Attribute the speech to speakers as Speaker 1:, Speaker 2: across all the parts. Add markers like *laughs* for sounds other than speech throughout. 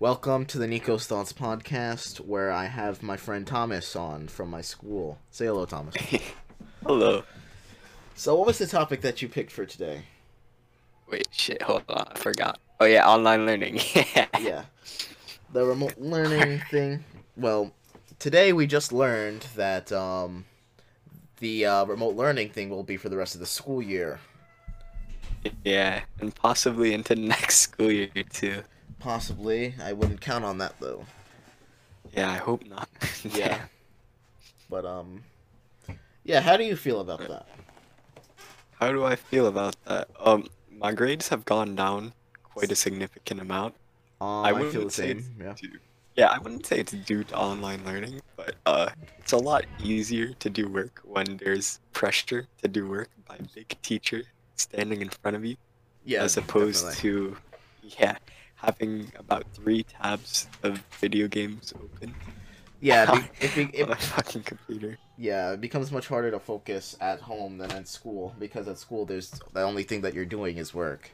Speaker 1: Welcome to the Nico's Thoughts podcast, where I have my friend Thomas on from my school. Say hello,
Speaker 2: *laughs*
Speaker 1: Thomas.
Speaker 2: Hello.
Speaker 1: so, what was the topic that you picked for today?
Speaker 2: Wait, shit, hold on, I forgot. Oh yeah, online learning. *laughs*
Speaker 1: Yeah, the remote learning thing. Well, today we just learned that um, the uh, remote learning thing will be for the rest of the school year,
Speaker 2: yeah, and possibly into next school year too.
Speaker 1: possibly. I wouldn't count on that though.
Speaker 2: Yeah, I hope not. *laughs*
Speaker 1: Yeah. But um, yeah. How do you feel about that?
Speaker 2: How do I feel about that? Um, my grades have gone down quite a significant amount.
Speaker 1: Um,
Speaker 2: I
Speaker 1: I, feel
Speaker 2: wouldn't
Speaker 1: the
Speaker 2: say
Speaker 1: same.
Speaker 2: it's
Speaker 1: Yeah.
Speaker 2: due- Yeah, I wouldn't say it's due to online learning, but uh, it's a lot easier to do work when there's pressure to do work by a big teacher standing in front of you.
Speaker 1: Yeah.
Speaker 2: as opposed
Speaker 1: definitely.
Speaker 2: to yeah having about three tabs of video games open
Speaker 1: yeah, it
Speaker 2: *laughs*
Speaker 1: be- it be- it
Speaker 2: on my fucking computer.
Speaker 1: yeah, it becomes much harder to focus at home than at school because at school there's the only thing that you're doing is work.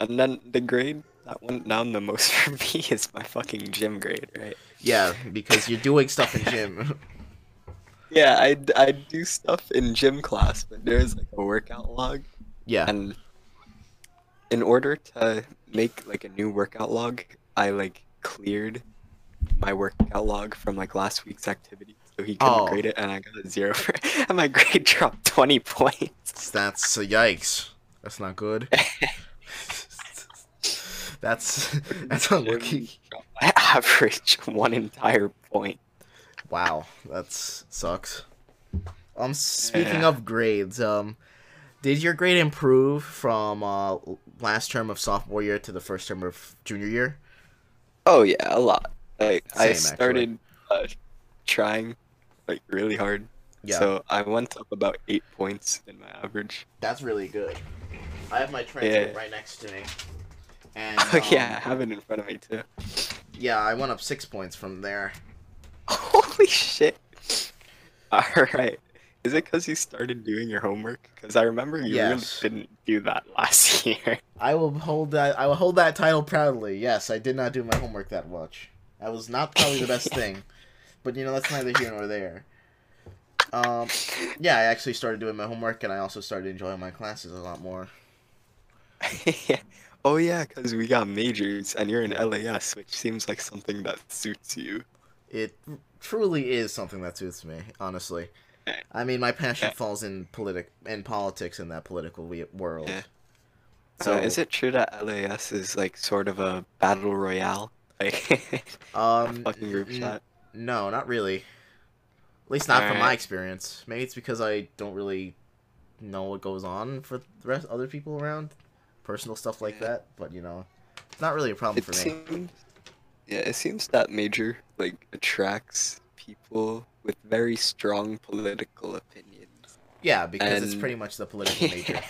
Speaker 2: And then the grade that went down the most *laughs* for me is my fucking gym grade, right?
Speaker 1: Yeah, because you're doing stuff in gym.
Speaker 2: Yeah, I, d- I do stuff in gym class, but there's like a workout log,
Speaker 1: yeah,
Speaker 2: and in order to make like a new workout log, I like cleared my workout log from like last week's activity, so he couldn't
Speaker 1: Oh.
Speaker 2: grade it, and I got a zero for *laughs* and my grade dropped twenty points.
Speaker 1: that's so yikes. That's not good. that's *laughs* that's unlucky.
Speaker 2: I average one entire point.
Speaker 1: Wow, that's sucks. Um, speaking
Speaker 2: Yeah.
Speaker 1: of grades, um, did your grade improve from uh l- last term of sophomore year to the first term of junior year?
Speaker 2: Oh yeah, a lot. Like I
Speaker 1: Same, actually.
Speaker 2: started uh, trying like really hard,
Speaker 1: Yeah.
Speaker 2: so I went up about eight points in my average.
Speaker 1: That's really good. I have my transcript
Speaker 2: Yeah.
Speaker 1: right next to
Speaker 2: *laughs*
Speaker 1: me. And
Speaker 2: Oh
Speaker 1: um,
Speaker 2: *laughs* yeah, I have it in front of me too.
Speaker 1: yeah, I went up six points from there.
Speaker 2: *laughs* Holy shit. Alright. Is it because you started doing your homework? Because I remember you
Speaker 1: Yes.
Speaker 2: really didn't do that *laughs* last year.
Speaker 1: I will hold that. I will hold that title proudly. Yes, I did not do my homework that much. That was not probably the
Speaker 2: *laughs*
Speaker 1: best thing, but you know that's neither here nor there. Um, yeah, I actually started doing my homework, and I also started enjoying my classes a lot more.
Speaker 2: Oh, yeah, because we got majors and you're in LAS, which seems like something that suits you.
Speaker 1: It truly is something that suits me, honestly. I mean, my passion falls in politic in politics in that political we- world.
Speaker 2: Yeah. So,
Speaker 1: So
Speaker 2: Uh, is it true that LAS is like sort of a battle royale? *laughs* Like,
Speaker 1: Um,
Speaker 2: fucking group
Speaker 1: n-
Speaker 2: chat?
Speaker 1: No, not really. At least not from my
Speaker 2: Alright.
Speaker 1: experience. Maybe it's because I don't really know what goes on for the rest other people around, personal stuff like
Speaker 2: Yeah.
Speaker 1: that. But you know, it's not really a problem
Speaker 2: It
Speaker 1: for me.
Speaker 2: seems, yeah, it seems that major like attracts people with very strong political opinions.
Speaker 1: Yeah, because it's
Speaker 2: and-
Speaker 1: pretty much the political
Speaker 2: *laughs*
Speaker 1: major.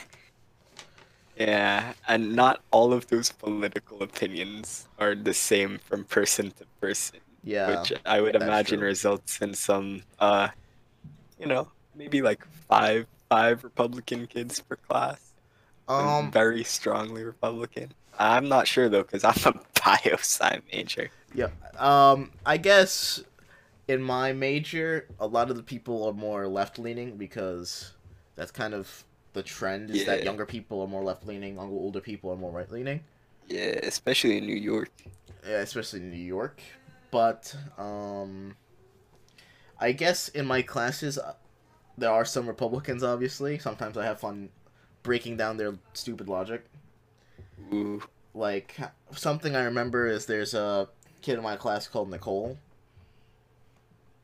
Speaker 2: Yeah, and not all of those political opinions are the same from person to person,
Speaker 1: Yeah,
Speaker 2: which I would
Speaker 1: that's
Speaker 2: imagine
Speaker 1: true.
Speaker 2: results in some, uh, you know, maybe like five five Republican kids per class, and
Speaker 1: um,
Speaker 2: very strongly Republican. I'm not sure though, because I'm a *laughs* bio sci major.
Speaker 1: yeah, um, I guess in my major, a lot of the people are more left leaning because that's kind of the trend is that
Speaker 2: Yeah.
Speaker 1: younger people are more left leaning, older people are more right leaning.
Speaker 2: Yeah, especially in New York.
Speaker 1: yeah, eh, especially in New York. But um, I guess in my classes, uh, there are some Republicans. Obviously, sometimes I have fun breaking down their stupid logic.
Speaker 2: Ooh,
Speaker 1: Like something I remember is there's a kid in my class called Nicole,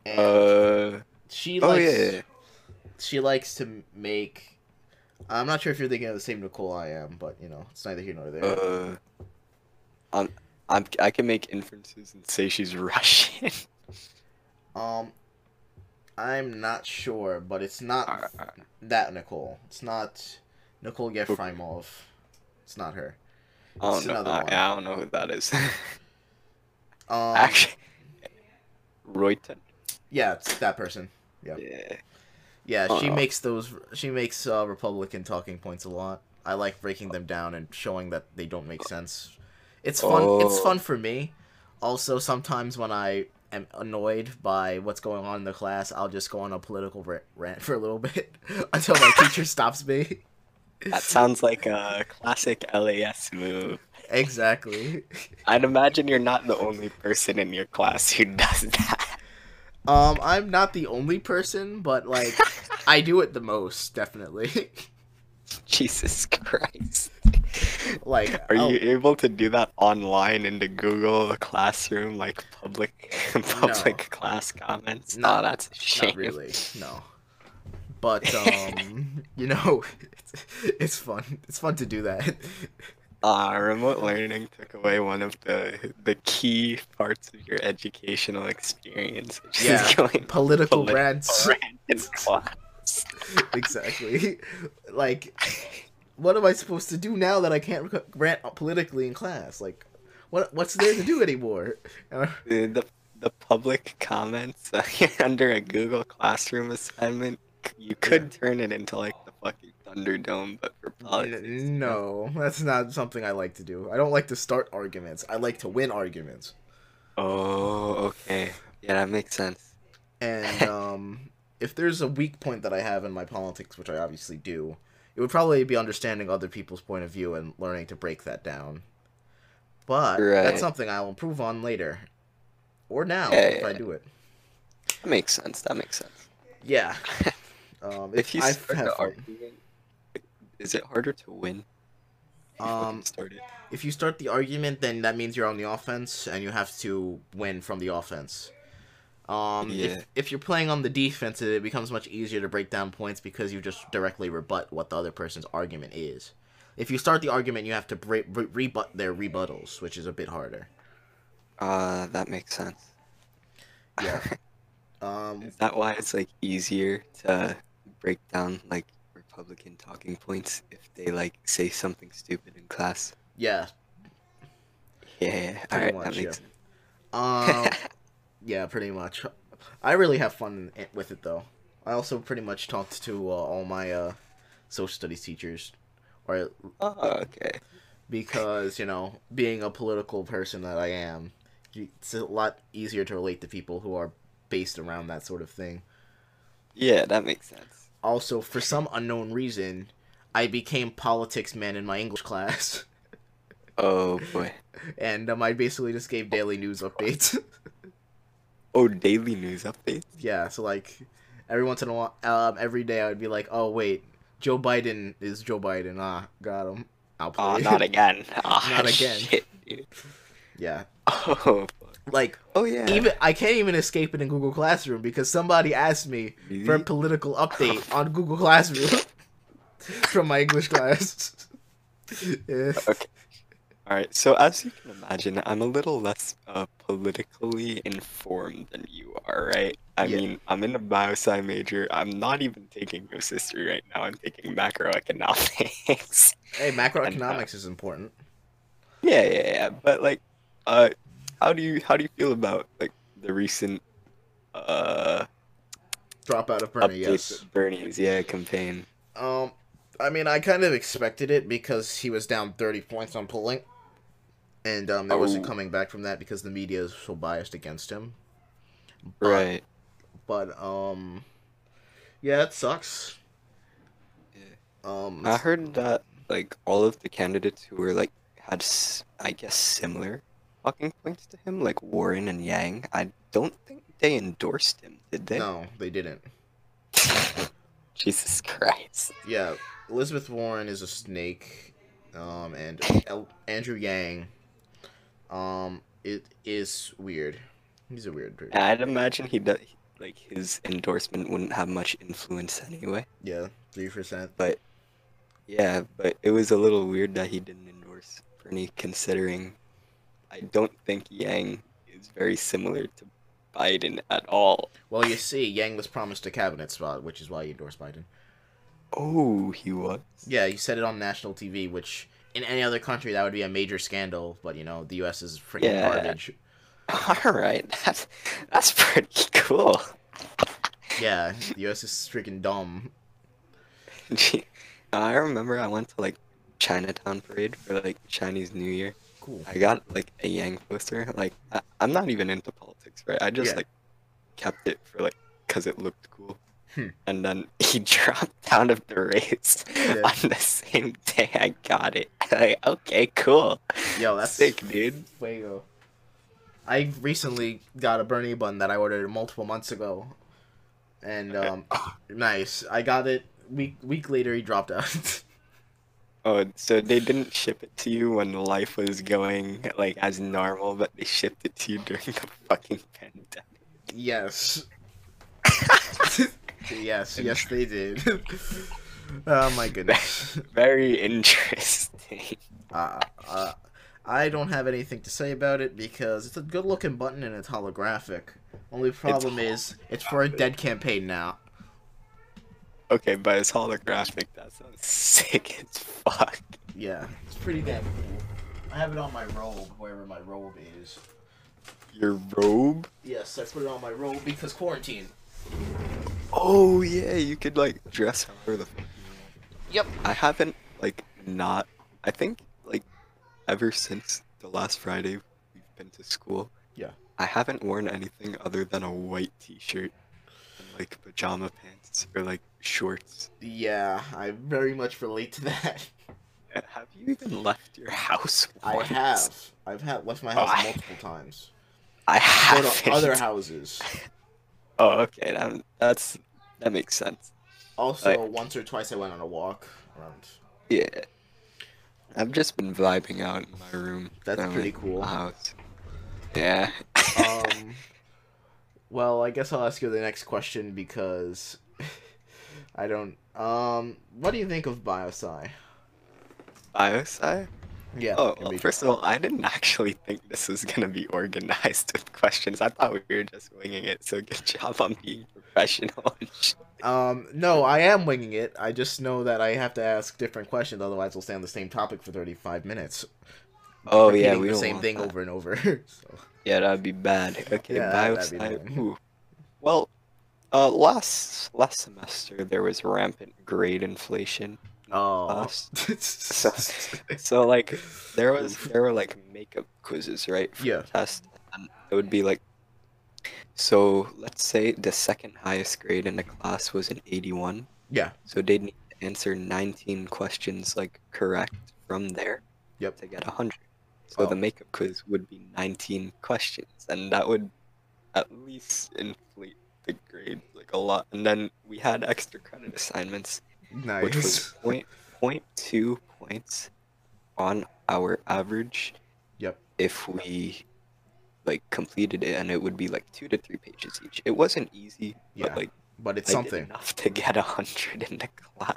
Speaker 1: and
Speaker 2: uh,
Speaker 1: she
Speaker 2: oh
Speaker 1: likes
Speaker 2: yeah,
Speaker 1: she likes to make. I'm not sure if you're thinking of the same Nicole I am, but you know it's neither here nor there.
Speaker 2: uh, I'm, I'm, I can make inferences and say she's *laughs* Russian. Uh.
Speaker 1: um, I'm not sure, but it's not
Speaker 2: Alright, alright.
Speaker 1: that Nicole. It's not Nicole
Speaker 2: Okay.
Speaker 1: Yefimov. It's not her.
Speaker 2: I
Speaker 1: It's
Speaker 2: don't know.
Speaker 1: another
Speaker 2: I,
Speaker 1: one.
Speaker 2: I don't know who that is. *laughs*
Speaker 1: Um,
Speaker 2: Actually, Royton.
Speaker 1: yeah, it's that person. Yep. *laughs*
Speaker 2: Yeah.
Speaker 1: Yeah, she
Speaker 2: Uh-oh.
Speaker 1: makes those. She makes uh, Republican talking points a lot. I like breaking them down and showing that they don't make sense It's fun. It's
Speaker 2: Oh.
Speaker 1: fun for me. Also, sometimes when I am annoyed by what's going on in the class, I'll just go on a political ra- rant for a little *laughs* bit until my teacher stops me.
Speaker 2: That sounds like a classic LAS move.
Speaker 1: Exactly.
Speaker 2: I'd imagine you're not the only person in your class who does *laughs* that.
Speaker 1: Um, I'm not the only person, but like, I do it the most, definitely. *laughs*
Speaker 2: Jesus Christ.
Speaker 1: like,
Speaker 2: Are
Speaker 1: oh,
Speaker 2: you able to do that online into Google Classroom, like public *laughs* public class comments?
Speaker 1: No,
Speaker 2: No, that's a shame.
Speaker 1: not really? No. But
Speaker 2: *laughs*
Speaker 1: um, you know, it's, it's fun. It's fun to do that.
Speaker 2: Uh, remote learning took away one of the the key parts of your educational experience, which
Speaker 1: Yeah.
Speaker 2: is *laughs* going
Speaker 1: Political
Speaker 2: Polit- *laughs*
Speaker 1: rants.
Speaker 2: around
Speaker 1: *laughs*
Speaker 2: in class.
Speaker 1: exactly. Like, what am I supposed to do now that I can't rec- rant politically in class? Like, what what's there to do anymore? Uh, And I-
Speaker 2: The, the the public comments uh, *laughs* under a Google Classroom assignment, you could turn it into like the fucking Thunderdome, but for politics.
Speaker 1: n- no, that's not something I like to do. I don't like to start arguments. I like to win arguments.
Speaker 2: Oh, okay. Yeah, that makes sense.
Speaker 1: And um, if there's a weak point that I have in my politics, which I obviously do, it would probably be understanding other people's point of view and learning to break that down. But
Speaker 2: Right.
Speaker 1: that's something I'll improve on later, or now
Speaker 2: Yeah,
Speaker 1: if
Speaker 2: yeah,
Speaker 1: I
Speaker 2: yeah.
Speaker 1: do it.
Speaker 2: That makes sense. That makes sense. *laughs*
Speaker 1: Yeah. Um,
Speaker 2: If
Speaker 1: it-
Speaker 2: you
Speaker 1: I
Speaker 2: start
Speaker 1: have
Speaker 2: the
Speaker 1: fun.
Speaker 2: argument, is it harder to win? if you
Speaker 1: Um,
Speaker 2: start it?
Speaker 1: If you start the argument, then that means you're on the offense, and you have to win from the offense. Um,
Speaker 2: Yeah.
Speaker 1: if, if you're playing on the defense, it becomes much easier to break down points because you just directly rebut what the other person's argument is. If you start the argument, you have to bre- re- rebut their rebuttals, which is a bit harder.
Speaker 2: Uh, that makes sense.
Speaker 1: Yeah. Um,
Speaker 2: Is that why it's like easier to break down like Republican talking points if they like say something stupid in class?
Speaker 1: yeah.
Speaker 2: Yeah,
Speaker 1: Pretty
Speaker 2: alright,
Speaker 1: much,
Speaker 2: that
Speaker 1: yeah.
Speaker 2: makes
Speaker 1: Um,
Speaker 2: sense.
Speaker 1: yeah, pretty much. I really have fun in- with it though. I also pretty much talked to uh, all my uh, social studies teachers, or
Speaker 2: oh, okay.
Speaker 1: because you know, being a political person that I am, it's a lot easier to relate to people who are based around that sort of thing.
Speaker 2: Yeah, that makes sense.
Speaker 1: Also, for some unknown reason, I became politics man in my English class, *laughs*
Speaker 2: Oh boy.
Speaker 1: and um, I basically just gave daily news updates. *laughs*
Speaker 2: Oh, daily news updates.
Speaker 1: yeah, so like every once in a while, um, every day I would be like, oh wait, Joe Biden is Joe Biden. Ah, got him. I'll play.
Speaker 2: Oh,
Speaker 1: *laughs*
Speaker 2: not *laughs* again. Oh,
Speaker 1: Not again.
Speaker 2: Shit, dude.
Speaker 1: yeah,
Speaker 2: Oh, fuck.
Speaker 1: like
Speaker 2: oh yeah.
Speaker 1: even I can't even escape it in Google Classroom because somebody asked me for a
Speaker 2: Really?
Speaker 1: political update on Google Classroom *laughs* from my English class. *laughs* Eh, yeah.
Speaker 2: Okay. All right. So as you can imagine, I'm a little less uh, politically informed than you are, right? I
Speaker 1: Yeah.
Speaker 2: mean, I'm in a biosci major. I'm not even taking ghost history right now. I'm taking *laughs* macroeconomics.
Speaker 1: Hey, macroeconomics is important.
Speaker 2: yeah, yeah, yeah. But like, uh, how do you how do you feel about like the recent uh
Speaker 1: Drop out of Bernie,
Speaker 2: updates
Speaker 1: yes.
Speaker 2: with Bernie's yeah campaign?
Speaker 1: Um, I mean, I kind of expected it because he was down 30 points on polling. And um, there wasn't
Speaker 2: Oh.
Speaker 1: coming back from that because the media is so biased against him. But-
Speaker 2: Right.
Speaker 1: But, um, yeah, it sucks. Um,
Speaker 2: I heard that like all of the candidates who were like had s- I guess similar talking points to him, like Warren and Yang. I don't think they endorsed him, did they?
Speaker 1: no, they didn't.
Speaker 2: *laughs* Jesus Christ.
Speaker 1: Yeah, Elizabeth Warren is a snake, um, and El- Andrew Yang, um, it is weird. He's a weird person.
Speaker 2: I'd imagine he does like his endorsement wouldn't have much influence anyway.
Speaker 1: Yeah, three percent.
Speaker 2: Yeah, but it was a little weird that he didn't endorse Bernie, considering I don't think Yang is very similar to Biden at all.
Speaker 1: Well, you see, Yang was promised a cabinet spot, which is why he endorsed Biden.
Speaker 2: Oh, he was.
Speaker 1: Yeah, he said it on national TV, which in any other country that would be a major scandal. But you know, the U.S. is freaking
Speaker 2: Yeah.
Speaker 1: garbage.
Speaker 2: *laughs* All right, that's that's pretty cool. *laughs*
Speaker 1: Yeah, *laughs* the U.S. is freaking dumb.
Speaker 2: Gee, I remember I went to like Chinatown parade for like Chinese New Year,
Speaker 1: Cool.
Speaker 2: I got like a Yang poster. Like I, I'm not even into politics, right? I just
Speaker 1: Yeah.
Speaker 2: like kept it for like because it looked cool.
Speaker 1: Hmm.
Speaker 2: And then *laughs* he dropped out of the race
Speaker 1: Yeah.
Speaker 2: on the same day I got it. *laughs* Like okay, cool,
Speaker 1: Yo, that's
Speaker 2: sick, dude.
Speaker 1: fuego. I recently got a Bernie bun that I ordered multiple months ago, and um, nice. I got it week week later. He dropped out. *laughs*
Speaker 2: Oh, so they didn't ship it to you when life was going like as normal, but they shipped it to you during the fucking pandemic.
Speaker 1: *laughs* yes. yes. Yes, they did. *laughs* oh my goodness.
Speaker 2: Very interesting.
Speaker 1: uh, uh, I don't have anything to say about it because it's a good looking button and it's holographic. Only problem is it's for a dead campaign now.
Speaker 2: Okay, but it's holographic. That sounds *laughs* sick as fuck.
Speaker 1: Yeah, it's pretty damn cool. I have it on my robe, wherever my robe is.
Speaker 2: Your robe?
Speaker 1: Yes, I put it on my robe because quarantine.
Speaker 2: Oh yeah, you could like dress however the fuck you want. Yep. I haven't like not I think like ever since the last Friday we've been to school.
Speaker 1: Yeah.
Speaker 2: I haven't worn anything other than a white t shirt and like pajama pants or like shorts.
Speaker 1: Yeah, I very much relate to
Speaker 2: *laughs*
Speaker 1: that.
Speaker 2: Uh, Have you even left your house
Speaker 1: I
Speaker 2: once?
Speaker 1: have. I've had left my house
Speaker 2: Oh, I-
Speaker 1: multiple times.
Speaker 2: I
Speaker 1: Go
Speaker 2: *laughs* have
Speaker 1: to other houses.
Speaker 2: Oh okay, that, that's that makes sense.
Speaker 1: Also,
Speaker 2: Like-
Speaker 1: once or twice I went on a walk around.
Speaker 2: *laughs* Yeah. I've just been vibing out in my room.
Speaker 1: That's
Speaker 2: I'm
Speaker 1: pretty
Speaker 2: in
Speaker 1: cool.
Speaker 2: the House. Yeah.
Speaker 1: um, well, I guess I'll ask you the next question because *laughs* I don't. Um, what do you think of Biosci?
Speaker 2: Biosci?
Speaker 1: Yeah.
Speaker 2: Oh,
Speaker 1: it'd
Speaker 2: well,
Speaker 1: be-
Speaker 2: first of all, I didn't *laughs* actually think this was going to be organized with questions. I thought we were just winging it, so good *laughs* job on being professional. and shit.
Speaker 1: um, no, I am winging it. I just know that I have to ask different questions, otherwise we'll stay on the same topic for thirty-five minutes.
Speaker 2: oh, yeah,
Speaker 1: repeating
Speaker 2: we
Speaker 1: the
Speaker 2: don't
Speaker 1: same
Speaker 2: want
Speaker 1: thing
Speaker 2: that.
Speaker 1: over and over. *laughs* so,
Speaker 2: Yeah, that'd be bad. Okay,
Speaker 1: Yeah, that'd be
Speaker 2: Biosci.
Speaker 1: bad.
Speaker 2: Ooh. Well, uh, last last semester there was rampant grade inflation.
Speaker 1: oh.
Speaker 2: Us. So, so like there was
Speaker 1: Oof.
Speaker 2: there were like makeup quizzes, right? For
Speaker 1: *laughs* Yeah.
Speaker 2: Test. And it would be like so let's say the second highest grade in the class was an 81.
Speaker 1: Yeah.
Speaker 2: So they'd need to answer 19 questions like correct from there
Speaker 1: Yep.
Speaker 2: to get 100. So
Speaker 1: Oh.
Speaker 2: the makeup quiz would be 19 questions and that would at least inflate the grade like a lot. And then we had extra credit assignments which
Speaker 1: nice.
Speaker 2: was point point two points on our average
Speaker 1: Yep.
Speaker 2: if we like completed it and it would be like two to three pages each it wasn't easy
Speaker 1: Yeah,
Speaker 2: but like
Speaker 1: But it's
Speaker 2: I did
Speaker 1: something.
Speaker 2: enough to get a hundred in the class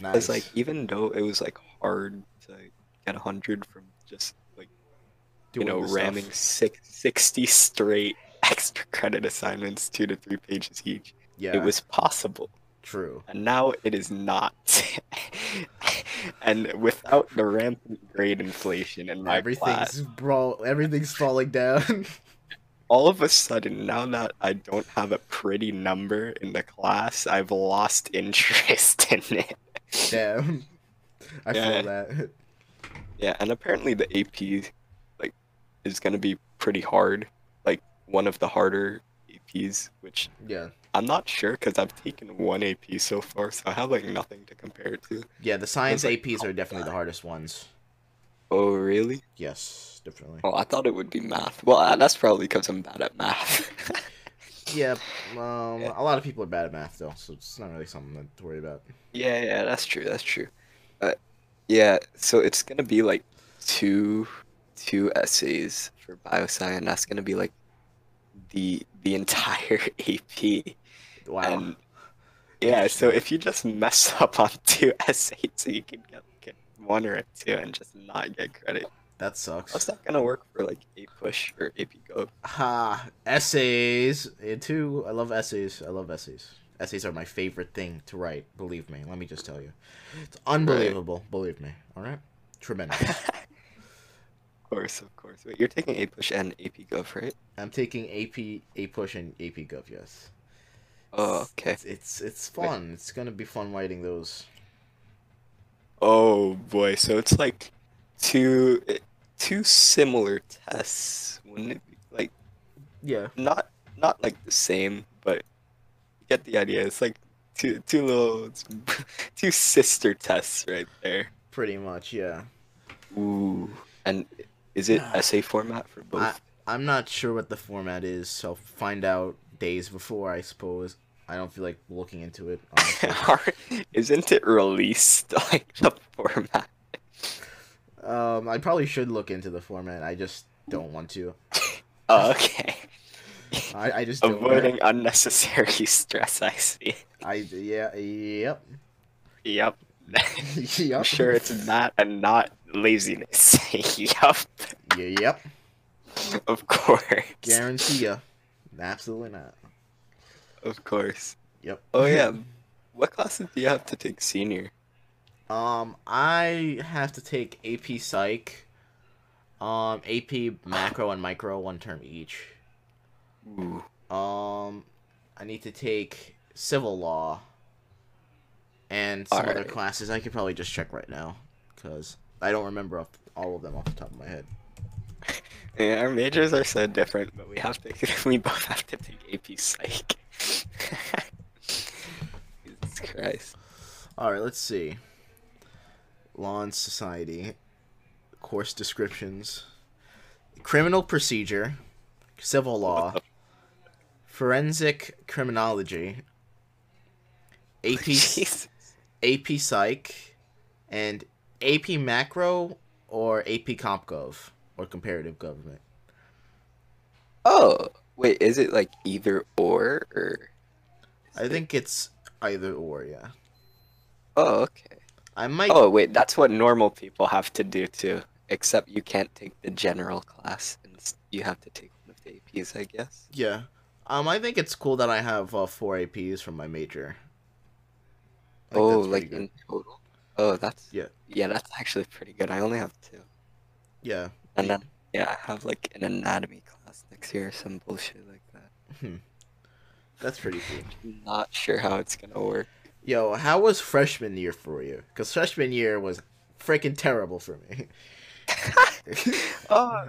Speaker 1: Nice.
Speaker 2: because like even though it was like hard to get a hundred from just like
Speaker 1: Doing
Speaker 2: you know
Speaker 1: the stuff.
Speaker 2: ramming six, 60 straight *laughs* extra credit assignments two to three pages each
Speaker 1: Yeah.
Speaker 2: it was possible
Speaker 1: true.
Speaker 2: and now it is not. *laughs* and without the rampant grade inflation in my
Speaker 1: Everything's
Speaker 2: class,
Speaker 1: bro. Everything's falling
Speaker 2: *laughs*
Speaker 1: down.
Speaker 2: all of a sudden, now that I don't have a pretty number in the class, I've lost *laughs* interest in it.
Speaker 1: Damn. I
Speaker 2: Yeah.
Speaker 1: feel that.
Speaker 2: Yeah, and apparently the AP, like, is gonna be pretty hard. Like one of the harder APs, which
Speaker 1: Yeah.
Speaker 2: I'm not sure because I've taken one AP so far, so I have like nothing to compare it to.
Speaker 1: Yeah, the science
Speaker 2: like,
Speaker 1: APs are definitely the hardest ones.
Speaker 2: Oh, really?
Speaker 1: Yes, definitely.
Speaker 2: Oh, I thought it would be math. Well, uh, that's probably because I'm bad at math. *laughs*
Speaker 1: Yeah, um, a lot of people are bad at math though, so it's not really something to worry about.
Speaker 2: yeah, yeah, that's true. That's true. Uh, yeah, so it's gonna be like two, two essays for bioscience. and That's gonna be like the the entire *laughs* AP.
Speaker 1: Wow.
Speaker 2: And yeah, so if you just mess *laughs* up on two essays, you can get, get one or a two and just not get credit.
Speaker 1: that sucks.
Speaker 2: That's not gonna work for like A push or AP go.
Speaker 1: Ha! Essays. It too. I love essays. I love essays. Essays are my favorite thing to write. Believe me. Let me just tell you, it's unbelievable. Believe me. All right. Tremendous.
Speaker 2: Of course, of course. Wait, you're taking A push and AP Gov, right?
Speaker 1: I'm taking AP, A push, and AP Gov. Yes.
Speaker 2: Oh, okay.
Speaker 1: It's it's, it's fun. It's gonna be fun writing those.
Speaker 2: Oh boy, so it's like two two similar tests, wouldn't it be? Like
Speaker 1: Yeah.
Speaker 2: not not like the same, but you get the idea. It's like two two little *laughs* it's two sister tests right there.
Speaker 1: Pretty much, yeah.
Speaker 2: Ooh. And is it essay format for both? *laughs*
Speaker 1: I'm not sure what the format is, so I'll find out days before, I suppose. I don't feel like looking into it.
Speaker 2: *laughs*
Speaker 1: honestly.
Speaker 2: Isn't it released *laughs* like the format?
Speaker 1: um, I probably should look into the format. I just don't want to.
Speaker 2: Oh, okay.
Speaker 1: I, I just don't want
Speaker 2: Avoiding
Speaker 1: to.
Speaker 2: unnecessary *laughs* stress, I see.
Speaker 1: I yeah yep
Speaker 2: *laughs* Yep. I'm
Speaker 1: yep
Speaker 2: sure it's that and not laziness. *laughs* yep.
Speaker 1: yeah, yep
Speaker 2: Of course.
Speaker 1: guarantee ya. Absolutely not.
Speaker 2: Of course.
Speaker 1: Yep.
Speaker 2: Oh yeah. What classes do you have to take senior?
Speaker 1: *laughs* Um, I have to take AP Psych, um, AP Macro and Micro one term each.
Speaker 2: Ooh.
Speaker 1: Um, I need to take Civil Law and some other
Speaker 2: Alright.
Speaker 1: classes. I could probably just check right now because I don't remember off, all of them off the top of my head.
Speaker 2: Yeah, our majors are so different, but we have to *laughs* we both have to take AP Psych. *laughs* Jesus Christ.
Speaker 1: All right, let's see. Law and Society, course descriptions, criminal procedure, civil law,
Speaker 2: the-
Speaker 1: forensic criminology, AP
Speaker 2: *laughs* Jeez.
Speaker 1: AP Psych, and AP Macro or AP Comp Gov or Comparative Government.
Speaker 2: Oh wait, is it like either or or? is
Speaker 1: I
Speaker 2: it-
Speaker 1: think it's either or. Yeah,
Speaker 2: Oh okay.
Speaker 1: I might.
Speaker 2: Oh wait, that's what normal people have to do too. Except you can't take the general class, and s- you have to take one of the APs, I guess.
Speaker 1: Yeah. Um, I think it's cool that I have uh, four APs from my major. I think
Speaker 2: oh,
Speaker 1: that's pretty
Speaker 2: like
Speaker 1: good.
Speaker 2: in total. Oh, that's
Speaker 1: Yeah.
Speaker 2: Yeah, that's actually pretty good. I only have two,
Speaker 1: yeah.
Speaker 2: and then yeah, I have like an anatomy class next year or some bullshit like that.
Speaker 1: That's pretty cool.
Speaker 2: Not sure how it's gonna work.
Speaker 1: Yo, how was freshman year for you? Because freshman year was freaking terrible for me. *laughs* Ah.
Speaker 2: Oh,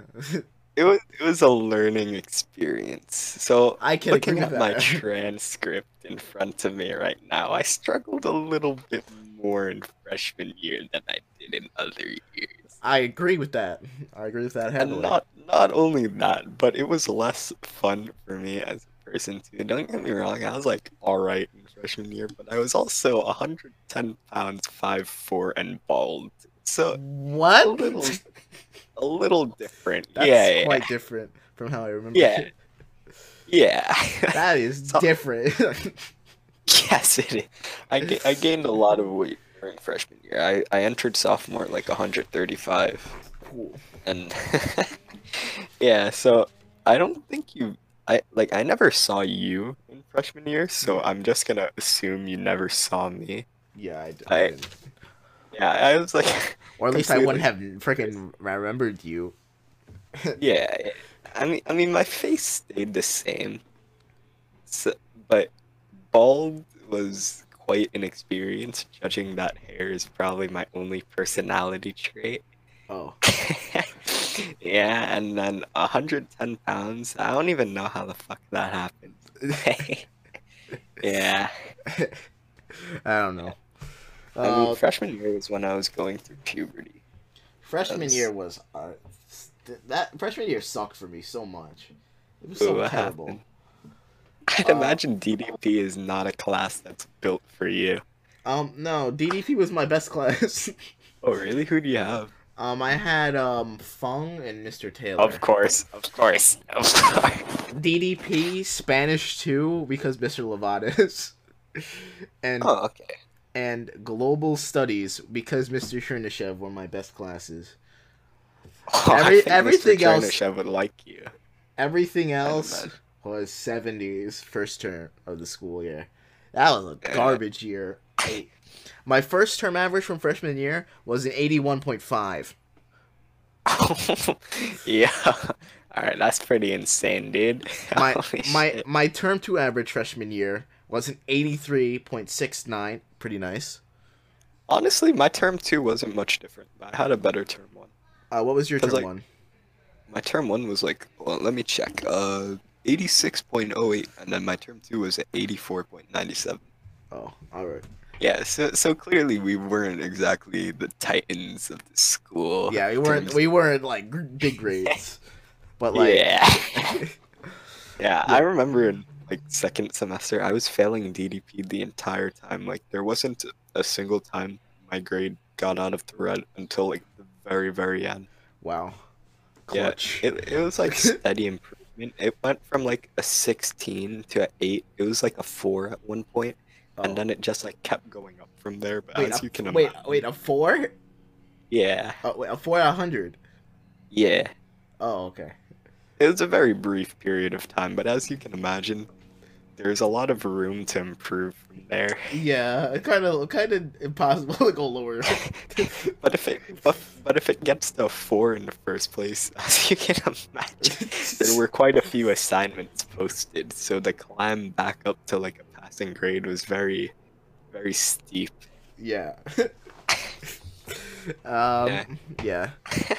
Speaker 2: it was it was a learning experience. So
Speaker 1: I can
Speaker 2: looking
Speaker 1: agree
Speaker 2: at
Speaker 1: with
Speaker 2: my
Speaker 1: *laughs* that.
Speaker 2: transcript in front of me right now, I struggled a little bit more in freshman year than I did in other years.
Speaker 1: I agree with that. I agree with that heavily.
Speaker 2: And not not only that, but it was less fun for me as a person too. Don't get me wrong, I was like alright in freshman year, but I was also 110 pounds, 5'4 and bald. So a
Speaker 1: what? *laughs*
Speaker 2: little a little different.
Speaker 1: That's
Speaker 2: *laughs* yeah, yeah,
Speaker 1: quite different from how I remember.
Speaker 2: Yeah.
Speaker 1: it.
Speaker 2: yeah. *laughs*
Speaker 1: that is
Speaker 2: So-
Speaker 1: different. *laughs*
Speaker 2: *laughs* yes, it is. I, ga- I gained a lot of weight during freshman year. I, I entered sophomore at like 135.
Speaker 1: cool.
Speaker 2: and *laughs* yeah so i don't think you i like i never saw you in freshman year so i'm just gonna assume you never saw me
Speaker 1: Yeah, I, d-
Speaker 2: I-
Speaker 1: didn't.
Speaker 2: yeah i was like *laughs*
Speaker 1: Or at least I wouldn't have freaking remembered you.
Speaker 2: yeah yeah. i mean i mean my face stayed the same so, but bald was quite an experience judging that hair is probably my only personality trait
Speaker 1: Oh,
Speaker 2: *laughs* yeah, and then 110 pounds. I don't even know how the fuck that happened. *laughs* yeah.
Speaker 1: I don't know.
Speaker 2: I mean,
Speaker 1: Uh,
Speaker 2: freshman year was when I was going through puberty. *laughs*
Speaker 1: freshman
Speaker 2: that's-
Speaker 1: year was uh, st- that freshman year sucked for me so much. It was
Speaker 2: Ooh,
Speaker 1: so
Speaker 2: what
Speaker 1: terrible.
Speaker 2: happened? I'd
Speaker 1: Uh,
Speaker 2: imagine DDP is not a class that's built for you.
Speaker 1: Um, no, DDP was my best *laughs* class.
Speaker 2: Oh, really? Who do you have?
Speaker 1: um, I had um Fung and Mr. Taylor.
Speaker 2: Of course, of course, of course.
Speaker 1: DDP Spanish two because Mr. Levadas, *laughs* and
Speaker 2: *laughs* Oh, okay.
Speaker 1: and Global Studies because Mr. Chernishev were my best classes.
Speaker 2: *laughs* Oh, I
Speaker 1: Every-
Speaker 2: think
Speaker 1: everything
Speaker 2: Mr.
Speaker 1: else-
Speaker 2: Chernishev would like you.
Speaker 1: Everything else
Speaker 2: imagine. *laughs*
Speaker 1: was seventies first term of the school year. That was a garbage year. I- my first term average from freshman year was an eighty one point five.
Speaker 2: yeah. *laughs* All right, that's pretty insane, dude. *laughs*
Speaker 1: My
Speaker 2: Holy
Speaker 1: my
Speaker 2: shit.
Speaker 1: my term two average freshman year was an eighty three point six nine. Pretty nice.
Speaker 2: Honestly, my term two wasn't much different. but I had a better term one.
Speaker 1: Uh, what was your
Speaker 2: Cause,
Speaker 1: term
Speaker 2: like-
Speaker 1: one?
Speaker 2: My term one was like, well, let me check. Uh, eighty-six point oh eight, and then my term two was eighty-four point ninety-seven.
Speaker 1: Oh, all right.
Speaker 2: Yeah, so so clearly we weren't exactly the titans of the school.
Speaker 1: Yeah, we
Speaker 2: in
Speaker 1: weren't
Speaker 2: terms-
Speaker 1: we weren't like gr-
Speaker 2: *laughs*
Speaker 1: big grades, but like
Speaker 2: yeah.
Speaker 1: *laughs*
Speaker 2: yeah, I remember in like second semester, I was failing DDP the entire time. Like there wasn't a single time my grade got out of the red until like the very very end.
Speaker 1: wow,
Speaker 2: Yeah,
Speaker 1: clutch.
Speaker 2: It, it
Speaker 1: *laughs*
Speaker 2: was like steady improvement. It went from like a 16 to an 8. It was like a 4 at one point,
Speaker 1: Oh.
Speaker 2: and then it just like kept going up from there. But
Speaker 1: Wait,
Speaker 2: as
Speaker 1: a-
Speaker 2: you can
Speaker 1: wait,
Speaker 2: imagine,
Speaker 1: wait, a four?
Speaker 2: yeah,
Speaker 1: Oh, wait, a four out of hundred.
Speaker 2: yeah.
Speaker 1: Oh, okay.
Speaker 2: It was a very brief period of time, but as you can imagine, there's a lot of room to improve from there. *laughs*
Speaker 1: Yeah, kind of, kind of impossible *laughs* to go lower.
Speaker 2: But if it but, but if it gets to a four in the first place, *laughs* as you can
Speaker 1: *laughs*
Speaker 2: imagine, there were quite a few assignments posted, so the climb back up to like a passing grade was very, very steep.
Speaker 1: yeah. *laughs* um. Yeah.
Speaker 2: I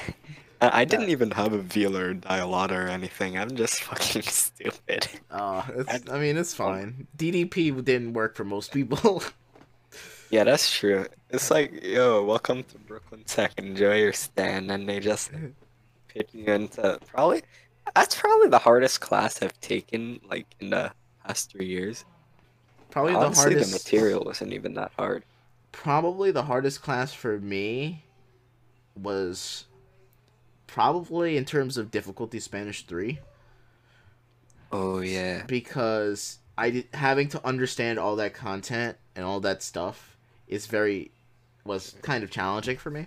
Speaker 2: I didn't even have a velar or dialotta or anything. I'm just *laughs* fucking stupid.
Speaker 1: Uh, it's, I mean, it's fine. DDP didn't work for most people. *laughs*
Speaker 2: Yeah, that's true. It's like, yo, welcome to Brooklyn Tech. Enjoy your stand, and they just pitch you into probably. That's probably the hardest class I've taken like in the past three years.
Speaker 1: probably
Speaker 2: Honestly,
Speaker 1: the
Speaker 2: the
Speaker 1: hardest.
Speaker 2: material wasn't even that hard.
Speaker 1: probably the hardest class for me was probably in terms of difficulty Spanish 3
Speaker 2: Oh yeah.
Speaker 1: because I did, having to understand all that content and all that stuff is very was kind of challenging for me.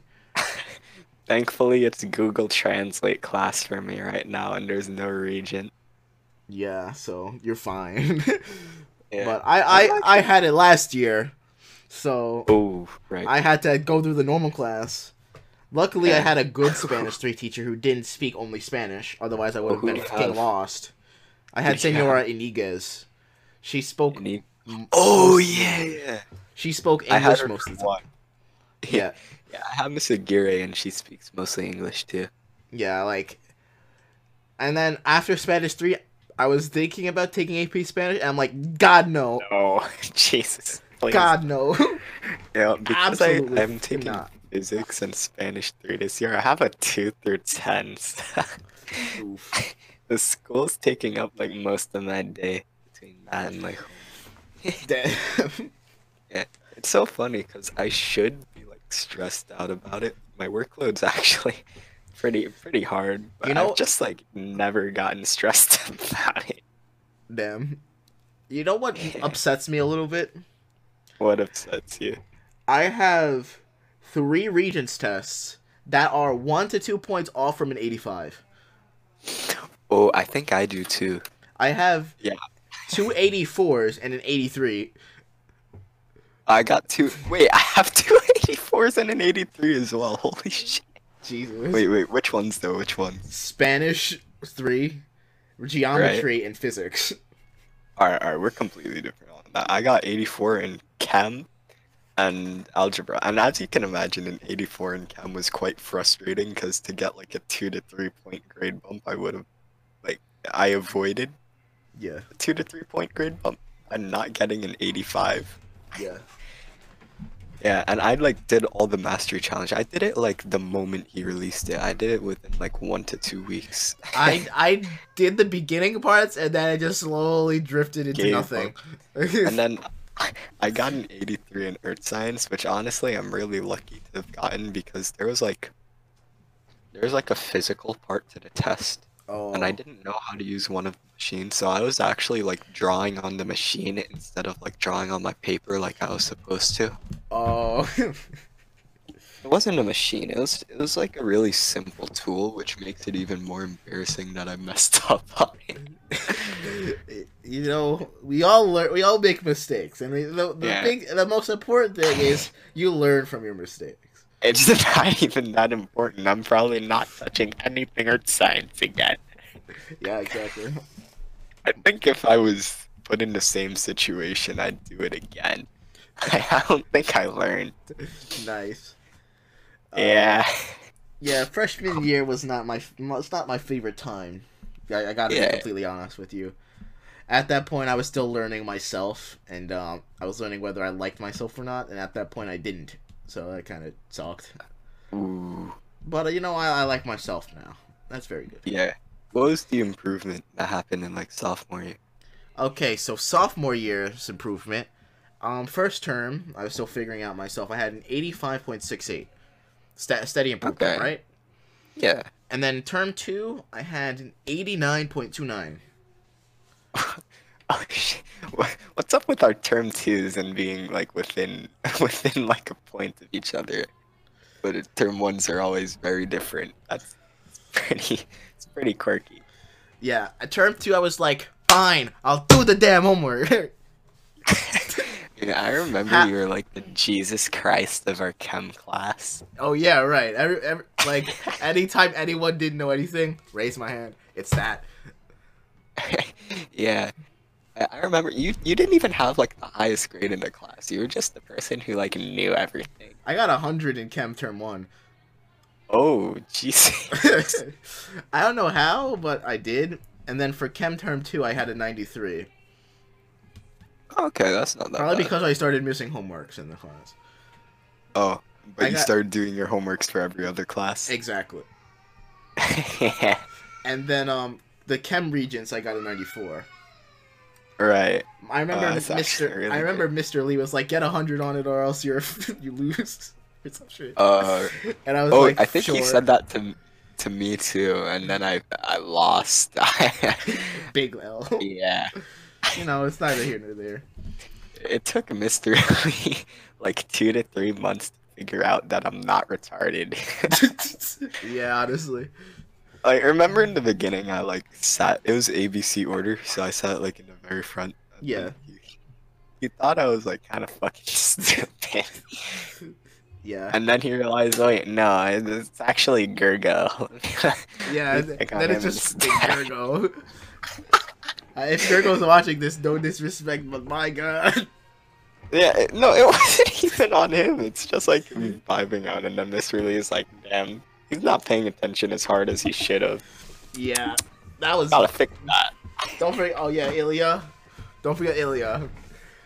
Speaker 2: Thankfully, it's Google Translate class for me right now, and there's no regent.
Speaker 1: Yeah, so you're fine. *laughs*
Speaker 2: Yeah.
Speaker 1: But I I, I had it last year. So
Speaker 2: oh right.
Speaker 1: I had to go through the normal class. Luckily, I
Speaker 2: Yeah.
Speaker 1: had a good Spanish 3 teacher who didn't speak only Spanish, otherwise, I would have
Speaker 2: who
Speaker 1: been
Speaker 2: do you
Speaker 1: fucking
Speaker 2: have?
Speaker 1: lost. I had
Speaker 2: *laughs* Who do you
Speaker 1: Senora Iniguez. She spoke.
Speaker 2: And he-
Speaker 1: m-
Speaker 2: oh
Speaker 1: most-
Speaker 2: yeah. yeah.
Speaker 1: She spoke
Speaker 2: I had
Speaker 1: English
Speaker 2: her
Speaker 1: most of the
Speaker 2: for
Speaker 1: time.
Speaker 2: one.
Speaker 1: Yeah.
Speaker 2: Yeah, I have Miss Aguirre, and she speaks mostly English too.
Speaker 1: Yeah, like. And then after Spanish 3, I was thinking about taking AP Spanish, and I'm like, God, no.
Speaker 2: Oh *laughs* Jesus. Please.
Speaker 1: God, no. *laughs*
Speaker 2: Yeah, because I,
Speaker 1: Absolutely
Speaker 2: I'm taking
Speaker 1: not.
Speaker 2: physics and Spanish three this year. I have a two through ten. *laughs* so
Speaker 1: Oof.
Speaker 2: the school's taking up like most of my day between that and like
Speaker 1: Damn. *laughs*
Speaker 2: It's so funny because I should be like stressed out about it. My workload's *laughs* actually pretty pretty hard, but
Speaker 1: You know-
Speaker 2: I've just like never gotten stressed *laughs* about it.
Speaker 1: Damn. You know
Speaker 2: *laughs*
Speaker 1: what upsets me a little bit?
Speaker 2: What upsets you?
Speaker 1: I have three Regents tests that are one to two points off from an 85.
Speaker 2: Oh, I think I do too.
Speaker 1: I have
Speaker 2: Yeah.
Speaker 1: *laughs* two 84s and an 83.
Speaker 2: I got two. Wait, I have *laughs* two 84s and an 83 as well. Holy shit.
Speaker 1: Jesus.
Speaker 2: Wait, wait, which ones though? Which ones?
Speaker 1: Spanish three, geometry and
Speaker 2: *laughs*
Speaker 1: physics.
Speaker 2: Alright, alright, we're completely different on that. I got 84 in chem and algebra. And as you can imagine, an 84 in chem was quite frustrating because to get like a two to three point grade bump, I would have, like, I avoided
Speaker 1: Yeah,
Speaker 2: a two to three point grade bump. and not getting an 85.
Speaker 1: yeah.
Speaker 2: Yeah, and I like did all the mastery challenge. I did it like the moment he released it. I did it within like one to two weeks.
Speaker 1: I I did the beginning parts and then I just slowly drifted into
Speaker 2: Gave
Speaker 1: nothing.
Speaker 2: *laughs* and then I got an 83 in earth science, which honestly I'm really lucky to have gotten because there was like there was like a physical part to the test,
Speaker 1: *laughs* oh,
Speaker 2: and I didn't know how to use one of the machines, so I was actually like drawing on the machine instead of like drawing on my paper like I was supposed to.
Speaker 1: oh, *laughs*
Speaker 2: It wasn't a machine. It was it was like a really simple tool, which makes it even more embarrassing that I messed *laughs* up on it.
Speaker 1: *laughs* you know, we all learn, we all make mistakes, and we, the, the
Speaker 2: Yeah.
Speaker 1: big, the most important thing is you learn from your mistakes.
Speaker 2: It's *laughs* not even that important. I'm probably not touching anything earth science again.
Speaker 1: Yeah,
Speaker 2: *laughs*
Speaker 1: exactly.
Speaker 2: I think if I was put in the same situation, I'd do it again. *laughs* I don't think I learned.
Speaker 1: nice. Uh,
Speaker 2: yeah. *laughs*
Speaker 1: Yeah, freshman year was not my it's not my favorite time. I, I gotta
Speaker 2: Yeah.
Speaker 1: be completely honest with you. At that point, I was still learning myself, and um, I was learning whether I liked myself or not. And at that point, I didn't, so that kind of sucked.
Speaker 2: Ooh.
Speaker 1: But uh, you know, I, I like myself now. That's very good.
Speaker 2: Yeah. What was the improvement that happened in like sophomore year?
Speaker 1: Okay, so sophomore year's improvement. Um, first term, I was still figuring out myself. I had an eighty-five point six eight, Ste steady improvement,
Speaker 2: Okay.
Speaker 1: right?
Speaker 2: Yeah.
Speaker 1: And then term two, I had an eighty-nine point two nine.
Speaker 2: *laughs* Oh, shit. What- What's up with our term twos and being like within *laughs* within like a point of each other? But it- term ones are always very different. That's it's pretty. It's pretty quirky. *laughs*
Speaker 1: Yeah, at term two, I was like, fine, I'll do the damn homework. *laughs*
Speaker 2: Yeah, I remember
Speaker 1: Ha-
Speaker 2: you were like the Jesus Christ of our chem class. *laughs*
Speaker 1: oh yeah, right. Every, every like anytime anyone didn't know anything, raise my hand. It's that.
Speaker 2: yeah. I I remember you you didn't even have like the highest grade in the class. You were just the person who like knew everything.
Speaker 1: I got a hundred in chem term one. *laughs*
Speaker 2: Oh, Jesus.
Speaker 1: I don't know how, but I did. And then for chem term two, I had a ninety-three.
Speaker 2: *laughs* Okay, that's not that
Speaker 1: Probably
Speaker 2: bad.
Speaker 1: because I started missing homeworks in the class.
Speaker 2: Oh, but
Speaker 1: I
Speaker 2: you
Speaker 1: got-
Speaker 2: started doing your homeworks for every other class.
Speaker 1: Exactly.
Speaker 2: yeah.
Speaker 1: And then um the chem regents I got a 94.
Speaker 2: *laughs* Right.
Speaker 1: I remember
Speaker 2: Oh, that's actually
Speaker 1: Mr.
Speaker 2: really
Speaker 1: I remember Mr. Lee was like get 100 on it or else you're *laughs* you lose *laughs* or some shit.
Speaker 2: Uh,
Speaker 1: and I was
Speaker 2: oh,
Speaker 1: like
Speaker 2: I think he
Speaker 1: "Sure."
Speaker 2: said that to to me too, and then I I lost. *laughs*
Speaker 1: big L. *laughs*
Speaker 2: yeah.
Speaker 1: you know, it's neither here nor there.
Speaker 2: It took Mr. Lee *laughs* like two to three months to figure out that I'm not retarded. *laughs*
Speaker 1: yeah, honestly.
Speaker 2: I remember in the beginning, I like sat. It was ABC order, so I sat like in the very front. and
Speaker 1: Yeah.
Speaker 2: then He, he thought I was like kind of fucking *laughs* stupid,
Speaker 1: Yeah.
Speaker 2: and then he realized, oh, wait, no, it's
Speaker 1: *laughs*
Speaker 2: actually Gergo.
Speaker 1: Yeah,
Speaker 2: You
Speaker 1: and
Speaker 2: think
Speaker 1: then
Speaker 2: I'm
Speaker 1: it's just
Speaker 2: innocent.
Speaker 1: Big Virgo. *laughs* Uh, if Virgo's watching this, no disrespect, but my god. *laughs*
Speaker 2: Yeah, it- no, it *laughs* wasn't even on him. It's just like me vibing out, and then this really is like, damn, he's not paying attention as hard as he should have.
Speaker 1: Yeah. That was
Speaker 2: Gotta fix that.
Speaker 1: Don't forget. Oh yeah, Ilya. Don't forget Ilya.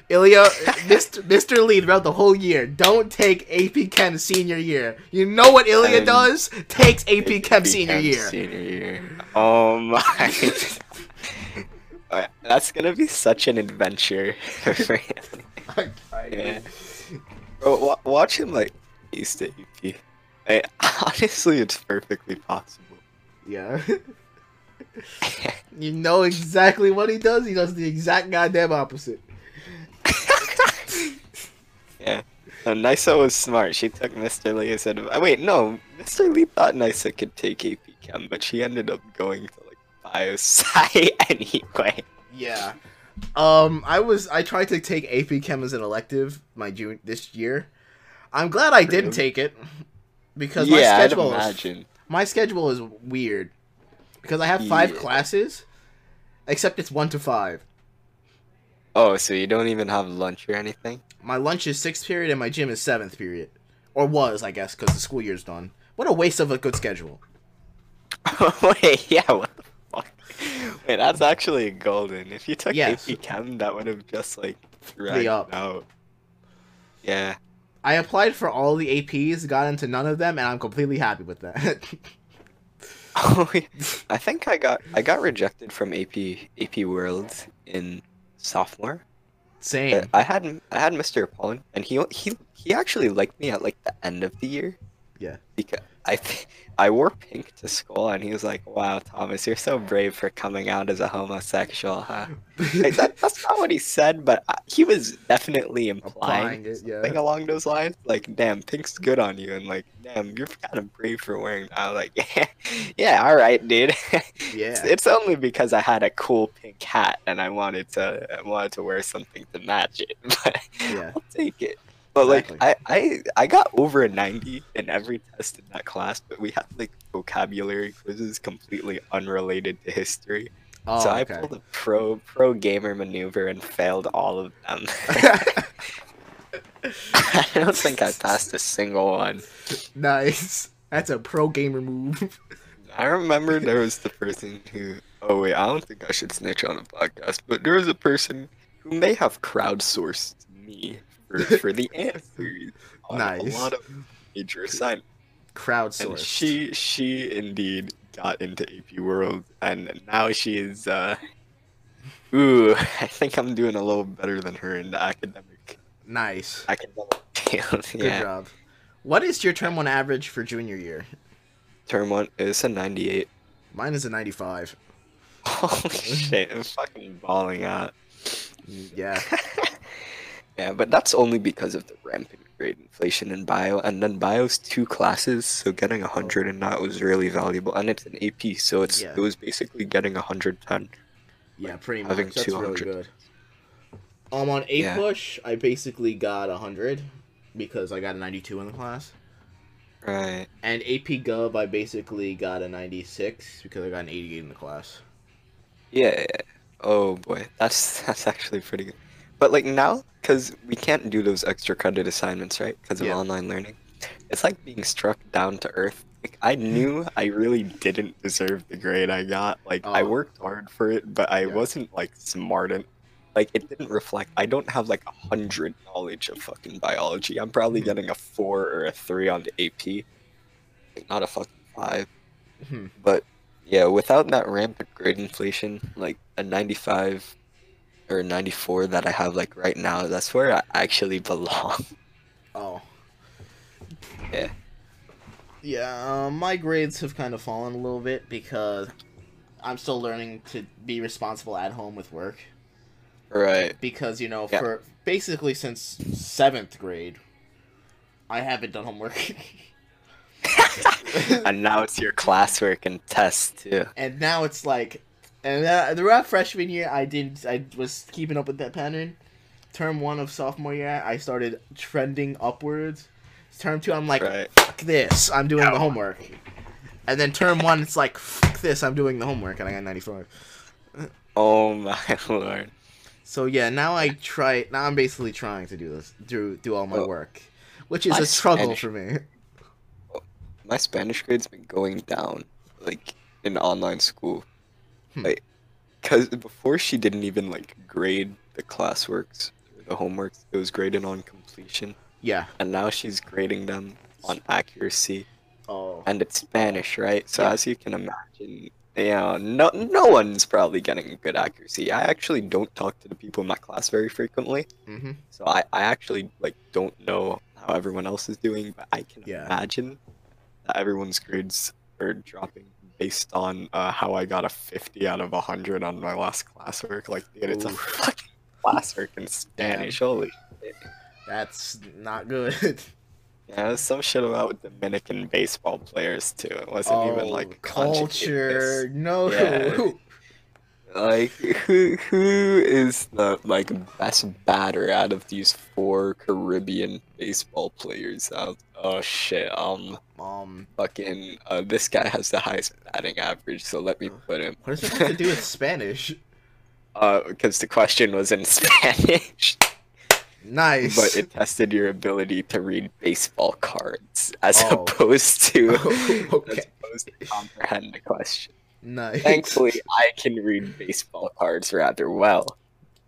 Speaker 1: Ilya, *laughs* Mr. Mr. Lee throughout the whole year. Don't take AP Chem senior year. You know what Ilya
Speaker 2: Um,
Speaker 1: does? Takes AP Chem senior
Speaker 2: Became
Speaker 1: year. *laughs*
Speaker 2: Senior year. Oh my. *laughs* Alright, That's gonna be such an adventure. *laughs* Yeah. Bro, wa- watch him like East to EP. I, *laughs* honestly, it's perfectly possible. *laughs*
Speaker 1: yeah. *laughs* You know exactly what he does. He does the exact goddamn
Speaker 2: *laughs*
Speaker 1: opposite.
Speaker 2: Yeah. No, Nysa was smart. She took Mr. Lee as adv- Wait, no. Mr. Lee thought Nysa could take AP Chem, but she ended up going to like biosci *laughs* anyway.
Speaker 1: Yeah. Um, I was I tried to take AP Chem as an elective my June this year. I'm glad I didn't
Speaker 2: Really?
Speaker 1: take it because my
Speaker 2: yeah, I'd
Speaker 1: schedule is
Speaker 2: imagine.
Speaker 1: my schedule is weird because I have five
Speaker 2: Yeah.
Speaker 1: classes, except it's one to five.
Speaker 2: Oh, so you don't even have lunch or anything? *laughs*
Speaker 1: My lunch is sixth period and my gym is seventh period, or was I guess because the school year's done. What a waste of a good schedule.
Speaker 2: Wait, yeah, what the fuck? Wait, that's actually golden. If you took
Speaker 1: Yes.
Speaker 2: AP Chem, that would have just like
Speaker 1: Way
Speaker 2: dragged
Speaker 1: up.
Speaker 2: out. Yeah. *laughs*
Speaker 1: I applied for all the APs, got into none of them, and I'm completely happy with that. *laughs*
Speaker 2: Oh, yeah. I think I got I got rejected from AP AP World in sophomore.
Speaker 1: Same.
Speaker 2: But I had I had Mr. Apollon, and he he he actually liked me at like the end of the year.
Speaker 1: Yeah.
Speaker 2: Because I *laughs* th- I wore pink to school, and he was like, "Wow, Thomas, you're so brave for coming out as a
Speaker 1: *laughs*
Speaker 2: homosexual, huh?" Like, that, that's not what he said, but I, he was definitely implying
Speaker 1: Applying it, yeah.
Speaker 2: something along those lines. Like, "Damn, pink's good on you," and like, "Damn, you're kind of brave for wearing that." I was like, *laughs* "Yeah, yeah, all right, dude." *laughs* It's,
Speaker 1: Yeah.
Speaker 2: it's only because I had a cool pink hat and I wanted to I wanted to wear something to match it. *laughs* But
Speaker 1: Yeah.
Speaker 2: I'll take it. But
Speaker 1: Exactly.
Speaker 2: like I, I I got over a ninety in every test in that class, but we had like vocabulary quizzes completely unrelated to history.
Speaker 1: Oh,
Speaker 2: so I
Speaker 1: okay.
Speaker 2: pulled a pro pro gamer maneuver and failed all of them. *laughs* I don't think I passed a single one.
Speaker 1: *laughs* nice. That's a pro gamer move. *laughs*
Speaker 2: I remember there was the person who. Oh wait, I don't think I should snitch on a podcast, but there was a person who may have crowdsourced me for,
Speaker 1: *laughs*
Speaker 2: for the answers on
Speaker 1: Nice.
Speaker 2: a lot of major assignments. And
Speaker 1: Crowdsourced.
Speaker 2: she she indeed got into AP World, and now she is. uh Ooh, I think I'm doing a little better than her in the academic
Speaker 1: Nice.
Speaker 2: academic field. *laughs*
Speaker 1: Good
Speaker 2: yeah,
Speaker 1: job. What is your term one average for junior year?
Speaker 2: term one is a 98.
Speaker 1: Mine is a 95.
Speaker 2: *laughs* Holy shit, I'm fucking balling out.
Speaker 1: Yeah.
Speaker 2: Yeah, but that's only because of the rampant grade inflation in bio, and then bio's two classes, so getting 100 in that was really valuable, and it's an AP, so it's
Speaker 1: Yeah.
Speaker 2: it was basically getting 110.
Speaker 1: Yeah, pretty much.
Speaker 2: Having
Speaker 1: That's really
Speaker 2: 200.
Speaker 1: good. Um, on A
Speaker 2: Yeah.
Speaker 1: push, I basically got 100 because I got a 92 in the class.
Speaker 2: Right.
Speaker 1: And AP Gov, I basically got a 96 because I got an 88 in the class.
Speaker 2: Yeah, yeah. Oh boy, that's *laughs* that's actually pretty good. But like now, because we can't do those extra credit assignments, right? Because of
Speaker 1: Yeah.
Speaker 2: online learning, it's like being struck down to earth. Like I knew I really didn't deserve the grade I got. Like I
Speaker 1: Oh.
Speaker 2: worked hard for it, but I
Speaker 1: Yeah.
Speaker 2: wasn't like smart and like it didn't reflect. I don't have like a hundred knowledge of fucking biology. I'm probably
Speaker 1: Mhm.
Speaker 2: getting a four or a three on the AP, like, not a fucking five.
Speaker 1: Hmm.
Speaker 2: But yeah, without that rampant grade inflation, like a 95 or 94 that I have like right now, that's where I actually *laughs* belong.
Speaker 1: Oh.
Speaker 2: Yeah.
Speaker 1: Yeah, um, my grades have kind of fallen a little bit because I'm still learning to be responsible at home with work.
Speaker 2: Right.
Speaker 1: Because, you know,
Speaker 2: Yeah.
Speaker 1: for basically since seventh grade, I haven't done homework. *laughs*
Speaker 2: *laughs* And now it's your classwork and tests too.
Speaker 1: and now it's like, and uh, throughout freshman year, I didn't, I was keeping up with that pattern. Term one of sophomore year, I started trending upwards. Term two, I'm like,
Speaker 2: Right.
Speaker 1: fuck this, I'm doing the homework. And then term one, it's like, fuck this, I'm doing the homework, and I got 95.
Speaker 2: Oh my *laughs* lord.
Speaker 1: So yeah, now I try, now I'm basically trying to do this, do, do all my
Speaker 2: Oh.
Speaker 1: work, which is
Speaker 2: My
Speaker 1: a struggle
Speaker 2: Spanish-
Speaker 1: for me.
Speaker 2: My Spanish grade's been going down like in online school.
Speaker 1: Hmm.
Speaker 2: Like cuz before she didn't even like grade the classworks, the homeworks. It was graded on completion.
Speaker 1: Yeah.
Speaker 2: and now she's grading them on accuracy
Speaker 1: Oh.
Speaker 2: and it's spanish right so
Speaker 1: Yeah.
Speaker 2: as you can imagine you know no no one's probably getting good accuracy i actually don't talk to the people in my class very frequently
Speaker 1: Mm-hmm.
Speaker 2: so i, I actually like don't know how everyone else is doing but i can
Speaker 1: Yeah.
Speaker 2: imagine that everyone's grades are dropping based on uh, how i got a 50 out of 100 on my last classwork like dude, it's a
Speaker 1: Oof.
Speaker 2: fucking classwork in spanish holy
Speaker 1: That's not
Speaker 2: *laughs*
Speaker 1: good.
Speaker 2: Yeah, there's some shit about Dominican baseball players too. It wasn't even like
Speaker 1: Oh, culture.
Speaker 2: conscientious.
Speaker 1: No.
Speaker 2: Yeah. Like who who is the like best batter out of these four Caribbean baseball players out? Oh shit, um
Speaker 1: *laughs* Um,
Speaker 2: fucking uh, this guy has the highest batting average, so let me put him.
Speaker 1: what does that have to do with Spanish?
Speaker 2: Uh because the question was in *laughs* Spanish.
Speaker 1: Nice.
Speaker 2: But it tested your ability to read baseball cards as
Speaker 1: Oh.
Speaker 2: opposed to
Speaker 1: Oh, *laughs*
Speaker 2: *laughs*
Speaker 1: okay.
Speaker 2: as opposed to comprehend the question.
Speaker 1: nice.
Speaker 2: Thankfully, I can read baseball cards rather well.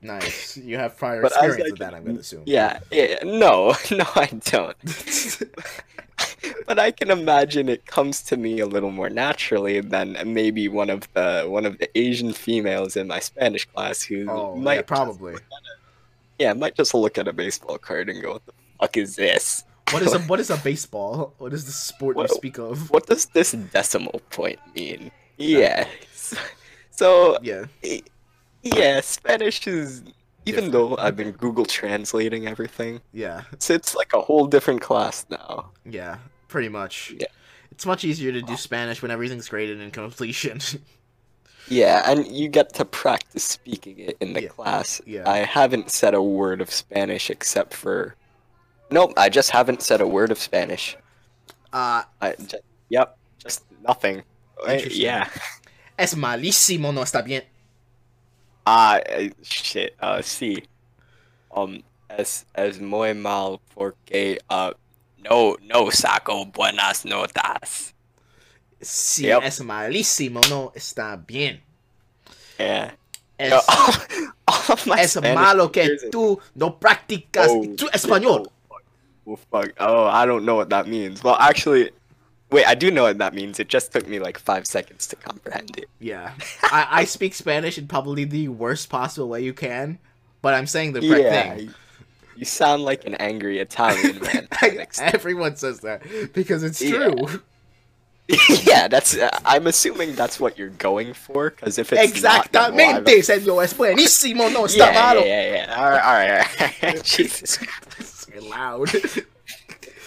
Speaker 1: Nice. You have prior
Speaker 2: But I was
Speaker 1: experience with
Speaker 2: like,
Speaker 1: that, I'm gonna assume.
Speaker 2: Yeah, yeah, no, *laughs* no, I don't.
Speaker 1: *laughs*
Speaker 2: But I can imagine it comes to me a little more naturally than maybe one of the one of the Asian females in my Spanish class who
Speaker 1: oh,
Speaker 2: might
Speaker 1: yeah, probably.
Speaker 2: yeah might just look at a baseball card and go, "What the fuck is this?
Speaker 1: What is a what is a baseball? What is the sport
Speaker 2: What-
Speaker 1: you speak of?
Speaker 2: What does this decimal point mean?" Yeah, *laughs* so
Speaker 1: Yeah.
Speaker 2: yeah, Spanish is even
Speaker 1: Different.
Speaker 2: though I've been Google translating everything.
Speaker 1: Yeah.
Speaker 2: It's, it's like a whole different class now.
Speaker 1: Yeah. Pretty much.
Speaker 2: Yeah.
Speaker 1: It's much easier to do Spanish when everything's graded in completion. *laughs*
Speaker 2: Yeah, and you get to practice speaking it in the
Speaker 1: Yeah.
Speaker 2: class.
Speaker 1: Yeah.
Speaker 2: I haven't said a word of Spanish except for. Nope, I just haven't said a word of Spanish.
Speaker 1: uh,
Speaker 2: I just, yep, just nothing. Uh,
Speaker 1: Interesting.
Speaker 2: Yeah.
Speaker 1: es malísimo, no está bien.
Speaker 2: Ah, uh, shit. Uh, see. Um, es es muy mal porque uh No, no saco buenas notas.
Speaker 1: Si
Speaker 2: Yep.
Speaker 1: es malísimo, no está bien.
Speaker 2: Yeah.
Speaker 1: Es,
Speaker 2: Yo, all, *laughs* all of my
Speaker 1: es
Speaker 2: Spanish
Speaker 1: malo que
Speaker 2: teachers and-
Speaker 1: tú no practicas
Speaker 2: Oh,
Speaker 1: tu español.
Speaker 2: Well, fuck. Oh, I don't know what that means. Well, actually, wait, I do know what that means. It just took me like five seconds to comprehend it.
Speaker 1: Yeah. I, I speak Spanish in probably the worst possible way you can, but I'm saying the correct
Speaker 2: yeah.
Speaker 1: thing.
Speaker 2: You, you sound like an angry Italian
Speaker 1: *laughs*
Speaker 2: man. Next-
Speaker 1: Everyone says that because it's
Speaker 2: Yeah.
Speaker 1: true.
Speaker 2: *laughs* yeah, that's. Uh, I'm assuming that's what you're going for, because if it's not, then why the
Speaker 1: Exactamente, Oh, señor. Es buenísimo, no está
Speaker 2: yeah,
Speaker 1: malo.
Speaker 2: Yeah, yeah, yeah. All right, all right. *laughs*
Speaker 1: *laughs*
Speaker 2: All right. Jesus.
Speaker 1: You're loud. *laughs*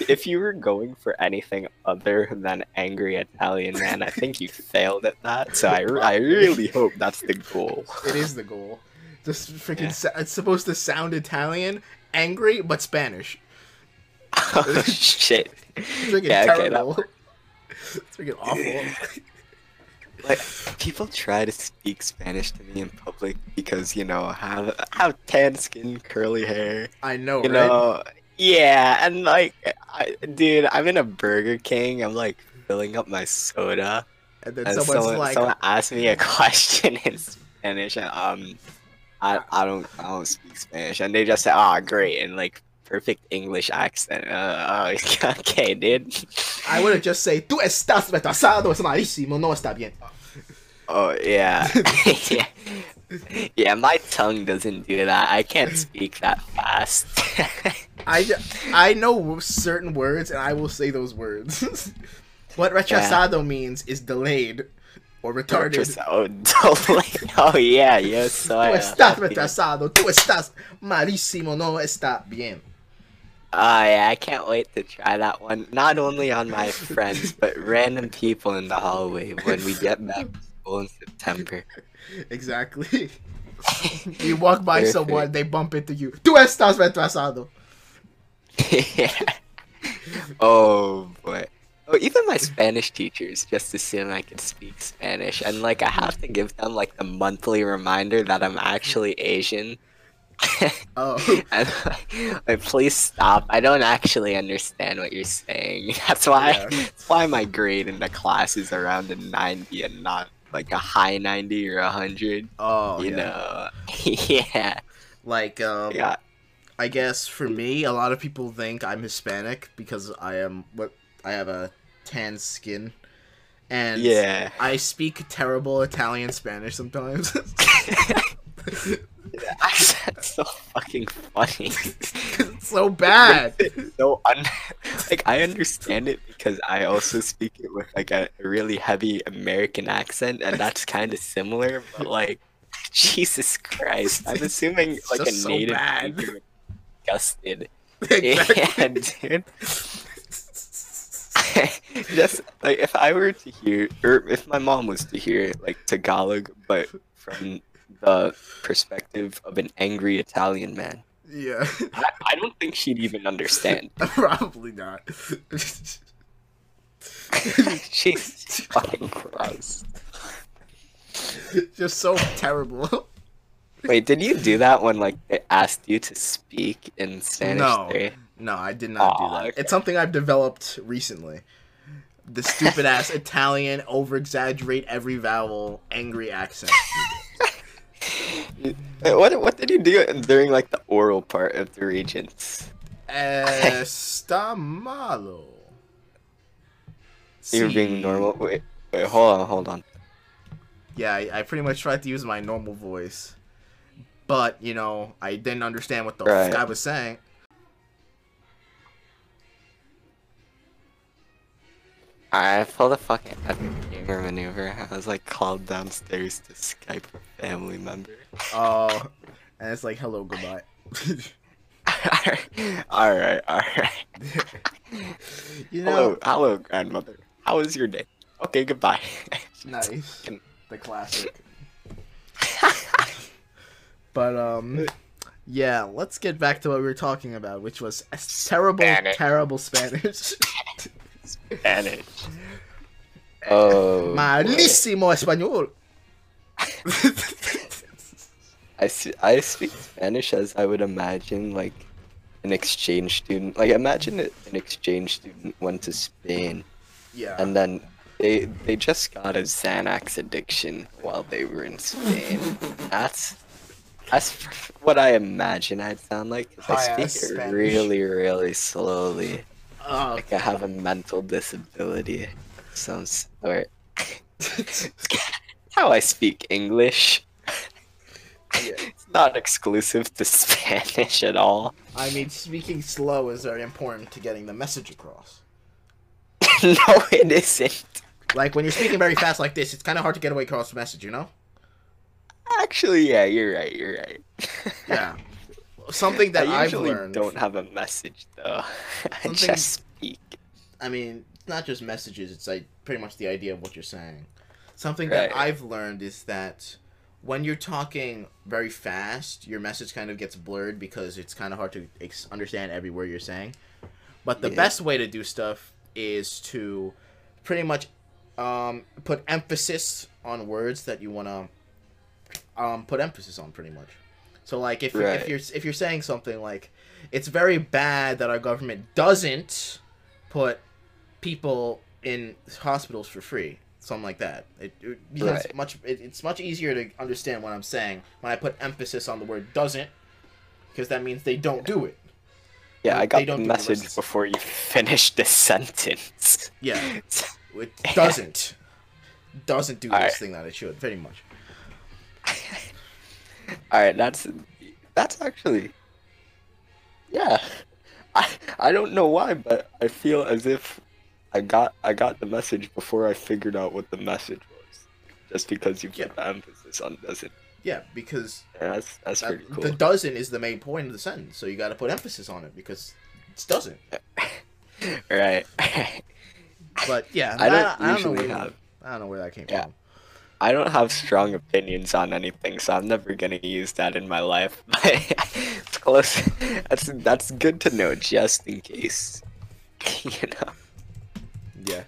Speaker 2: If you were going for anything other than angry Italian man, I think you failed at that. So I, re- I really hope that's the goal.
Speaker 1: it is the goal. Just freaking.
Speaker 2: Yeah.
Speaker 1: sa- it's supposed to sound Italian, angry, but Spanish. *laughs*
Speaker 2: oh shit!
Speaker 1: It's freaking
Speaker 2: Yeah, okay, that
Speaker 1: terrible. *laughs* it's freaking
Speaker 2: *laughs*
Speaker 1: awful.
Speaker 2: Like people try to speak Spanish to me in public because you know have have tan skin, curly hair.
Speaker 1: I know,
Speaker 2: You
Speaker 1: right?
Speaker 2: know, yeah, and like, I, dude, I'm in a Burger King. I'm like filling up my soda.
Speaker 1: and then
Speaker 2: And
Speaker 1: someone's
Speaker 2: someone,
Speaker 1: like,
Speaker 2: someone asked me a *laughs* question in Spanish, and um, I, I don't I don't speak Spanish, and they just said, "Ah, great," and like perfect English accent. Uh, *laughs* uh, okay, dude.
Speaker 1: I would have just say, "Tú estás retrasado, es malísimo, no está bien."
Speaker 2: Oh yeah, *laughs* yeah, yeah. My tongue doesn't do that. I can't speak that fast.
Speaker 1: I, ju-
Speaker 2: *laughs*
Speaker 1: I know certain words and I will say those words. *laughs* what retrasado means is delayed or retarded. Oh,
Speaker 2: oh, *laughs* totally. oh yeah, yes. So
Speaker 1: *laughs* Tú
Speaker 2: I, uh,
Speaker 1: estás retrasado, tú estás malísimo, no está bien. *laughs*
Speaker 2: Oh yeah, I can't wait to try that one. Not only on my friends, but random people in the hallway when we get back to school in September.
Speaker 1: Exactly. *laughs* you walk by
Speaker 2: Perfect.
Speaker 1: someone, they bump into you. Tú estás retrasado.
Speaker 2: yeah. *laughs* Oh boy. Oh, even my Spanish teachers just assume I could speak Spanish, and like I have to give them like the monthly reminder that I'm actually Asian, *laughs*
Speaker 1: Oh, *laughs*
Speaker 2: and like, like, please stop. I don't actually understand what you're saying. *laughs* That's why
Speaker 1: Yeah.
Speaker 2: that's why my grade in the class is around a 90 and not like a high 90 or a 100.
Speaker 1: oh,
Speaker 2: you
Speaker 1: yeah.
Speaker 2: know, *laughs* yeah,
Speaker 1: Like, um,
Speaker 2: yeah.
Speaker 1: I guess for me, a lot of people think I'm Hispanic because I am what I have a tan skin, and
Speaker 2: Yeah.
Speaker 1: I speak terrible Italian Spanish sometimes. *laughs*
Speaker 2: *laughs* That's so fucking
Speaker 1: *laughs*
Speaker 2: funny.
Speaker 1: 'Cause it's so bad.
Speaker 2: so un- like I understand it because I also speak it with like a really heavy American accent, and that's kind of similar. But like, *laughs* Jesus Christ, I'm assuming
Speaker 1: It's
Speaker 2: like a
Speaker 1: just so
Speaker 2: native
Speaker 1: bad.
Speaker 2: speaker would be disgusted. *laughs*
Speaker 1: Exactly.
Speaker 2: *laughs* Yeah, dude. *laughs* Just like if I were to hear, or if my mom was to hear like Tagalog, but from the perspective of an angry Italian man,
Speaker 1: *laughs* yeah, *laughs*
Speaker 2: I, I don't think she'd even *laughs* understand.
Speaker 1: probably not. *laughs*
Speaker 2: Jesus fucking Christ.
Speaker 1: Just so terrible.
Speaker 2: Wait, did you do that when like they asked you to speak in Spanish?
Speaker 1: No.
Speaker 2: three?
Speaker 1: No, I did not do
Speaker 2: Aw,
Speaker 1: that.
Speaker 2: okay.
Speaker 1: It's something I've developed recently. The stupid
Speaker 2: *laughs*
Speaker 1: ass Italian over exaggerate every vowel, angry accent.
Speaker 2: Wait, What what did you do during like the oral part of the regents?
Speaker 1: Está malo.
Speaker 2: You were being
Speaker 1: Sí.
Speaker 2: normal. Wait, wait, hold on, hold on.
Speaker 1: Yeah, I, I pretty much tried to use my normal voice, but you know, I didn't understand what the
Speaker 2: Right.
Speaker 1: fuck I was saying.
Speaker 2: I pulled a fucking epic gamer maneuver. I was like called downstairs to Skype a family member. *laughs*
Speaker 1: Oh, and it's like hello, goodbye. *laughs*
Speaker 2: alright, alright.
Speaker 1: you know,
Speaker 2: Hello, hello, grandmother. How was your day? Okay, goodbye. *laughs*
Speaker 1: nice, the classic. *laughs* But um, yeah, let's get back to what we were talking about, which was a terrible,
Speaker 2: Spanish.
Speaker 1: terrible
Speaker 2: *laughs*
Speaker 1: Spanish.
Speaker 2: Spanish. Oh. boy. *laughs*
Speaker 1: Malísimo español.
Speaker 2: I, s- I speak Spanish as I would imagine, like, an exchange student. Like imagine that an exchange student went to Spain
Speaker 1: Yeah.
Speaker 2: and then they they just got a Xanax addiction while they were in Spain. That's that's what I imagine I'd sound like. 'cause I
Speaker 1: Hi-ass
Speaker 2: speak it
Speaker 1: Spanish.
Speaker 2: really, really slowly.
Speaker 1: Uh,
Speaker 2: Like I have a mental disability, of some sort. How I speak English. It's not exclusive to *laughs* Spanish at all. *laughs*
Speaker 1: *laughs* I mean, speaking slow is very important to getting the message across.
Speaker 2: no, it isn't.
Speaker 1: Like when you're speaking very fast like this, it's kind of hard to get away across the message, you know?
Speaker 2: Actually, yeah, you're right. You're right.
Speaker 1: Yeah. Something that
Speaker 2: *laughs* I
Speaker 1: I've
Speaker 2: usually
Speaker 1: learned.
Speaker 2: don't have a message though. *laughs* I
Speaker 1: Something-
Speaker 2: just speak.
Speaker 1: I mean, it's not just messages, it's like pretty much the idea of what you're saying. Something that
Speaker 2: Right.
Speaker 1: I've learned is that when you're talking very fast, your message kind of gets blurred because it's kind of hard to ex- understand every word you're saying. But the
Speaker 2: Yeah.
Speaker 1: best way to do stuff is to pretty much um, put emphasis on words that you want to um, put emphasis on, pretty much. So like if,
Speaker 2: Right.
Speaker 1: if you're if you're saying something like it's very bad that our government doesn't put people in hospitals for free, something like that. It, it becomes
Speaker 2: Right.
Speaker 1: much it, it's much easier to understand what I'm saying when I put emphasis on the word doesn't because that means they don't do it.
Speaker 2: Yeah,
Speaker 1: They-
Speaker 2: I
Speaker 1: they
Speaker 2: got the
Speaker 1: don't do
Speaker 2: message
Speaker 1: lists.
Speaker 2: before you *laughs* finished
Speaker 1: *laughs*
Speaker 2: the sentence.
Speaker 1: Yeah.
Speaker 2: *laughs*
Speaker 1: It doesn't doesn't do this
Speaker 2: Alright.
Speaker 1: thing that it should very much.
Speaker 2: *laughs* All right, that's that's actually, yeah. I I don't know why, but I feel as if I got I got the message before I figured out what the message was, just because you put
Speaker 1: Yeah.
Speaker 2: the emphasis on doesn't.
Speaker 1: Yeah, because
Speaker 2: Yeah, that's that's
Speaker 1: that,
Speaker 2: pretty cool.
Speaker 1: the doesn't is the main point of the sentence, so you got to put emphasis on it because it doesn't.
Speaker 2: Right. *laughs*
Speaker 1: But yeah,
Speaker 2: I
Speaker 1: that-
Speaker 2: don't
Speaker 1: I, know
Speaker 2: usually
Speaker 1: where,
Speaker 2: have-
Speaker 1: I don't know where that came
Speaker 2: Yeah.
Speaker 1: from.
Speaker 2: I don't have strong opinions on anything, so I'm never gonna use that in my life. *laughs* But it's close. That's that's good to know, just in case. *laughs* you know.
Speaker 1: Yeah.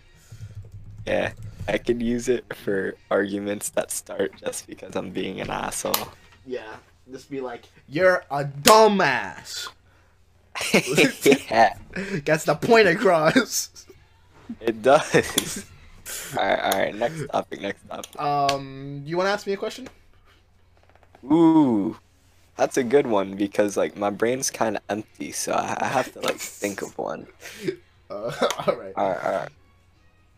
Speaker 2: Yeah, I could use it for arguments that start just because I'm being
Speaker 1: *laughs*
Speaker 2: an asshole.
Speaker 1: Yeah. Just be like, you're a dumbass.
Speaker 2: yeah,
Speaker 1: *laughs* Gets the point across. *laughs*
Speaker 2: it does. all right, all right. Next topic. Next topic.
Speaker 1: Um, you want to ask me a question? *laughs*
Speaker 2: Ooh, that's a good one because like my brain's kind of empty, so I, I have to like think of one.
Speaker 1: Uh, all right.
Speaker 2: All right, all right.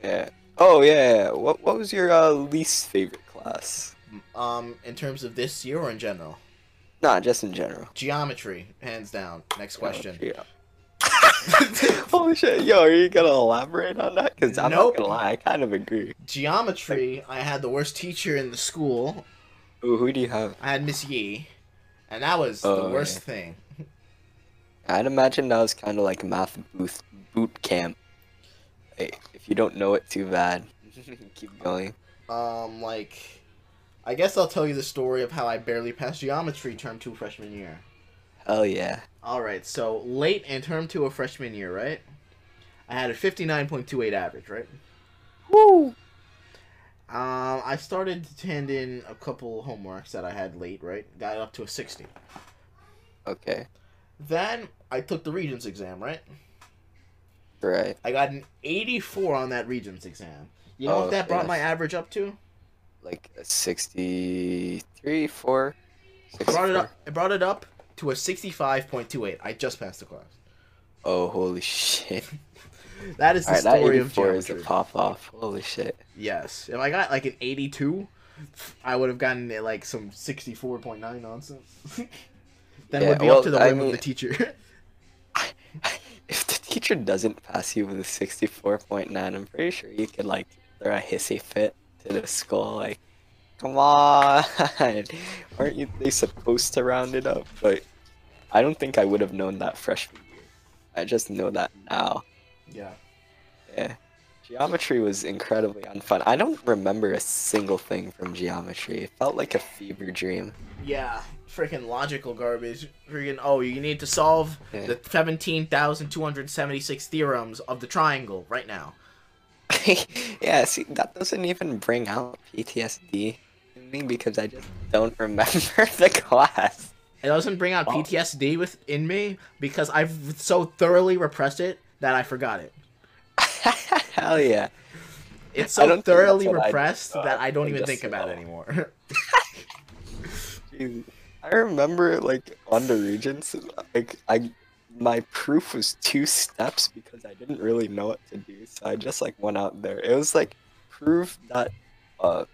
Speaker 2: Yeah. Oh yeah. yeah. What What was your uh, least favorite class?
Speaker 1: Um, in terms of this year or in general,
Speaker 2: Nah, just in general.
Speaker 1: geometry, hands down. Next question.
Speaker 2: Yeah. Holy shit, *laughs* yo, are you gonna elaborate on that? Because I'm
Speaker 1: Nope.
Speaker 2: not gonna lie, I kind of agree.
Speaker 1: geometry, I had the worst teacher in the school.
Speaker 2: Ooh, who do you have?
Speaker 1: I had Miss Yi, and that was the
Speaker 2: Oh,
Speaker 1: worst
Speaker 2: yeah.
Speaker 1: thing.
Speaker 2: I'd imagine that was kind of like math booth boot camp. Like, if you don't know it too bad, *laughs* keep going.
Speaker 1: Um, like, I guess I'll tell you the story of how I barely passed geometry term two freshman year.
Speaker 2: Hell yeah.
Speaker 1: All right, so late in term two of freshman year, right? I had a fifty-nine point two eight average, right?
Speaker 2: Woo!
Speaker 1: Um, I started to hand in a couple homeworks that I had late, right? Got up to a sixty.
Speaker 2: Okay,
Speaker 1: Then I took the Regents exam, right?
Speaker 2: right.
Speaker 1: I got an eighty-four on that Regents exam. You know
Speaker 2: Oh,
Speaker 1: what that brought
Speaker 2: yes.
Speaker 1: my average up to?
Speaker 2: Like a 63, 4.
Speaker 1: brought it
Speaker 2: 64.
Speaker 1: up. It brought it up to a sixty-five point two eight. I just passed the class.
Speaker 2: Oh, holy shit.
Speaker 1: That is the
Speaker 2: Alright, that
Speaker 1: story of
Speaker 2: 84 is a
Speaker 1: geometry.
Speaker 2: pop off. Holy shit.
Speaker 1: Yes, if I got like an eighty-two, I would have gotten eh, like some sixty-four point nine nonsense. *laughs* then it
Speaker 2: Yeah,
Speaker 1: would be
Speaker 2: well,
Speaker 1: up to the
Speaker 2: I
Speaker 1: whim of
Speaker 2: mean-
Speaker 1: the teacher. *laughs*
Speaker 2: *laughs* If the teacher doesn't pass you with a 64.9, I'm pretty sure you could, like, throw a hissy fit to the school. Like, come on! *laughs* Aren't you, they supposed to round it up? But I don't think I would have known that freshman year. I just know that now.
Speaker 1: yeah.
Speaker 2: Yeah. Geometry was incredibly unfun. I don't remember a single thing from geometry. It felt like a fever dream.
Speaker 1: Yeah, freaking logical garbage. Freaking oh, you need to solve
Speaker 2: Yeah.
Speaker 1: the seventeen thousand two hundred seventy-six theorems of the triangle right now.
Speaker 2: *laughs* yeah, see, that doesn't even bring *laughs* out PTSD in me because I just don't remember the class. *laughs*
Speaker 1: It doesn't bring out
Speaker 2: Wow.
Speaker 1: PTSD within me because I've so thoroughly repressed it that I forgot it.
Speaker 2: Hell yeah.
Speaker 1: It's
Speaker 2: I
Speaker 1: so
Speaker 2: don't think
Speaker 1: thoroughly
Speaker 2: that's what I-
Speaker 1: repressed
Speaker 2: uh,
Speaker 1: that I don't
Speaker 2: I
Speaker 1: even
Speaker 2: just
Speaker 1: think about it
Speaker 2: saw.
Speaker 1: anymore. *laughs*
Speaker 2: Jeez. I remember like on the Regents, like I my proof was two steps because I didn't really know what to do, so I just like went out there. It was like prove that uh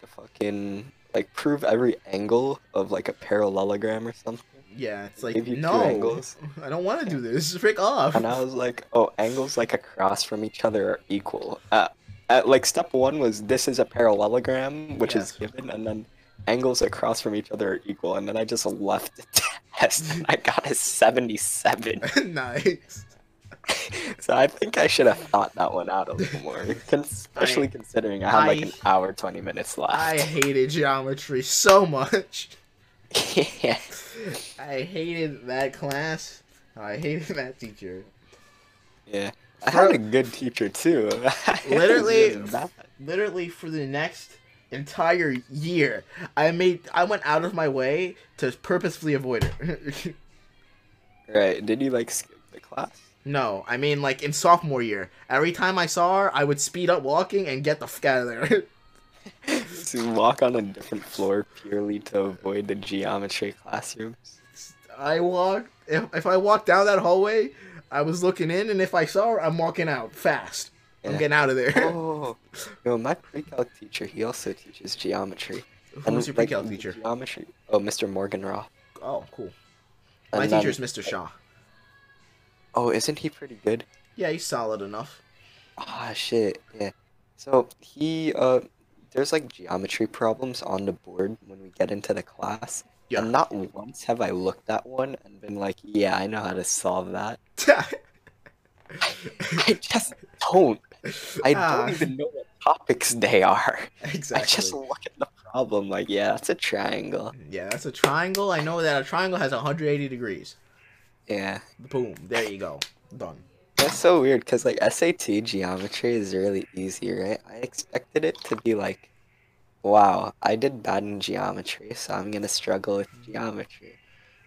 Speaker 2: the fucking like prove every angle of like a parallelogram or something.
Speaker 1: yeah, it's
Speaker 2: They
Speaker 1: like
Speaker 2: give you two
Speaker 1: no,
Speaker 2: angles.
Speaker 1: I don't want to do this. Frick off.
Speaker 2: And I was like, oh, angles like across from each other are equal. Uh, uh like step one was this is a parallelogram, which is
Speaker 1: Yes.
Speaker 2: given, and then angles across from each other are equal. And then I just left the *laughs* test, and I got a 77.
Speaker 1: *laughs* nice.
Speaker 2: *laughs* so I think I should have thought that one out a little more, con- especially considering I had like an hour 20 minutes
Speaker 1: I
Speaker 2: left.
Speaker 1: hated geometry so much.
Speaker 2: *laughs* yeah.
Speaker 1: I hated that class. I hated that teacher.
Speaker 2: yeah. I had
Speaker 1: Bro.
Speaker 2: a good teacher too. *laughs* It was
Speaker 1: Literally-
Speaker 2: just bad.
Speaker 1: literally for the next entire year i made i went out of my way to purposefully avoid it *laughs*
Speaker 2: Right. Did you like skip the class?
Speaker 1: no i mean like in sophomore year every time i saw her i would speed up walking and get the fuck out of there *laughs*
Speaker 2: *laughs* to walk on a different floor purely to avoid the geometry classrooms.
Speaker 1: i walked if, if i walked down that hallway i was looking in and if i saw her i'm walking out fast i'm
Speaker 2: Yeah.
Speaker 1: getting out of there *laughs*
Speaker 2: Oh, no, my pre-calc teacher, he also teaches geometry.
Speaker 1: who was your
Speaker 2: like,
Speaker 1: pre-cal teacher
Speaker 2: Geometry. Oh, Mr. Morgan Roth.
Speaker 1: oh cool my
Speaker 2: And then-
Speaker 1: teacher's mr shaw
Speaker 2: Oh, isn't he pretty good?
Speaker 1: yeah he's solid enough *laughs*
Speaker 2: Ah, shit. Yeah. So he, uh, there's like geometry problems on the board when we get into the class.
Speaker 1: Yeah.
Speaker 2: And not once have I looked at one and been like, yeah, I know how to solve that. I just don't. I
Speaker 1: Ah.
Speaker 2: don't even know what topics they are.
Speaker 1: exactly
Speaker 2: I just look at the problem like, yeah, that's a triangle.
Speaker 1: Yeah, that's a triangle. I know that a triangle has 180 degrees.
Speaker 2: Yeah.
Speaker 1: Boom. There you go. Done.
Speaker 2: That's so weird because like SAT geometry is really easy, right? I expected it to be like, wow, I did bad in geometry, so I'm gonna struggle with geometry.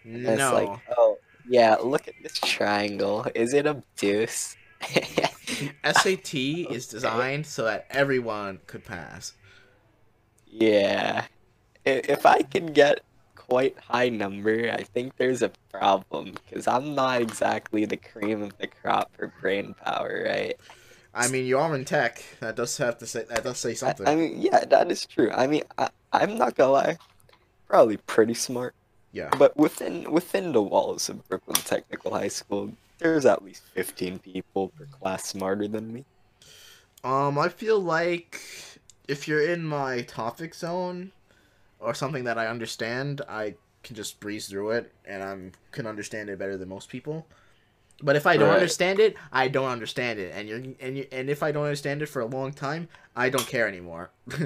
Speaker 2: And
Speaker 1: No.
Speaker 2: it's like, oh yeah, look at this triangle. Is it
Speaker 1: *laughs*
Speaker 2: obtuse? *laughs*
Speaker 1: SAT is designed so that everyone could pass.
Speaker 2: yeah. I- If I can get quite high number, I think there's a problem because I'm not exactly the cream of the crop for brain power, right?
Speaker 1: I mean, you are in tech. That does have to say that does say
Speaker 2: I-
Speaker 1: something.
Speaker 2: I mean, yeah, that is true. I mean, I, I'm not gonna lie, probably pretty smart,
Speaker 1: yeah.
Speaker 2: but within within the walls of Brooklyn Technical High School, there's at least 15 people per class smarter than me.
Speaker 1: Um, I feel like if you're in my topic zone or something that I understand, I can just breeze through it and I'm can understand it better than most people. But if I don't
Speaker 2: Right.
Speaker 1: understand it, I don't understand it, and you're and you and if I don't understand it for a long time, I don't care anymore. *laughs*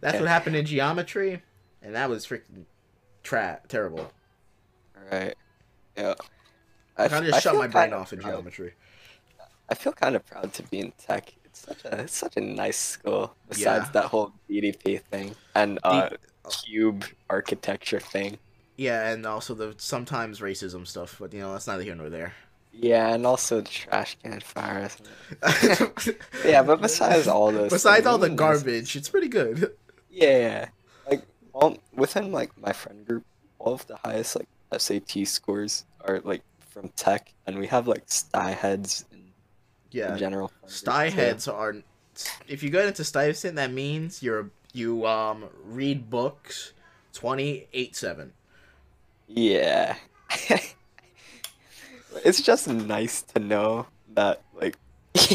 Speaker 1: That's what happened in geometry, and that was freaking tra- terrible.
Speaker 2: Right? Yeah.
Speaker 1: I
Speaker 2: f-
Speaker 1: kind of shut
Speaker 2: feel
Speaker 1: my brain
Speaker 2: kinda
Speaker 1: off in
Speaker 2: proud-
Speaker 1: geometry.
Speaker 2: I feel kind of proud to be in tech. It's such a it's such a nice school. Besides
Speaker 1: Yeah.
Speaker 2: that whole BDP thing and uh, cube architecture thing.
Speaker 1: Yeah, and also the sometimes racism stuff, but you know that's neither here nor there.
Speaker 2: Yeah, and also the trash can fires. *laughs* Yeah, but besides all those
Speaker 1: besides
Speaker 2: things,
Speaker 1: all the
Speaker 2: really nice-
Speaker 1: garbage, it's pretty good. *laughs*
Speaker 2: Yeah, like all within like my friend group, all of the highest like SAT scores are like from tech, and we have like sty heads and
Speaker 1: Yeah,
Speaker 2: general. fund groups,
Speaker 1: sty
Speaker 2: too.
Speaker 1: heads are. If you go into Stuyvesant, that means you're you um read books twenty eight seven.
Speaker 2: Yeah. *laughs* It's just nice to know that like *laughs*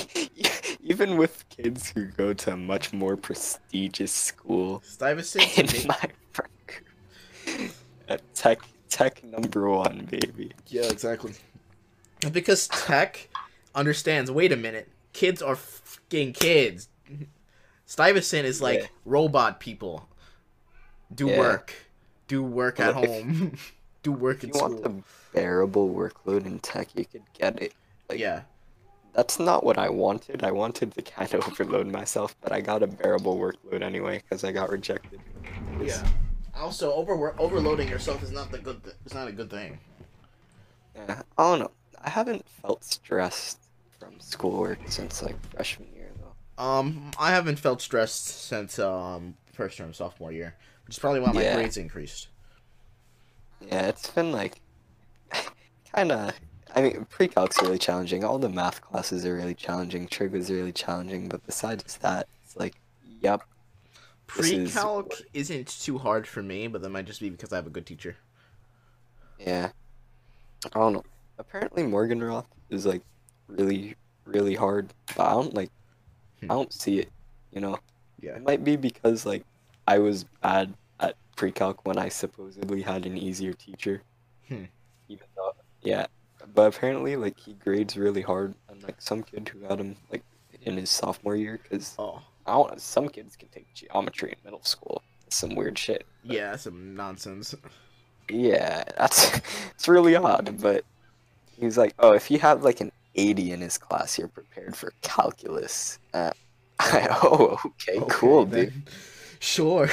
Speaker 2: even with kids who go to a much more prestigious school
Speaker 1: Stuyvesant
Speaker 2: *laughs* in
Speaker 1: to me,
Speaker 2: my friend group, *laughs* uh, tech tech number one, baby.
Speaker 1: Yeah, exactly. Because tech understands. Wait a minute, kids are fucking kids. Stuyvesant is like
Speaker 2: Yeah.
Speaker 1: robot people. Do
Speaker 2: Yeah.
Speaker 1: work, do work at
Speaker 2: Well, if-
Speaker 1: home, *laughs* do work
Speaker 2: If
Speaker 1: in
Speaker 2: you want
Speaker 1: school.
Speaker 2: the bearable workload in tech, you could get it. like-
Speaker 1: Yeah,
Speaker 2: That's not what I wanted. I wanted to kind *laughs* of overload myself, but I got a bearable workload anyway because I got rejected.
Speaker 1: yeah. Also, over overloading yourself is not the good. Th- it's not a good thing.
Speaker 2: Yeah, I don't know. I haven't felt stressed from schoolwork since like freshman year though.
Speaker 1: Um, I haven't felt stressed since um first term sophomore year, which is probably why my
Speaker 2: Yeah.
Speaker 1: grades increased.
Speaker 2: Yeah, it's been like *laughs* kind of. I mean, pre-calc's really challenging. All the math classes are really challenging. Trig was really challenging. But besides that, it's like, yep, This is-
Speaker 1: Pre-calc is... not too hard for me, but that might just be because I have a good teacher.
Speaker 2: yeah. I don't know. Apparently, Morgenroth is like really, really hard. But I don't like.
Speaker 1: Hmm.
Speaker 2: I don't see it. You know.
Speaker 1: Yeah.
Speaker 2: It might be because like I was bad at pre-calc when I supposedly had an easier teacher.
Speaker 1: Hmm.
Speaker 2: Even though, yeah, but apparently like he grades really hard, unlike some kid who had him like in his sophomore year. Because
Speaker 1: Oh,
Speaker 2: I don't know, some kids can take geometry in middle school. It's some weird shit.
Speaker 1: yeah, that's some nonsense.
Speaker 2: Yeah, that's *laughs* it's really odd. But he's like, oh, if you have like an 80 in his class, you're prepared for calculus. Uh, *laughs* oh, okay,
Speaker 1: Okay,
Speaker 2: cool, dude.
Speaker 1: then. Sure.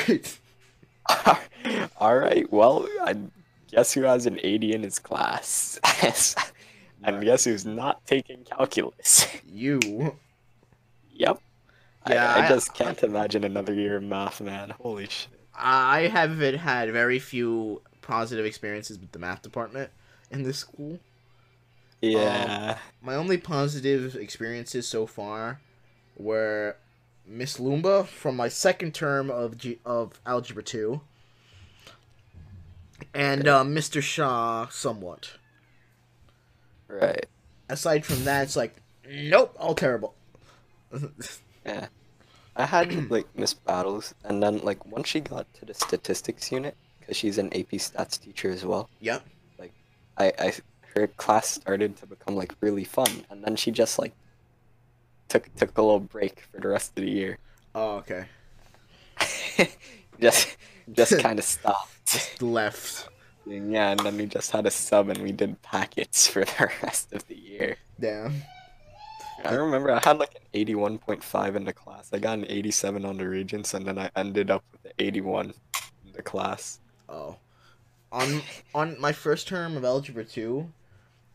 Speaker 1: *laughs*
Speaker 2: *laughs* All right. Well, I guess who has an 80 in his class? *laughs* and guess who's not taking calculus? *laughs*
Speaker 1: you.
Speaker 2: yep. I-
Speaker 1: Yeah,
Speaker 2: I,
Speaker 1: I-
Speaker 2: just can't imagine another year of math, man. Holy shit.
Speaker 1: I haven't had very few positive experiences with the math department in this school.
Speaker 2: Yeah.
Speaker 1: My only positive experiences so far were Miss Lumba from my second term of G- of Algebra 2 and uh, Mr. Shaw somewhat.
Speaker 2: right.
Speaker 1: Aside from that, it's like nope, all terrible.
Speaker 2: Yeah. I had like *clears throat* Miss Battles, and then like once she got to the statistics unit, because she's an AP Stats teacher as well.
Speaker 1: yep.
Speaker 2: I, I her class started to become like really fun, and then she just like took took a little break for the rest of the year. *laughs*
Speaker 1: Oh, okay.
Speaker 2: just just kind of stopped. *laughs*
Speaker 1: Left.
Speaker 2: Yeah, and then we just had a sub and we did packets *laughs* for the rest of the year.
Speaker 1: Damn.
Speaker 2: I remember I had like an 81.5 in the class. I got an 87 on the Regents, and then I ended up with an 81 in the class.
Speaker 1: Oh. On on my first term of algebra two,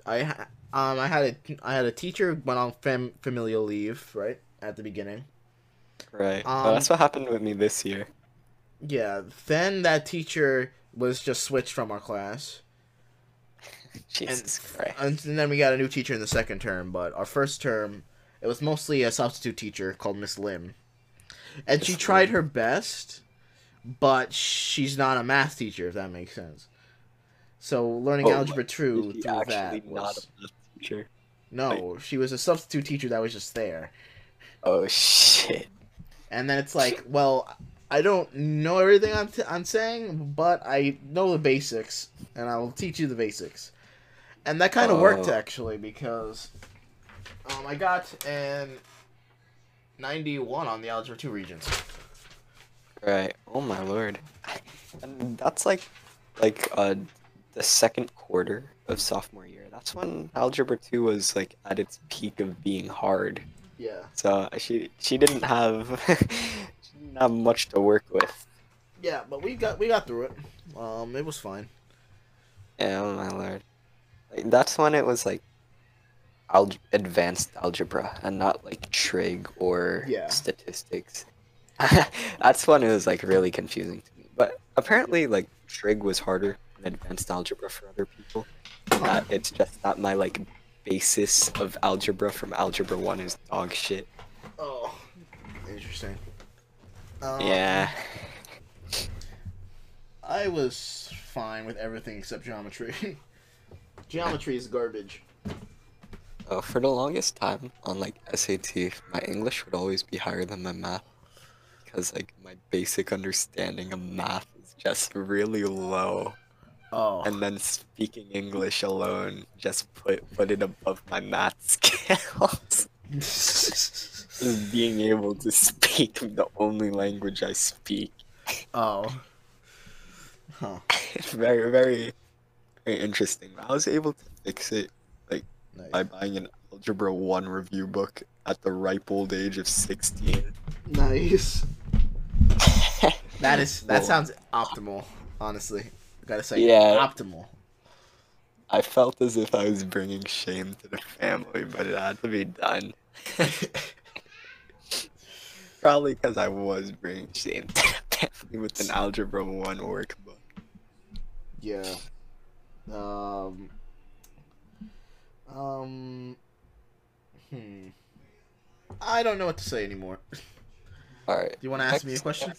Speaker 1: I ha- um I had a I had a teacher went on fam- familial leave right at the beginning.
Speaker 2: Right.
Speaker 1: Um,
Speaker 2: Well, that's what happened with me this year.
Speaker 1: Yeah. Then that teacher was just switched from our class, and, uh,
Speaker 2: Jesus Christ.
Speaker 1: and then we got a new teacher in the second term. But our first term, it was mostly a substitute teacher called Miss Lim, and she
Speaker 2: Miss
Speaker 1: tried
Speaker 2: Lim.
Speaker 1: her best, but she's not a math teacher if that makes sense. So learning
Speaker 2: Oh,
Speaker 1: algebra two
Speaker 2: Is she
Speaker 1: through
Speaker 2: actually
Speaker 1: that
Speaker 2: not
Speaker 1: was.
Speaker 2: a math teacher?
Speaker 1: No, she was a substitute teacher that was just there.
Speaker 2: Oh shit.
Speaker 1: And then it's like, well, I don't know everything I'm, t- I'm saying, but I know the basics, and I'll teach you the basics. And that kind of worked,
Speaker 2: Oh.
Speaker 1: actually, because um, I got an 91 on the Algebra 2 Regents.
Speaker 2: Right. Oh my lord. *laughs* And that's like, like uh, the second quarter of sophomore year. That's when algebra two was like at its peak of being hard.
Speaker 1: Yeah.
Speaker 2: So uh, she she didn't have *laughs* she didn't have much to work with.
Speaker 1: Yeah, but we got we got through it. Um, it was fine.
Speaker 2: Yeah, oh my lord. Like, that's when it was like, alg- advanced algebra and not like trig or
Speaker 1: Yeah.
Speaker 2: statistics. *laughs* that's when it was like really confusing to me. But apparently, like trig was harder than advanced algebra for other people. Uh, it's just that my like basis of algebra from algebra one is dog shit.
Speaker 1: Oh, interesting. Um,
Speaker 2: Yeah.
Speaker 1: I was fine with everything except geometry. *laughs* geometry is garbage.
Speaker 2: Uh, for the longest time on like SAT, my English would always be higher than my math because like my basic understanding of math is just really low,
Speaker 1: Oh.
Speaker 2: and then speaking English alone just put put it above my math *laughs* skills.
Speaker 1: *laughs*
Speaker 2: Just being able to speak the only language I speak,
Speaker 1: oh. Huh.
Speaker 2: very very very interesting. I was able to fix it
Speaker 1: Nice.
Speaker 2: by buying an Algebra One review book at the ripe old age of sixteen.
Speaker 1: nice. *laughs* That is that
Speaker 2: Well-
Speaker 1: sounds optimal. honestly. Gotta say,
Speaker 2: Yeah.
Speaker 1: optimal.
Speaker 2: I felt as if I was bringing shame to the family, but it had to be *laughs* done. Probably because I was bringing shame to the family with an Algebra 1 workbook.
Speaker 1: Yeah. Um. Um. Hmm. I don't know what to say anymore. Do
Speaker 2: Alright.
Speaker 1: you want to ask me a question?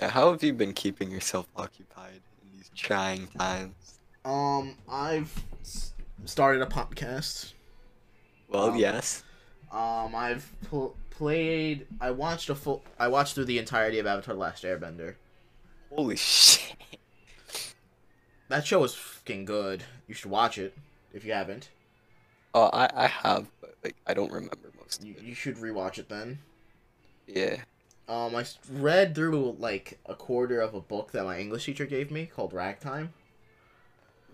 Speaker 2: Yeah, how have you been keeping yourself occupied in these trying times?
Speaker 1: Um, I've s- started a podcast.
Speaker 2: Well,
Speaker 1: Um,
Speaker 2: yes.
Speaker 1: Um, I've pl- played. I watched a full. I watched through the entirety of Avatar: The Last Airbender.
Speaker 2: Holy shit.
Speaker 1: That show is fucking good. You should watch it if you haven't.
Speaker 2: Oh, I, I have, but like I don't remember most of
Speaker 1: You,
Speaker 2: it.
Speaker 1: you should rewatch it then.
Speaker 2: Yeah.
Speaker 1: Um, I s- read through like a quarter of a book that my English teacher gave me called Ragtime,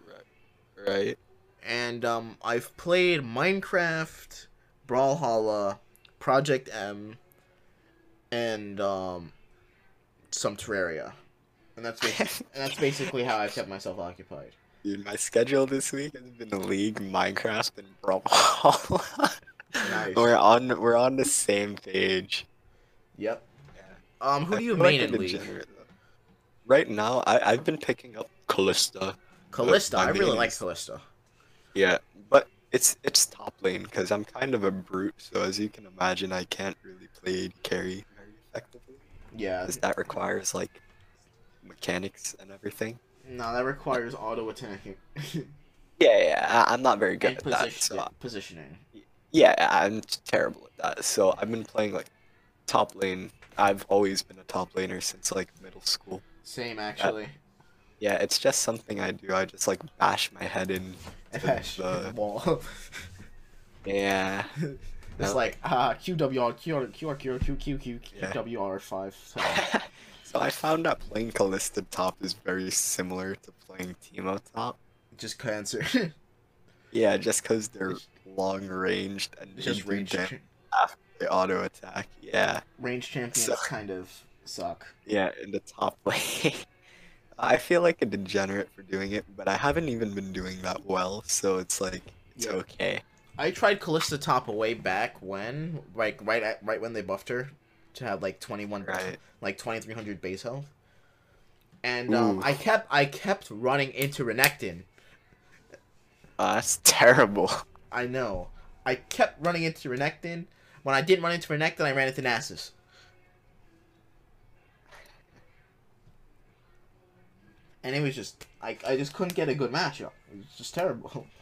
Speaker 2: Right. Right.
Speaker 1: and um, I've played Minecraft, Brawlhalla, Project M, and um, some Terraria, and that's basi- *laughs* and that's basically how I've kept myself occupied.
Speaker 2: Dude, my schedule this week has been League, Minecraft, and Brawlhalla. *laughs*
Speaker 1: Nice.
Speaker 2: We're on we're on the same page.
Speaker 1: Yep.
Speaker 2: Yeah.
Speaker 1: Um, who
Speaker 2: I
Speaker 1: do you
Speaker 2: feel like
Speaker 1: main
Speaker 2: a
Speaker 1: in League?
Speaker 2: degenerate, though. Right now, I, I've been picking up Callista.
Speaker 1: Callista.
Speaker 2: my
Speaker 1: I really
Speaker 2: main
Speaker 1: like
Speaker 2: is-
Speaker 1: Callista.
Speaker 2: Yeah, but it's it's top lane because I'm kind of a brute, so as you can imagine, I can't really play carry very effectively.
Speaker 1: Yeah.
Speaker 2: Because that requires like mechanics and everything.
Speaker 1: No, that requires auto attacking
Speaker 2: Yeah, yeah, I, I'm not very good
Speaker 1: *laughs* and
Speaker 2: at that.
Speaker 1: position-
Speaker 2: So I-
Speaker 1: positioning.
Speaker 2: yeah, I'm t- terrible at that. So I've been playing like top lane. I've always been a top laner since like middle school.
Speaker 1: Same actually.
Speaker 2: Yeah, it's just something I do. I just like bash my head in.
Speaker 1: *laughs* Ash,
Speaker 2: uh,
Speaker 1: wall.
Speaker 2: Yeah.
Speaker 1: *laughs* It's
Speaker 2: No.
Speaker 1: like uh, QWR, QR, QR, QR, Q, Q, Q,
Speaker 2: Yeah.
Speaker 1: QWR five.
Speaker 2: *laughs*
Speaker 1: So,
Speaker 2: *laughs* so I found out playing Callista top is very similar to playing Teemo top.
Speaker 1: just cancer.
Speaker 2: Yeah, just because *laughs* they're long ranged and they
Speaker 1: just
Speaker 2: do
Speaker 1: range,
Speaker 2: damage,
Speaker 1: cha-
Speaker 2: they auto attack. Yeah,
Speaker 1: range champions
Speaker 2: So-
Speaker 1: kind of suck.
Speaker 2: yeah, in the top *laughs* lane. I feel like a degenerate for doing it, but I haven't even been doing that well, so it's like it's
Speaker 1: Yeah.
Speaker 2: okay.
Speaker 1: I tried Callista top way back when, like right at right when they buffed her to have like twenty one,
Speaker 2: Right.
Speaker 1: like twenty three hundred base health, and um,
Speaker 2: Ooh.
Speaker 1: I kept I kept running into Renekton.
Speaker 2: Uh, that's *laughs* terrible.
Speaker 1: I know I kept running into Renekton. When I didn't run into Renekton, I ran into Nasus. And it was just I, I just couldn't get a good matchup. It was just terrible. *laughs*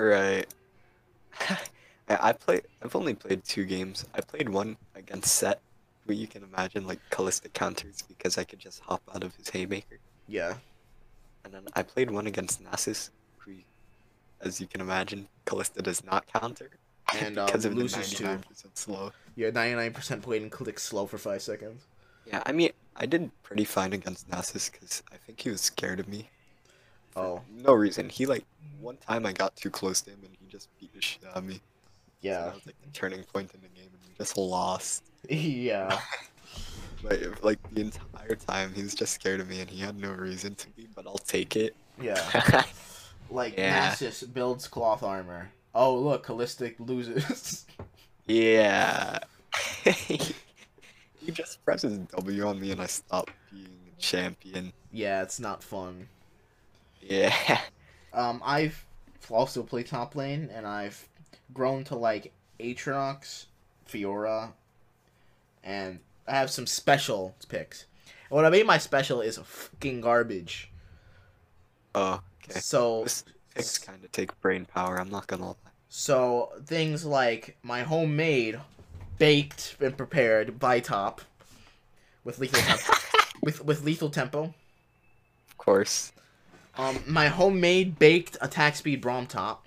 Speaker 2: Right. *laughs* I, I play. I've only played two games. I played one against Set, where you can imagine like Callista counters because I could just hop out of his haymaker.
Speaker 1: Yeah.
Speaker 2: And then I played one against Nasus, who, as you can imagine, Callista does not counter
Speaker 1: And, um,
Speaker 2: *laughs* because of the
Speaker 1: loses to-
Speaker 2: 99% slow.
Speaker 1: Yeah, ninety nine percent blade and click slow for five seconds.
Speaker 2: Yeah, I mean, I did pretty fine against Nasus because I think he was scared of me. for
Speaker 1: Oh.
Speaker 2: No reason. He like one time I got too close to him and he just beat the shit out of me. So
Speaker 1: Yeah.
Speaker 2: that was like the turning point in the game, and we just lost.
Speaker 1: *laughs* Yeah.
Speaker 2: Like, if- like the entire time, he was just scared of me, and he had no reason to be. But I'll take it.
Speaker 1: Yeah. Like
Speaker 2: Yeah.
Speaker 1: Nasus builds cloth armor. Oh look, Callistic loses. *laughs*
Speaker 2: yeah. *laughs* he just presses W on me, and I stop being a champion.
Speaker 1: yeah, it's not fun.
Speaker 2: Yeah.
Speaker 1: Um, I've also played top lane, and I've grown to like Aatrox, Fiora, and I have some special picks. And What I mean by special is fucking garbage.
Speaker 2: Oh, okay.
Speaker 1: So
Speaker 2: This picks kind of take brain power. I'm not gonna lie.
Speaker 1: So things like my homemade, baked and prepared by Top, with lethal tempo, with with lethal tempo.
Speaker 2: Of course.
Speaker 1: Um, my homemade baked attack speed Brom Top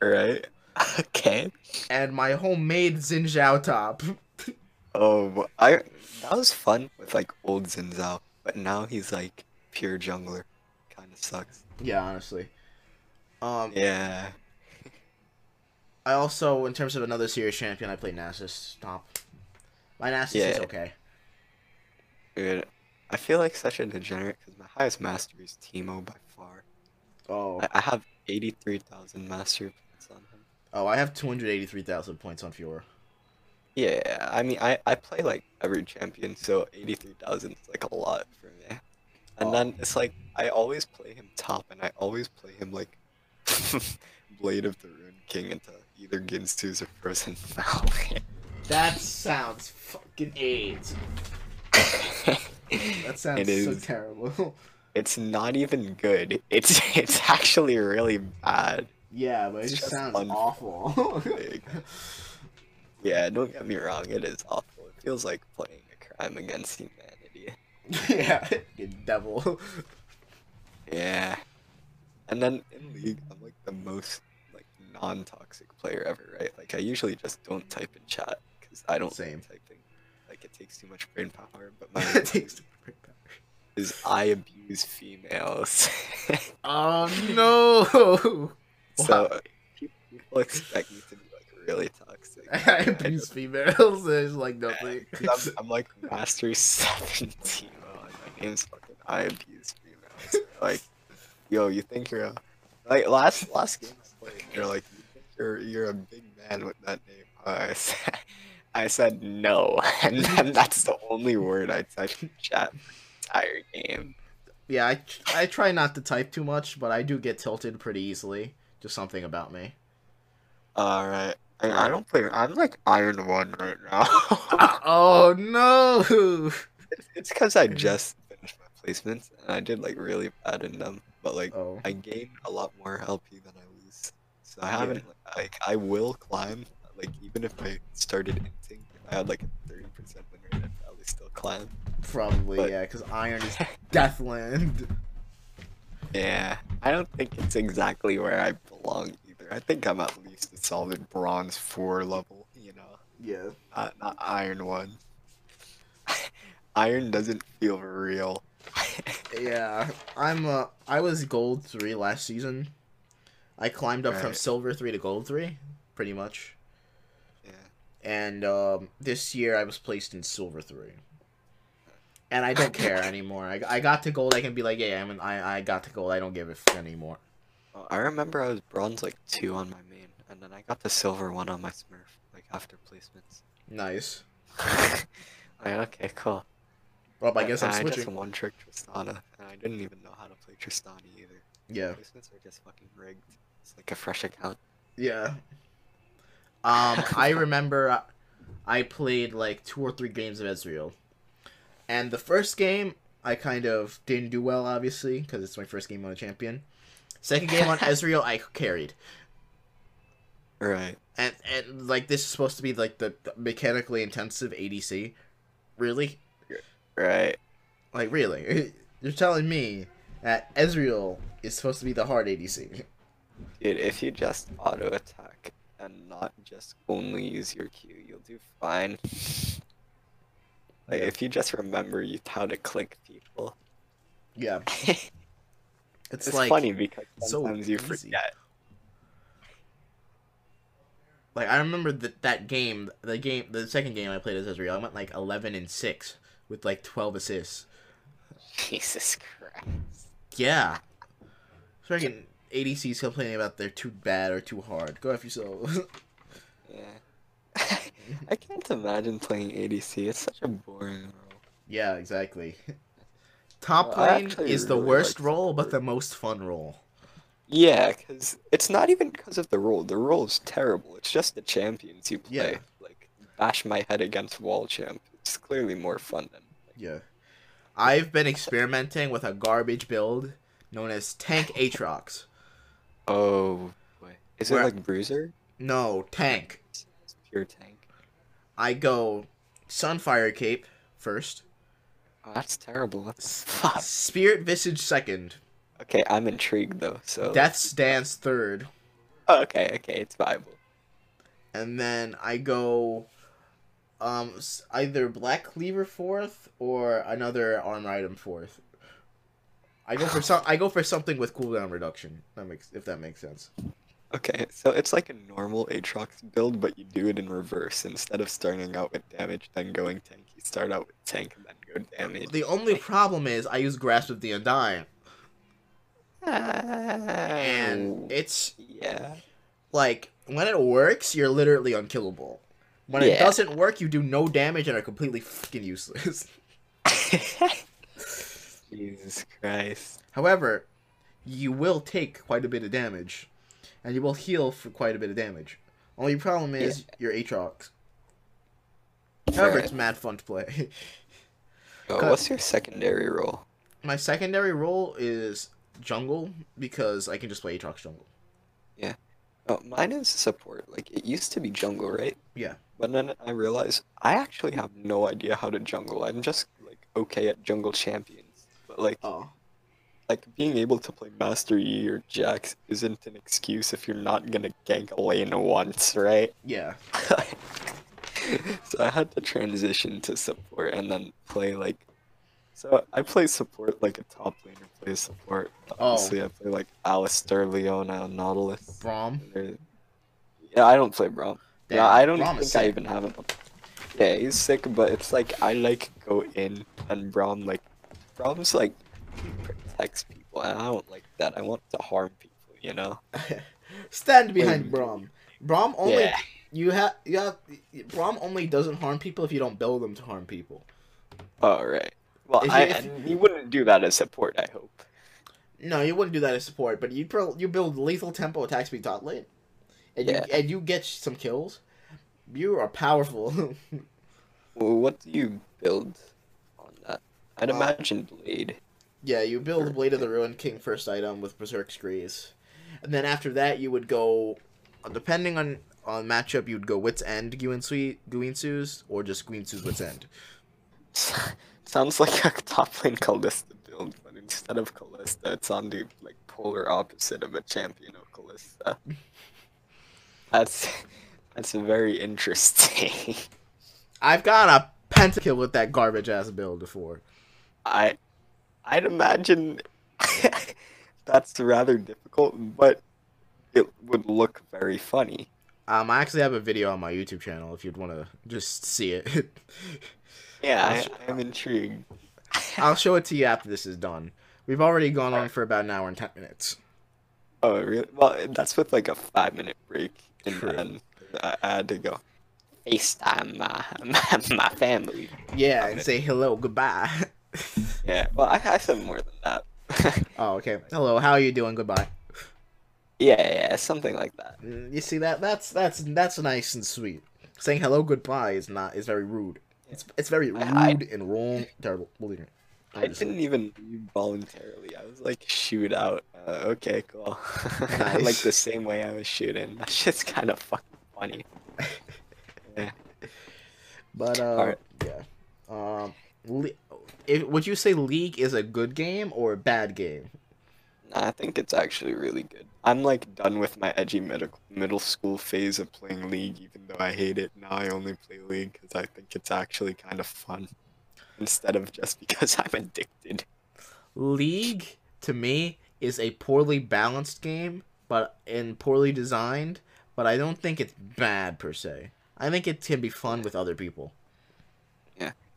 Speaker 2: Right. *laughs* Okay.
Speaker 1: and my homemade Xin Zhao Top. *laughs*
Speaker 2: Oh, I that was fun with like old Xin Zhao, but now he's like pure jungler. Kind of sucks.
Speaker 1: yeah, honestly. Um,
Speaker 2: Yeah.
Speaker 1: I also, in terms of another serious champion, I play Nasus Top. My Nasus
Speaker 2: Yeah.
Speaker 1: is okay.
Speaker 2: Dude, I feel like such a degenerate because my highest mastery is Teemo by far.
Speaker 1: Oh,
Speaker 2: I, I have 83,000 mastery points on him.
Speaker 1: oh, I have two hundred eighty-three thousand points on Fiora.
Speaker 2: Yeah, I mean, I, I play like every champion, so 83,000 is like a lot for me. And
Speaker 1: Oh.
Speaker 2: then it's like, I always play him top, and I always play him like *laughs* Blade of the Rune King into either Ginsu's or Frozen Valley.
Speaker 1: That sounds fucking AIDS. That sounds
Speaker 2: It
Speaker 1: so
Speaker 2: is.
Speaker 1: terrible.
Speaker 2: *laughs* It's not even good. It's *laughs* it's actually really bad.
Speaker 1: *laughs* yeah, but it
Speaker 2: It's
Speaker 1: just
Speaker 2: just
Speaker 1: sounds
Speaker 2: unfair.
Speaker 1: awful. *laughs*
Speaker 2: Like, yeah, don't get me wrong. It is awful. It feels like playing a crime against humanity.
Speaker 1: yeah, you devil. *laughs*
Speaker 2: Yeah. And then in league, I'm like the most like non-toxic player ever, right? Like I usually just don't type in chat because I don't
Speaker 1: Same.
Speaker 2: like typing. Like it takes too much brain power. But my *laughs* advice is I abuse females. *laughs*
Speaker 1: oh no! *laughs*
Speaker 2: so people expect me to be like really toxic.
Speaker 1: *laughs* I abuse females. There's like
Speaker 2: *laughs*
Speaker 1: nothing.
Speaker 2: Because I'm, I'm like mastery 17 *laughs* bro, and my name's fucking I abuse females. Like, yo, you think you're a like last last game I played, they're like you think you're you're a big man with that name. Uh, I *laughs* said, I said no, *laughs* and then that's the only word I typed in chat for the entire game.
Speaker 1: yeah, I, I try not to type too much, but I do get tilted pretty easily. Just something about
Speaker 2: *laughs*
Speaker 1: me.
Speaker 2: All right. I I don't play. I'm like Iron One right now. *laughs*
Speaker 1: oh no!
Speaker 2: It's- it's because I just finished my placements and I did like really bad in them. But like
Speaker 1: Oh,
Speaker 2: I gain a lot more LP than I lose. So Mm. I
Speaker 1: Yeah.
Speaker 2: haven't like I will climb. Like even if I started inting, if I had like a thirty percent win rate, I'd probably still climb.
Speaker 1: probably
Speaker 2: But-
Speaker 1: yeah, because Iron is Deathland.
Speaker 2: Yeah. I don't think it's exactly where I belong either. I think I'm at least a solid bronze four level, you know.
Speaker 1: Yeah.
Speaker 2: Not, not iron one. *laughs* iron doesn't feel real.
Speaker 1: Yeah, I'm. Uh, I was gold three last season. I climbed up from
Speaker 2: Right.
Speaker 1: silver three to gold three, pretty much.
Speaker 2: *laughs* yeah.
Speaker 1: And um, this year I was placed in silver three. And I don't
Speaker 2: *laughs*
Speaker 1: care anymore. I, I got to gold. I can be like, yeah, I'm an, I I got to gold. I don't give a f- anymore.
Speaker 2: Uh, I remember I was bronze like two on my main, and then I got the silver one on my Smurf, like after placements.
Speaker 1: Nice.
Speaker 2: *laughs* like, okay, cool.
Speaker 1: Well, I guess I'm
Speaker 2: I
Speaker 1: switching.
Speaker 2: just one trick Tristana, and I didn't even know how to play Tristana either.
Speaker 1: Yeah.
Speaker 2: Placements are just fucking rigged. It's like a fresh account.
Speaker 1: Yeah. Um, I remember I- I played like two or three games of Ezreal, and the first game I kind of didn't do well, obviously, because it's my first game on a champion. Second game on Ezreal, I carried,
Speaker 2: Right.
Speaker 1: and and like this is supposed to be like the, the mechanically intensive ADC, really,
Speaker 2: Right.
Speaker 1: like really, *laughs* you're telling me that Ezreal is supposed to be the hard ADC.
Speaker 2: Dude, if you just auto attack and not just only use your Q, you'll do fine. Like
Speaker 1: Yeah.
Speaker 2: if you just remember you how to click
Speaker 1: *laughs*
Speaker 2: people.
Speaker 1: *laughs* Yeah,
Speaker 2: it's
Speaker 1: it's, like
Speaker 2: funny because
Speaker 1: so
Speaker 2: sometimes you
Speaker 1: easy.
Speaker 2: forget. *laughs*
Speaker 1: Like I remember that that game, the game, the second game I played as Israel, I went like eleven and six with like twelve assists.
Speaker 2: Jesus Christ.
Speaker 1: Yeah, freaking ADCs complaining about they're too bad or too hard. Go after yourself. *laughs*
Speaker 2: Yeah. *laughs* I can't imagine playing ADC. It's such a boring role.
Speaker 1: yeah, exactly. Top
Speaker 2: Well, I
Speaker 1: lane
Speaker 2: actually
Speaker 1: is the
Speaker 2: really
Speaker 1: worst
Speaker 2: like
Speaker 1: role, but the most fun role.
Speaker 2: Yeah, because it's not even because of the role. The role is terrible. It's just the champions you
Speaker 1: Yeah.
Speaker 2: play. Like, bash my head against wall champ. It's clearly more fun than. Like,
Speaker 1: Yeah, I've been experimenting with a garbage build known as Tank Aatrox.
Speaker 2: oh, boy. Is it
Speaker 1: Where-
Speaker 2: like Bruiser?
Speaker 1: No, Tank.
Speaker 2: It's pure tank.
Speaker 1: I go Sunfire Cape first,
Speaker 2: Oh, that's terrible. What the
Speaker 1: S-
Speaker 2: fuck?
Speaker 1: Spirit Visage second,
Speaker 2: Okay, I'm intrigued though. So.
Speaker 1: Death's Dance third,
Speaker 2: Oh, *laughs* okay, okay, it's viable.
Speaker 1: and then I go um s- either Black Cleaver fourth or another armor item fourth. I go for some I go for something with cooldown reduction. That makes if that makes sense.
Speaker 2: Okay, so it's like a normal Aatrox build, but you do it in reverse. Instead of starting out with damage, then going tank, you start out with tank and then go damage.
Speaker 1: The only problem is I use Grasp of the Undying, and
Speaker 2: And
Speaker 1: it's
Speaker 2: Ah, yeah, *laughs*
Speaker 1: like when it works, you're literally unkillable. When it
Speaker 2: Yeah.
Speaker 1: doesn't work, you do no damage and are completely fucking useless. *laughs*
Speaker 2: Jesus Christ.
Speaker 1: However, you will take quite a bit of damage, and you will heal for quite a bit of damage. Only problem is your Aatrox. However,
Speaker 2: Right.
Speaker 1: it's mad fun to play. *laughs*
Speaker 2: Oh,
Speaker 1: Cut.
Speaker 2: what's your secondary role?
Speaker 1: My secondary role is jungle because I can just play Aatrox jungle.
Speaker 2: Oh, mine is support. Like it used to be jungle, right?
Speaker 1: Yeah.
Speaker 2: But then I realized I actually have no idea how to jungle. I'm just like okay at jungle champions, but like
Speaker 1: Oh,
Speaker 2: like being able to play Master Yi or Jax isn't an excuse if you're not gonna gank a lane once, right? *laughs*
Speaker 1: yeah.
Speaker 2: so I had to transition to support and then play like. So I play support like a top laner plays support.
Speaker 1: Oh.
Speaker 2: Obviously, I play like Alistair, Leona, and Nautilus.
Speaker 1: Brom.
Speaker 2: And they're- Yeah, I don't play Braum. Yeah, I don't
Speaker 1: Braum is
Speaker 2: think I
Speaker 1: sick.
Speaker 2: even have him. Yeah, he's sick, but it's like I like go in and Braum like Braum's like he protects people, and I don't like that. I want to harm people, you know.
Speaker 1: Stand behind
Speaker 2: Mm.
Speaker 1: Brom. Brom only
Speaker 2: Yeah.
Speaker 1: you have you have Brom only doesn't harm people if you don't build them to harm people.
Speaker 2: All right. Well,
Speaker 1: If
Speaker 2: I,
Speaker 1: you- if-
Speaker 2: and he wouldn't do that as support. I hope.
Speaker 1: No, you wouldn't do that as support, but you pro- you build lethal tempo attack speed top lane, and
Speaker 2: Yeah.
Speaker 1: you and you get some kills. You are powerful. *laughs*
Speaker 2: Well, what do you build on that? I'd
Speaker 1: Uh,
Speaker 2: imagine blade.
Speaker 1: yeah, you build Blade of the Ruined King first item with Berserk's Grease, and then after that you would go, depending on on matchup, you'd go Wits End Guinsui Guinsu's or just Guinsu's Wits End.
Speaker 2: *laughs* Sounds like a top lane Callista build, but instead of Callista, it's on the like polar opposite of a champion of Callista. That's that's very interesting. *laughs*
Speaker 1: I've got a pentakill with that garbage ass build before.
Speaker 2: I I'd imagine *laughs* that's rather difficult, but it would look very funny.
Speaker 1: Um, I actually have a video on my YouTube channel if you'd want to just see it. *laughs*
Speaker 2: Yeah, I, I'm intrigued.
Speaker 1: I'll show it to you after this is done. We've already gone on for about an hour and ten minutes.
Speaker 2: Oh, really? Well, that's with like a five minute break, and
Speaker 1: True.
Speaker 2: then I, I had to go FaceTime my, my, *laughs* my family.
Speaker 1: Yeah, and say hello, goodbye. *laughs*
Speaker 2: Yeah, well, I, I said more than that. *laughs*
Speaker 1: oh, okay. Hello, how are you doing? Goodbye.
Speaker 2: yeah, yeah, something like that.
Speaker 1: Mm, You see that? That's that's that's nice and sweet. Saying hello, goodbye is not is very rude. It's it's very rude
Speaker 2: I- I-
Speaker 1: and wrong. Terrible. Believe me.
Speaker 2: I didn't even leave voluntarily. I was like, shoot out. Uh, okay, cool. *laughs* like
Speaker 1: Nice.
Speaker 2: the same way I was shooting. That shit's kind of fucking funny.
Speaker 1: But uh,
Speaker 2: Alright.
Speaker 1: yeah. Um, Le- if, would you say League is a good game or a bad game?
Speaker 2: Nah, I think it's actually really good. I'm like done with my edgy middle middle school phase of playing League, even though I hate it. Now I only play League because I think it's actually kind of fun, instead of just *laughs* because I'm addicted.
Speaker 1: League to me is a poorly balanced game, but and poorly designed. But I don't think it's bad per se. I think it can be fun with other people.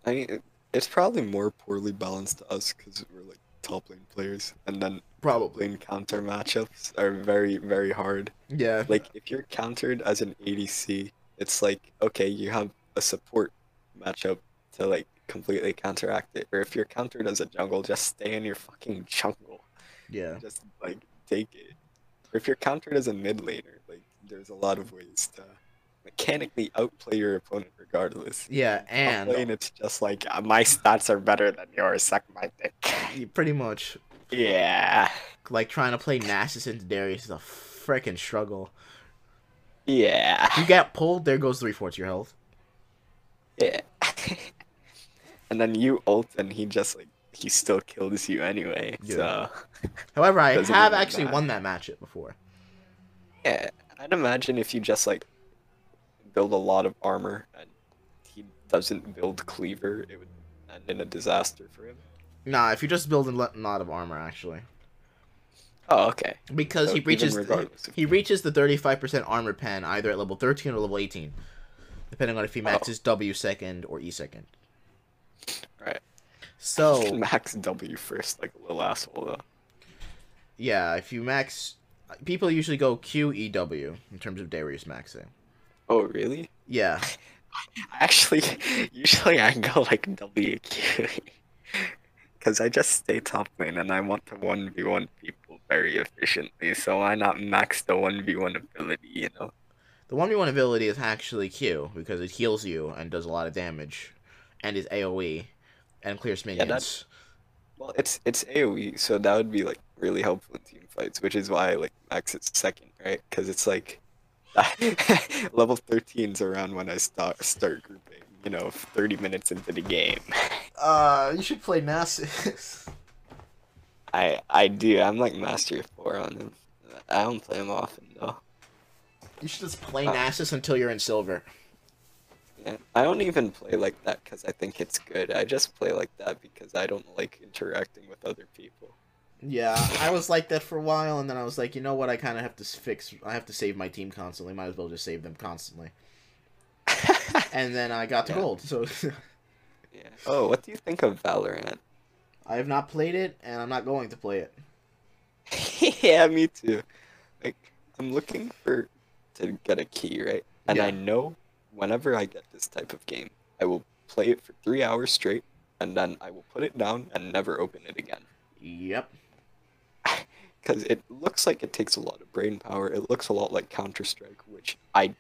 Speaker 2: I mean, it- it's probably more poorly balanced to us because we're like top lane players, and then top
Speaker 1: Probably.
Speaker 2: lane counter matchups are very very hard.
Speaker 1: Yeah.
Speaker 2: Like if you're countered as an ADC, it's like okay, you have a support matchup to like completely counteract it. Or if you're countered as a jungle, just stay in your fucking jungle.
Speaker 1: Yeah.
Speaker 2: Just like take it. Or if you're countered as a mid laner, like there's a lot of ways to mechanically outplay your opponent regardless.
Speaker 1: Yeah,
Speaker 2: And lane,
Speaker 1: and
Speaker 2: it's just like "Uh, my stats are better than yours. Suck my dick. *laughs*
Speaker 1: you pretty much
Speaker 2: yeah,
Speaker 1: like trying to play Nasus into Darius is a freaking struggle.
Speaker 2: yeah.
Speaker 1: You get pulled, there goes three fourths of your health.
Speaker 2: *laughs* Yeah. and then you ult, and he just like he still kills you anyway.
Speaker 1: Yeah.
Speaker 2: So
Speaker 1: However, I
Speaker 2: Doesn't
Speaker 1: have
Speaker 2: really
Speaker 1: actually
Speaker 2: matter.
Speaker 1: won that matchup before.
Speaker 2: yeah, I'd imagine if you just like build a lot of armor and he doesn't build cleaver, it would end in a disaster for him.
Speaker 1: Nah, if you just build a lo- lot of armor, actually,
Speaker 2: Oh, okay.
Speaker 1: because
Speaker 2: So
Speaker 1: he
Speaker 2: even
Speaker 1: reaches
Speaker 2: regardless of-
Speaker 1: he reaches the thirty five percent armor pen either at level thirteen or level
Speaker 2: Oh.
Speaker 1: eighteen, depending on if he maxes W second or E second.
Speaker 2: Right.
Speaker 1: So
Speaker 2: *laughs* Max W first, like a little asshole though.
Speaker 1: yeah, if you max, people usually go Q E W in terms of Darius maxing.
Speaker 2: Oh really?
Speaker 1: Yeah,
Speaker 2: Actually, *laughs* usually I go like *laughs* WQ, because I just stay top lane and I want to one v one people very efficiently. So why not max the one v one ability? You know.
Speaker 1: the one v one ability is actually Q because it heals you and does a lot of damage, and is AOE, and clears minions.
Speaker 2: that- Well, it's it's AOE, so that would be like really helpful in team fights, which is why I like max it second, right? Because it's like *laughs* level 13's around when I start start grouping. You know, 30 minutes into the game.
Speaker 1: Uh, you should play Nasus. *laughs*
Speaker 2: I I do. I'm like master four on him. I don't play him often though.
Speaker 1: you should just play
Speaker 2: Uh.
Speaker 1: Nasus until you're in silver.
Speaker 2: Yeah, I don't even play like that because I think it's good. I just play like that because I don't like interacting with other people. *laughs*
Speaker 1: Yeah, I was like that for a while, and then I was like, you know what? I kind of have to fix. I have to save my team constantly. Might as well just save them constantly. and then I got to
Speaker 2: Yeah.
Speaker 1: gold. So *laughs*
Speaker 2: Yeah. Oh, what do you think of Valorant?
Speaker 1: I have not played it, and I'm not going to play it.
Speaker 2: *laughs* yeah, me too. Like, I'm looking for to get a key, right? And I
Speaker 1: Yeah.
Speaker 2: know whenever I get this type of game, I will play it for three hours straight, and then I will put it down and never open it again.
Speaker 1: Yep.
Speaker 2: Because it looks like it takes a lot of brain power. It looks a lot like Counter Strike, which I,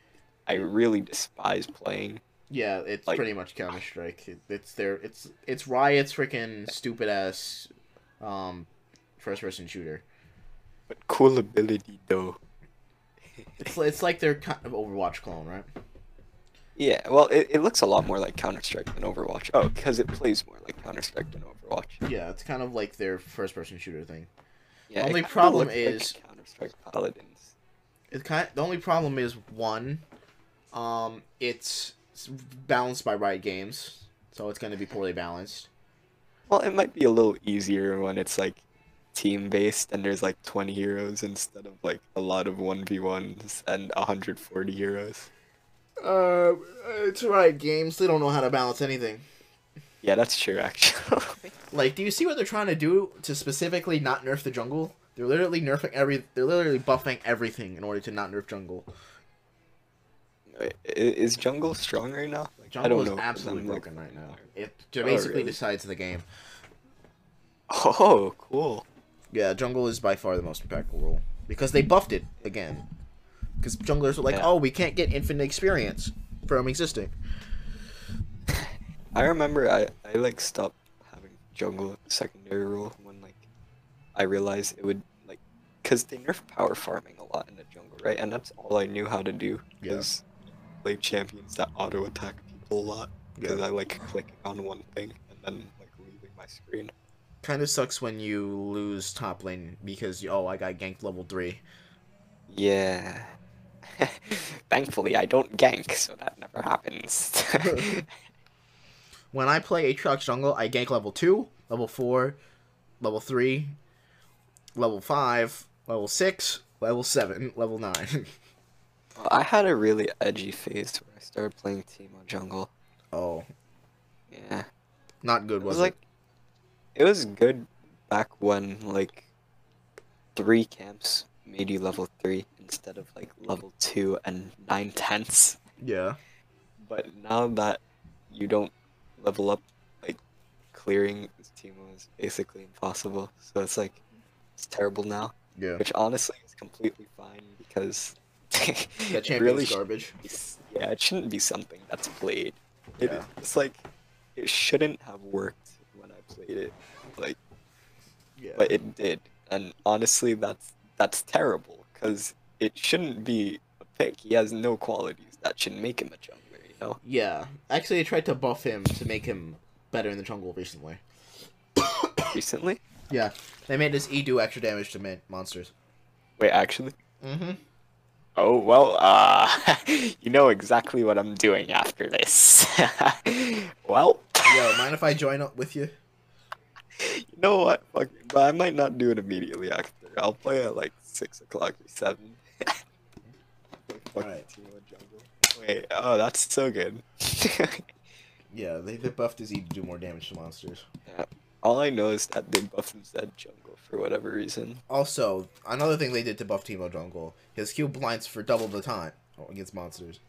Speaker 2: I really despise playing.
Speaker 1: Yeah, it's
Speaker 2: Like-
Speaker 1: pretty much Counter Strike. It, it's their. It's it's Riot's freaking stupid ass, um, first person shooter.
Speaker 2: But cool ability though.
Speaker 1: It's it's like their kind of Overwatch clone, right?
Speaker 2: Yeah, well, it, it looks a lot more like Counter Strike than Overwatch. Oh, because it plays more like Counter Strike than Overwatch.
Speaker 1: Yeah, it's kind of like their first person shooter thing.
Speaker 2: Yeah,
Speaker 1: Only problem is-
Speaker 2: Counter Strike Paladins.
Speaker 1: It kind the only problem is one, um, it's s- balanced by Riot Games, so it's going to be poorly balanced.
Speaker 2: Well, it might be a little easier when it's like team based and there's like 20 heroes instead of like a lot of 1v1s and 140 heroes.
Speaker 1: Uh, it's Riot Games. They don't know how to balance anything.
Speaker 2: Yeah, that's true actually. *laughs*
Speaker 1: Like, do you see what they're trying to do to specifically not nerf the jungle? They're literally nerfing every. They're literally buffing everything in order to not nerf jungle.
Speaker 2: I- is jungle strong right now? Like,
Speaker 1: Jungle
Speaker 2: I don't
Speaker 1: is
Speaker 2: know. 'cause
Speaker 1: absolutely
Speaker 2: I'm, like,
Speaker 1: broken right now.
Speaker 2: familiar.
Speaker 1: It
Speaker 2: Oh,
Speaker 1: basically
Speaker 2: really?
Speaker 1: decides the game.
Speaker 2: Oh, cool.
Speaker 1: Yeah, jungle is by far the most impactful role because they buffed it again. Because junglers were like,
Speaker 2: Yeah.
Speaker 1: "Oh, we can't get infinite experience from existing."
Speaker 2: I remember I, I like stopped having jungle secondary role when like I realized it would like because they nerf power farming a lot in the jungle, right? And that's all I knew how to do
Speaker 1: Yeah.
Speaker 2: because play champions that auto attack people a lot because I like clicking on one thing and then like leaving my screen.
Speaker 1: Kind of sucks when you lose top lane because you, oh, I got ganked level three.
Speaker 2: Yeah. *laughs* Thankfully, I don't gank, so that never happens. *laughs*
Speaker 1: When I play Aatrox jungle, I gank level two, level four, level three, level five, level six, level seven, level nine. *laughs*
Speaker 2: Well, I had a really edgy phase where I started playing Teemo jungle.
Speaker 1: oh,
Speaker 2: Yeah.
Speaker 1: not good
Speaker 2: It
Speaker 1: was,
Speaker 2: was like it was good back when like three camps made you level three instead of like level two and nine tenths.
Speaker 1: it? Yeah.
Speaker 2: But now that you don't level up, like clearing this team is basically impossible. So it's like it's terrible now.
Speaker 1: Yeah.
Speaker 2: Which honestly is completely fine because *laughs*
Speaker 1: That
Speaker 2: it
Speaker 1: champion's
Speaker 2: really should
Speaker 1: garbage.
Speaker 2: be s- yeah, it shouldn't be something that's played. It,
Speaker 1: Yeah.
Speaker 2: It's like it shouldn't have worked when I played it. Like
Speaker 1: Yeah.
Speaker 2: but it did and honestly that's that's terrible because it shouldn't be a pick he has no qualities that should make him a jungler you know
Speaker 1: Yeah. Actually, they tried to buff him to make him better in the jungle recently.
Speaker 2: recently
Speaker 1: Yeah. They made his E do extra damage to min- monsters.
Speaker 2: wait actually
Speaker 1: Mm-hmm.
Speaker 2: oh well uh *laughs* you know exactly what i'm doing after this *laughs* well
Speaker 1: Yo, mind if I join up with you?
Speaker 2: you know what Fuck, but i might not do it immediately after i'll play at like six o'clock or seven *laughs* Fuck
Speaker 1: Alright.
Speaker 2: *laughs* Team of Jungle. wait oh that's so good
Speaker 1: Yeah, they, they buffed his E to do more damage to monsters.
Speaker 2: All I know is that they buffed that jungle for whatever reason.
Speaker 1: Also, another thing they did to buff Teemo Jungle, his Q blinds for double the time against monsters.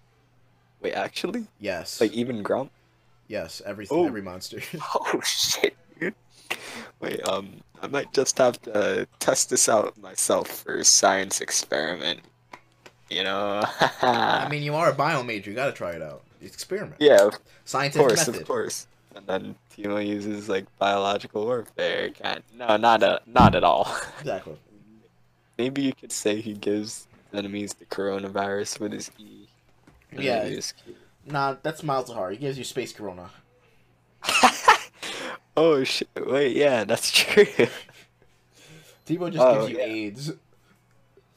Speaker 2: Wait, actually,
Speaker 1: Yes.
Speaker 2: like even Grump. *laughs*
Speaker 1: yes, every
Speaker 2: Oh.
Speaker 1: every monster. *laughs*
Speaker 2: Oh shit, dude. Wait, um, I might just have to test this out myself for a science experiment. You know.
Speaker 1: I mean, you are a bio major, you gotta try it out. Experiment.
Speaker 2: Ah. *laughs* yeah, of
Speaker 1: Scientific
Speaker 2: course,
Speaker 1: method.
Speaker 2: of course. And then Timo uses like biological warfare. God, no, not a, not at all. *laughs*
Speaker 1: Exactly.
Speaker 2: Maybe you could say he gives enemies the coronavirus with his E. and then
Speaker 1: Yeah.
Speaker 2: his Q.
Speaker 1: Nah, that's miles to heart. He gives you space corona.
Speaker 2: *laughs* Oh shit! Wait, yeah, that's true. *laughs*
Speaker 1: Teemo just
Speaker 2: Oh,
Speaker 1: gives you
Speaker 2: yeah.
Speaker 1: AIDS.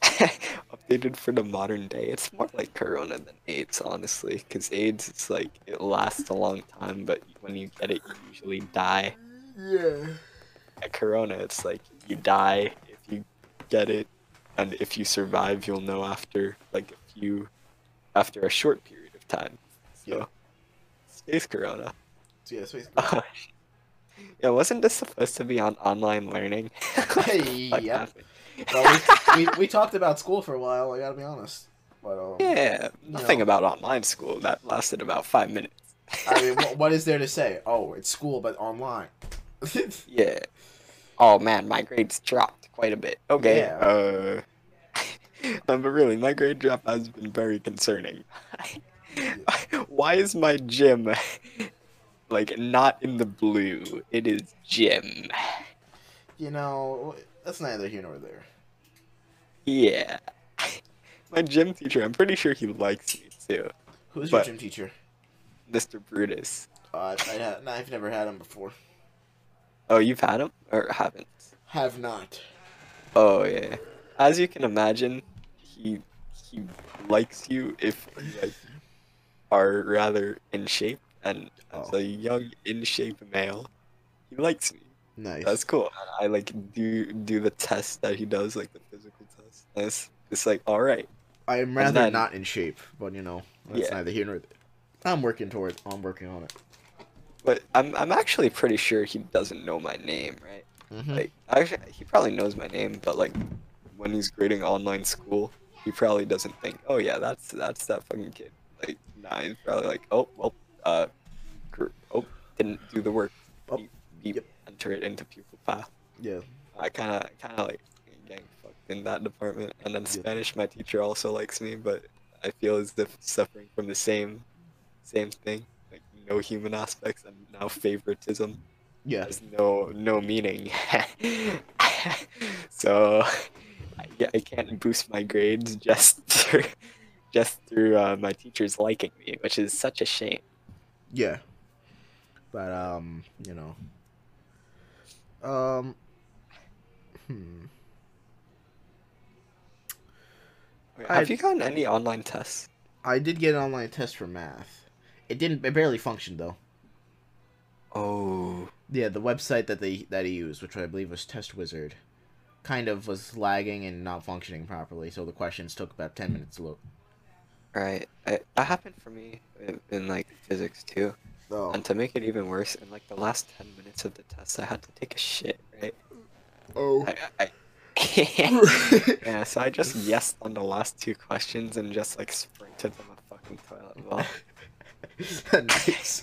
Speaker 2: Updated for the modern day, it's more like Corona than AIDS, honestly. Because AIDS, it's like it lasts a long time, but when you get it, you usually die.
Speaker 1: Yeah.
Speaker 2: At Corona, it's like you die if you get it, and if you survive, you'll know after like a few, after a short period of time. So,
Speaker 1: Yeah.
Speaker 2: space Corona. *laughs*
Speaker 1: So yeah, space corona.
Speaker 2: yeah, wasn't this supposed to be on online learning? *laughs*
Speaker 1: Hey,
Speaker 2: What
Speaker 1: yep.
Speaker 2: happened?
Speaker 1: well, we, we, we talked about school for a while. I gotta be honest, but um,
Speaker 2: Yeah, nothing
Speaker 1: No.
Speaker 2: about online school. That lasted about five minutes.
Speaker 1: I mean, what, what is there to say? Oh, it's school, but online. *laughs*
Speaker 2: Yeah. Oh man, my grades dropped quite a bit. Okay.
Speaker 1: Yeah.
Speaker 2: Uh, *laughs* no, but really, my grade drop has been very concerning. *laughs* Why is my gym *laughs* like not in the blue? It is gym.
Speaker 1: you know, that's neither here nor there.
Speaker 2: Yeah. *laughs* My gym teacher, I'm pretty sure he likes me too.
Speaker 1: Who's
Speaker 2: But-
Speaker 1: your gym teacher?
Speaker 2: Mr. Brutus.
Speaker 1: Uh, I, I, ha- I've never had him before.
Speaker 2: Oh, you've had him or haven't?
Speaker 1: Have not.
Speaker 2: Oh yeah. As you can imagine, he he likes you if you like, are rather in shape and as
Speaker 1: Oh.
Speaker 2: a young in shape male, he likes me.
Speaker 1: Nice.
Speaker 2: That's cool. And I like do do the test that he does, like the physical test. And it's it's like all right.
Speaker 1: I am rather
Speaker 2: then-
Speaker 1: not in shape, but you know, that's
Speaker 2: Yeah.
Speaker 1: neither here nor there. I'm working towards. I'm working on it.
Speaker 2: But I'm I'm actually pretty sure he doesn't know my name, right?
Speaker 1: Mm-hmm.
Speaker 2: Like actually, he probably knows my name, but like when he's grading online school, he probably doesn't think, oh yeah, that's that's that fucking kid. Like nah, he's probably like, oh well, uh, gr- oh didn't do the work.
Speaker 1: Oh,
Speaker 2: Beep, beep,
Speaker 1: yep.
Speaker 2: Enter it into pupil file.
Speaker 1: yeah.
Speaker 2: I kind of kind of like gang fucked in that department, and then
Speaker 1: Yeah.
Speaker 2: Spanish, my teacher also likes me, but I feel as if suffering from the same same thing, like no human aspects and now favoritism
Speaker 1: Yeah.
Speaker 2: has no no meaning. *laughs* so I, yeah, I can't boost my grades just through, just through uh, my teachers liking me, which is such a shame.
Speaker 1: Yeah. But um, you know. Um Hmm.
Speaker 2: Have
Speaker 1: I-
Speaker 2: you gotten any online tests?
Speaker 1: I did get an online test for math. It didn't it barely functioned though.
Speaker 2: Oh,
Speaker 1: Yeah, the website that they that he used, which I believe was Test Wizard, kind of was lagging and not functioning properly, so the questions took about 10 minutes to look.
Speaker 2: right. I, that happened for me in, in like physics too.
Speaker 1: Oh.
Speaker 2: And to make it even worse, in like the last ten minutes of the test, I had to take a shit. Right.
Speaker 1: Oh.
Speaker 2: I, I, I... *laughs* Yeah, so I just yes on the last two questions and just like sprinted them a fucking toilet bowl.
Speaker 1: *laughs* nice.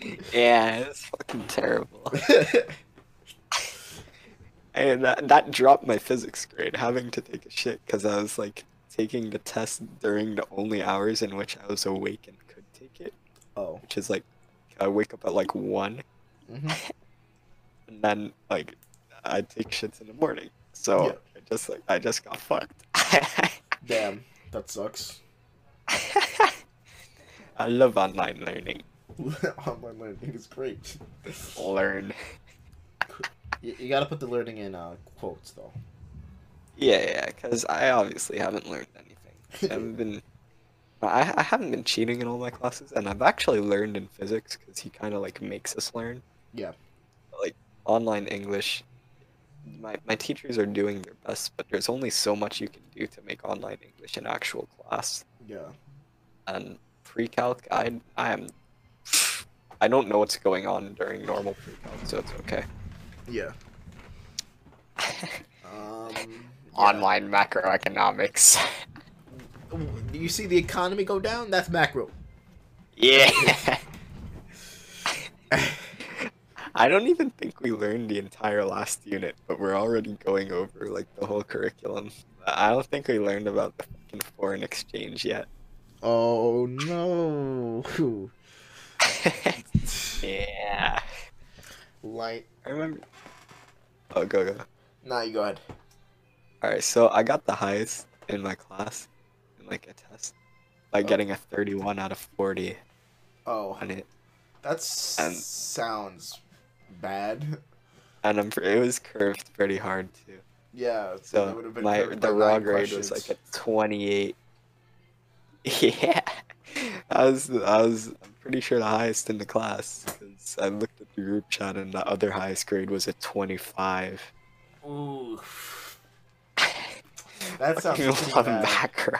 Speaker 1: *laughs*
Speaker 2: *laughs* yeah, it's fucking terrible. *laughs* And that, that dropped my physics grade, having to take a shit because I was like taking the test during the only hours in which I was awake and could take it,
Speaker 1: oh.
Speaker 2: which is like I wake up at like one
Speaker 1: hmm
Speaker 2: and then like I take shits in the morning. So
Speaker 1: Yeah.
Speaker 2: I just like I just got *laughs* fucked.
Speaker 1: Damn, that sucks. *laughs*
Speaker 2: I love online learning.
Speaker 1: online learning is great.
Speaker 2: Learn.
Speaker 1: You, you gotta put the learning in uh, quotes though.
Speaker 2: Yeah, yeah, because I obviously haven't learned
Speaker 3: *laughs*
Speaker 2: anything. I've been, I, I haven't been cheating in all my classes, and I've actually learned in physics because he kind of like makes us learn.
Speaker 1: Yeah.
Speaker 2: Like online English, my my teachers are doing their best, but there's only so much you can do to make online English an actual class.
Speaker 1: Yeah.
Speaker 2: And pre-calc, I I am, I don't know what's going on during normal pre-calc, so it's okay.
Speaker 1: Yeah. Um, yeah.
Speaker 3: Online macroeconomics. *laughs*
Speaker 1: Do you see the economy go down? That's macro.
Speaker 3: yeah.
Speaker 2: *laughs* I don't even think we learned the entire last unit, but we're already going over like the whole curriculum. I don't think we learned about the fucking foreign exchange yet. *laughs*
Speaker 1: Oh no.
Speaker 3: yeah.
Speaker 1: *laughs* Light.
Speaker 2: I remember. Oh, go go.
Speaker 1: Nah, you go ahead.
Speaker 2: All right, so I got the highest in my class, in like a test, by getting a 31 out of 40
Speaker 1: Oh,
Speaker 2: on it,
Speaker 1: that s-
Speaker 2: Um,
Speaker 1: sounds bad. *laughs*
Speaker 2: and I'm pre- it was curved pretty hard too.
Speaker 1: Yeah. it
Speaker 2: So
Speaker 1: would've been
Speaker 2: my
Speaker 1: covered by
Speaker 2: the raw
Speaker 1: nine
Speaker 2: grade was
Speaker 1: questions.
Speaker 2: like a 28. *laughs* Yeah, I was I was I'm pretty sure the highest in the class because I looked at the group chat and the other highest grade was a 25.
Speaker 1: Ooh. That
Speaker 2: *laughs*
Speaker 1: sounds
Speaker 2: Fucking
Speaker 1: pretty
Speaker 2: love
Speaker 1: bad.
Speaker 2: macro.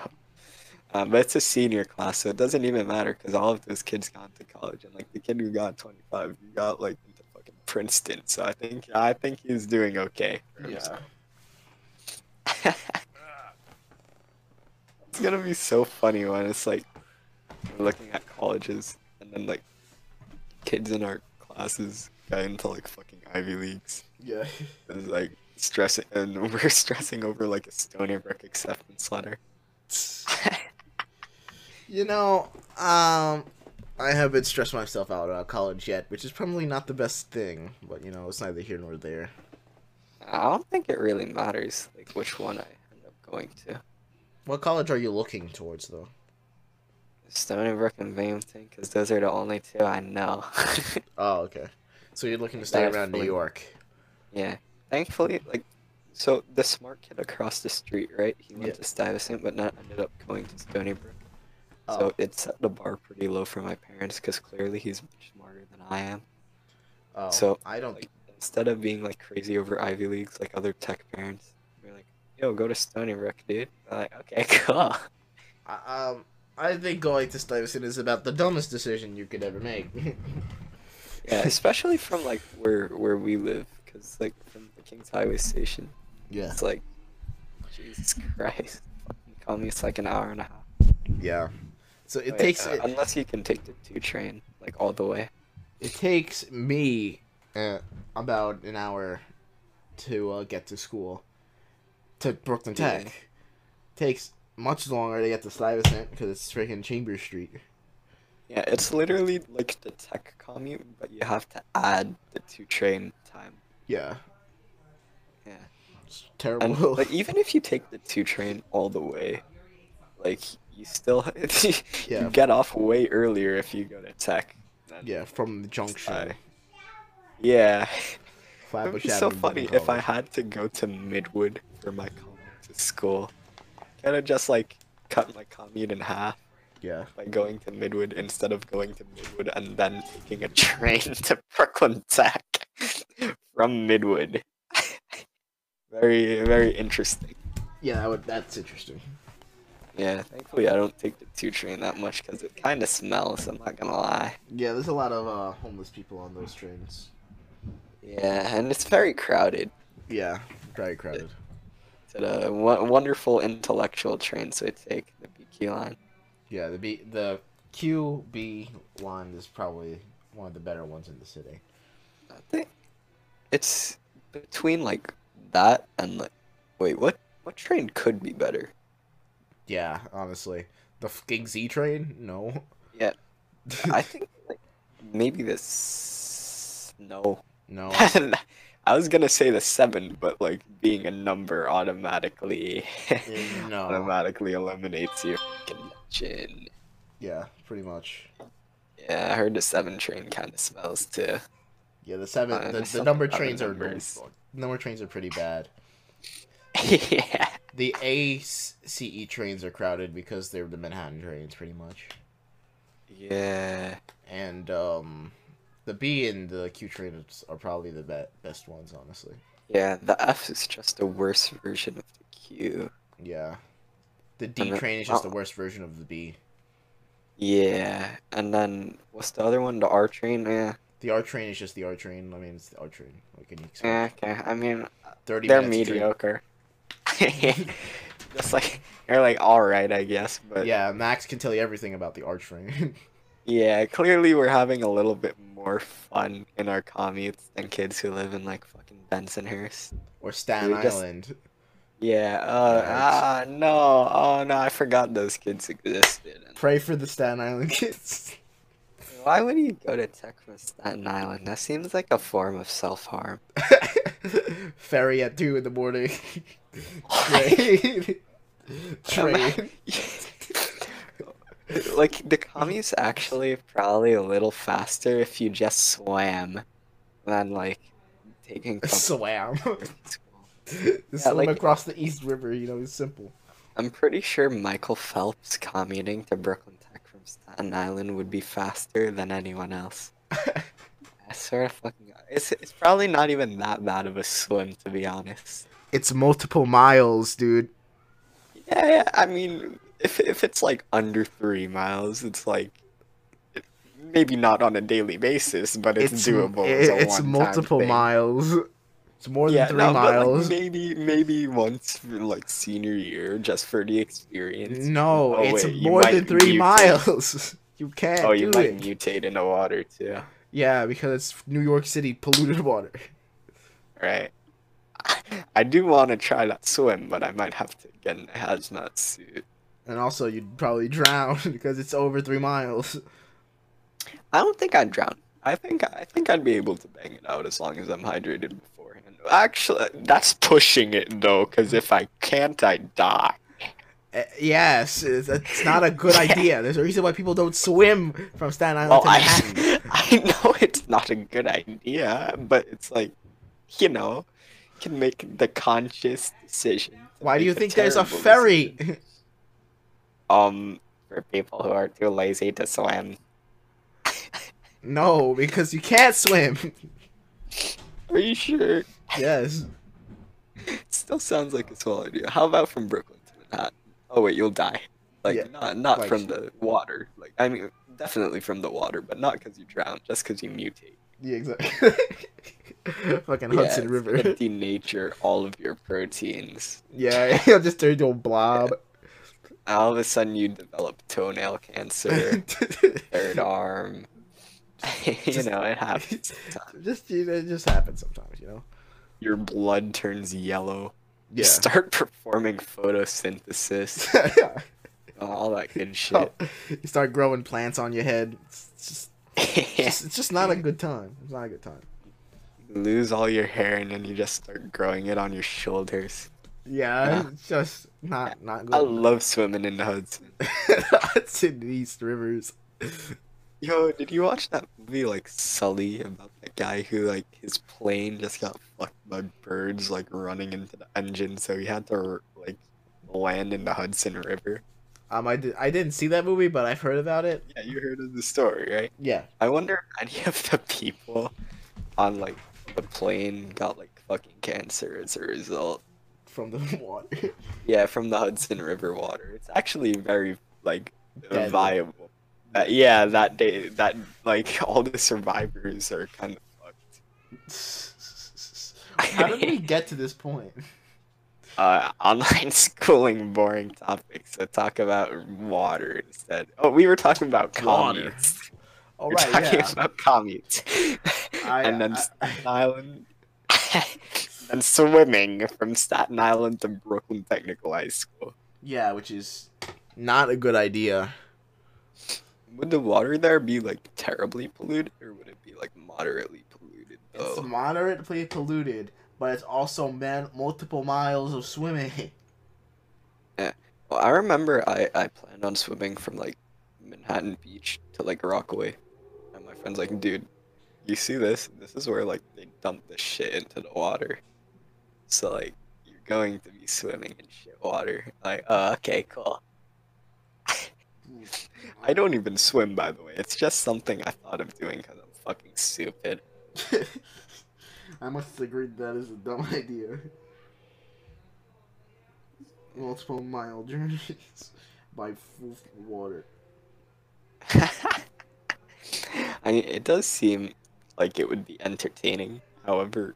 Speaker 2: Um, but it's a senior class, so it doesn't even matter because all of those kids got to college, and like the kid who got 25, he got like into fucking Princeton. So I think I think he's doing okay. for
Speaker 1: Yeah.
Speaker 2: himself. It's gonna be so funny when it's like we're looking at colleges, and then like kids in our classes got into like fucking Ivy leagues.
Speaker 1: Yeah. *laughs*
Speaker 2: It's like stressing, and *laughs* we're stressing over like a Stony Brook acceptance letter.
Speaker 1: *laughs* You know, um, I haven't stressed myself out about college yet, which is probably not the best thing. But you know, it's neither here nor there.
Speaker 2: I don't think it really matters like which one I end up going to.
Speaker 1: What college are you looking towards, though?
Speaker 2: Stony Brook and Binghamton, because those are the only two I know. *laughs*
Speaker 1: Oh, okay. So you're looking to stay around New
Speaker 2: Definitely.
Speaker 1: York.
Speaker 2: yeah, thankfully, like, so the smart kid across the street, right? He went
Speaker 1: Yeah.
Speaker 2: to Stuyvesant, but not ended up going to Stony Brook.
Speaker 1: Oh,
Speaker 2: So it set the bar pretty low for my parents, because clearly he's much smarter than I am.
Speaker 1: oh,
Speaker 2: so,
Speaker 1: I don't.
Speaker 2: like- Instead of being like crazy over Ivy leagues like other tech parents, we're like, "Yo, go to Stony Brook, dude." I'm like, okay, *laughs* cool.
Speaker 1: I, um, I think going to Stuyvesant is about the dumbest decision you could ever make. *laughs*
Speaker 2: Yeah, especially from like where where we live, because like from the Kings Highway Station,
Speaker 1: yeah.
Speaker 2: it's like, Jesus Christ, fucking commute's like an hour and a half.
Speaker 1: Yeah. So it
Speaker 2: Wait,
Speaker 1: takes
Speaker 2: uh,
Speaker 1: it,
Speaker 2: unless you can take the two train like all the way.
Speaker 1: it takes me uh, about an hour to uh, get to school to Brooklyn
Speaker 2: Yeah.
Speaker 1: Tech. Takes much longer to get to Stuyvesant because it's freaking Chambers Street.
Speaker 2: Yeah, it's literally like the tech commute, but you have to add the two train time.
Speaker 1: Yeah.
Speaker 2: Yeah,
Speaker 1: It's
Speaker 2: and
Speaker 1: terrible.
Speaker 2: like even if you take the two train all the way, like you still *laughs*
Speaker 1: Yeah.
Speaker 2: you get off way earlier if you go to tech.
Speaker 1: *laughs*
Speaker 2: than
Speaker 1: yeah, from the junction.
Speaker 2: Sty. Yeah. It would
Speaker 1: Flatbush
Speaker 2: be so
Speaker 1: Avenue,
Speaker 2: funny
Speaker 1: Brooklyn
Speaker 2: if I
Speaker 1: College.
Speaker 2: had to go to Midwood for my commute to school. Kind of just like cut my commute in half
Speaker 1: Yeah.
Speaker 2: by going to Midwood instead of going to Midwood and then taking a *laughs* train to Brooklyn Tech *laughs* from Midwood. *laughs* very, very interesting.
Speaker 1: Yeah, that would, that's interesting.
Speaker 2: Yeah, thankfully I don't take the two train that much because it kind of smells. I'm not gonna lie.
Speaker 1: Yeah, there's a lot of uh, homeless people on those trains.
Speaker 2: Yeah, and it's very crowded.
Speaker 1: Yeah, very crowded.
Speaker 2: It's a w- wonderful intellectual train, so I take the BQ line.
Speaker 1: Yeah, the B, the QB line is probably one of the better ones in the city.
Speaker 2: I think it's between like that and like wait, what what train could be better?
Speaker 1: Yeah, honestly, the fucking Z train, no. *laughs*
Speaker 2: Yeah. I think like maybe this no. *laughs*
Speaker 1: no,
Speaker 2: I was gonna say the seven, but like being a number automatically
Speaker 1: Mm, no.
Speaker 2: automatically eliminates your connection.
Speaker 1: Yeah, pretty much.
Speaker 2: Yeah, I heard the seven train kind of smells too. *laughs*
Speaker 1: Yeah, the seven,
Speaker 2: Uh,
Speaker 1: the,
Speaker 2: there's
Speaker 1: the
Speaker 2: something
Speaker 1: number
Speaker 2: about the
Speaker 1: trains are
Speaker 2: numbers.
Speaker 1: number trains are pretty bad.
Speaker 2: yeah.
Speaker 1: The ACE trains are crowded because they're the Manhattan trains, pretty much.
Speaker 2: Yeah.
Speaker 1: And um, the B and the Q trains are probably the be- best ones, honestly.
Speaker 2: Yeah, the F is just a worse version of the Q.
Speaker 1: Yeah. The D
Speaker 2: And the-
Speaker 1: train is just the
Speaker 2: oh.
Speaker 1: worst version of the B.
Speaker 2: Yeah, and then what's the other one? The R train. Yeah,
Speaker 1: The R train is just the R train. I mean, it's the R train. What can you
Speaker 2: yeah.
Speaker 1: expect?
Speaker 2: Okay. I mean,
Speaker 1: Thirty
Speaker 2: Eh, they're
Speaker 1: minutes. train.
Speaker 2: mediocre. *laughs* Just like they're like all right, I guess. But yeah.
Speaker 1: Yeah, Max can tell you everything about the R train. *laughs*
Speaker 2: yeah, clearly we're having a little bit more fun in our commutes than kids who live in like fucking Bensonhurst.
Speaker 1: or Staten
Speaker 2: We just-
Speaker 1: Island.
Speaker 2: Yeah. Uh. Ah.
Speaker 1: Yikes.
Speaker 2: No. Oh no. I forgot those kids existed. And
Speaker 1: Pray for the Staten Island kids. *laughs*
Speaker 2: why would you go to tech from Staten Island? That seems like a form of self harm.
Speaker 1: Ferry at two in the morning. *laughs*
Speaker 2: *laughs*
Speaker 1: Train. Train.
Speaker 2: *laughs* like the commute's actually probably a little faster if you just swam than like taking public *laughs*
Speaker 1: Swam.
Speaker 2: school.
Speaker 1: Swim
Speaker 2: like-
Speaker 1: across the East River. You know, it's simple.
Speaker 2: I'm pretty sure Michael Phelps commuting to Brooklyn Tech from Staten Island would be faster than
Speaker 1: *laughs*
Speaker 2: anyone else. I swear to fucking it's it's probably not even that bad of a swim to be honest.
Speaker 1: It's multiple miles, dude.
Speaker 2: Yeah, yeah, I mean, if if it's like under three miles, it's like it- maybe not on a daily basis, but it's, doable. as a one-time thing.
Speaker 1: miles. It's more than
Speaker 2: Yeah,
Speaker 1: three
Speaker 2: no, but, like,
Speaker 1: miles.
Speaker 2: maybe maybe once for, like senior year, just for the experience.
Speaker 1: No,
Speaker 2: Oh,
Speaker 1: it's
Speaker 2: wait, you
Speaker 1: more
Speaker 2: might
Speaker 1: than three
Speaker 2: mutate.
Speaker 1: miles. *laughs* You can't
Speaker 2: Oh, you
Speaker 1: do
Speaker 2: might
Speaker 1: it.
Speaker 2: mutate in the water too,
Speaker 1: Yeah, because it's New York City polluted water.
Speaker 2: right? I do want to try that swim, but I might have to get a hazmat suit.
Speaker 1: And also, you'd probably drown *laughs* because it's over three miles.
Speaker 2: I don't think I'd drown. I think I think I'd be able to bang it out as long as I'm hydrated beforehand. Actually, that's pushing it though, because if I can't, I die.
Speaker 1: Uh, yes, it's, it's not a
Speaker 2: *laughs*
Speaker 1: good idea. There's a reason why people don't swim from Staten Island
Speaker 2: Well,
Speaker 1: to
Speaker 2: I *laughs*
Speaker 1: Manhattan.
Speaker 2: I know it's not a good idea, but it's like, you know, you can make the conscious decision. to
Speaker 1: Why do
Speaker 2: make
Speaker 1: you think there's a
Speaker 2: terrible
Speaker 1: ferry?
Speaker 2: decision. Um, for people who are too lazy to swim,
Speaker 1: *laughs* no, because you can't swim. *laughs*
Speaker 2: are you sure?
Speaker 1: yes.
Speaker 2: Still sounds like a swell idea. How about from Brooklyn to Manhattan? Oh wait, you'll die. Like
Speaker 1: Yeah,
Speaker 2: not not
Speaker 1: like-
Speaker 2: from the water. Like I mean, definitely from the water, but not because you drown, just because you mutate.
Speaker 1: Yeah, exactly. *laughs* Fucking Hudson
Speaker 2: it's
Speaker 1: River.
Speaker 2: gonna denature all of your proteins.
Speaker 1: yeah, *laughs* it'll just turn into a blob.
Speaker 2: All of a sudden, you develop
Speaker 1: *laughs*
Speaker 2: toenail cancer, third arm. *laughs* you
Speaker 1: Just-
Speaker 2: know it happens. sometimes.
Speaker 1: just you know, it just happens sometimes, you know.
Speaker 2: Your blood turns yellow.
Speaker 1: Yeah.
Speaker 2: You *laughs* start performing photosynthesis.
Speaker 1: *laughs*
Speaker 2: all that good shit.
Speaker 1: Oh, you start growing plants on your head. It's it's just,
Speaker 2: Yeah. *laughs*
Speaker 1: it's, it's just not a good time. It's not a good time.
Speaker 2: lose all your hair and then you just start growing it on your shoulders.
Speaker 1: Yeah,
Speaker 2: Yeah.
Speaker 1: it's just not not
Speaker 2: I
Speaker 1: good.
Speaker 2: love swimming in the Hudson.
Speaker 1: *laughs* it's in the East Rivers.
Speaker 2: Yo, did you watch that movie like Sully about that guy who like his plane just got fucked by birds like running into the engine, so he had to like land in the Hudson River.
Speaker 1: Um, I did I didn't see that movie, but I've heard about it.
Speaker 2: Yeah, you heard of the story, right?
Speaker 1: Yeah,
Speaker 2: I wonder if any of the people on like the plane got like fucking cancer as a result.
Speaker 1: from the *laughs* water.
Speaker 2: Yeah, from the Hudson River water. It's actually very like
Speaker 1: Deadly.
Speaker 2: viable. Uh, yeah, that day, that like *laughs* all the survivors are kind of fucked.
Speaker 1: How did we get to this point?
Speaker 2: *laughs* Uh, online *laughs* schooling, boring topics. So talk about water instead. Oh, we were talking about
Speaker 1: Water.
Speaker 2: commutes. *laughs*
Speaker 1: All
Speaker 2: We're
Speaker 1: right,
Speaker 2: talking
Speaker 1: yeah.
Speaker 2: about *laughs* commutes,
Speaker 1: I-
Speaker 2: and then
Speaker 1: I-
Speaker 2: Staten Island, *laughs* and swimming from Staten Island to Brooklyn Technical High School.
Speaker 1: Yeah, which is not a good idea.
Speaker 2: Would the water there be like terribly polluted, or would it be like moderately polluted?
Speaker 1: It's
Speaker 2: Though?
Speaker 1: moderately polluted, but it's also man- multiple miles of swimming.
Speaker 2: Well, I remember I I planned on swimming from like Manhattan Beach to like Rockaway, and my friend's like, dude, you see this? This is where like they dump this shit into the water, so like you're going to be swimming in shit water. Like, oh, okay, cool. I don't even swim, by the way. It's just something I thought of doing because I'm fucking stupid.
Speaker 1: *laughs* I must agree that is a dumb idea. *laughs* Multiple mile journeys by full water.
Speaker 2: *laughs* I mean, it does seem like it would be entertaining. However,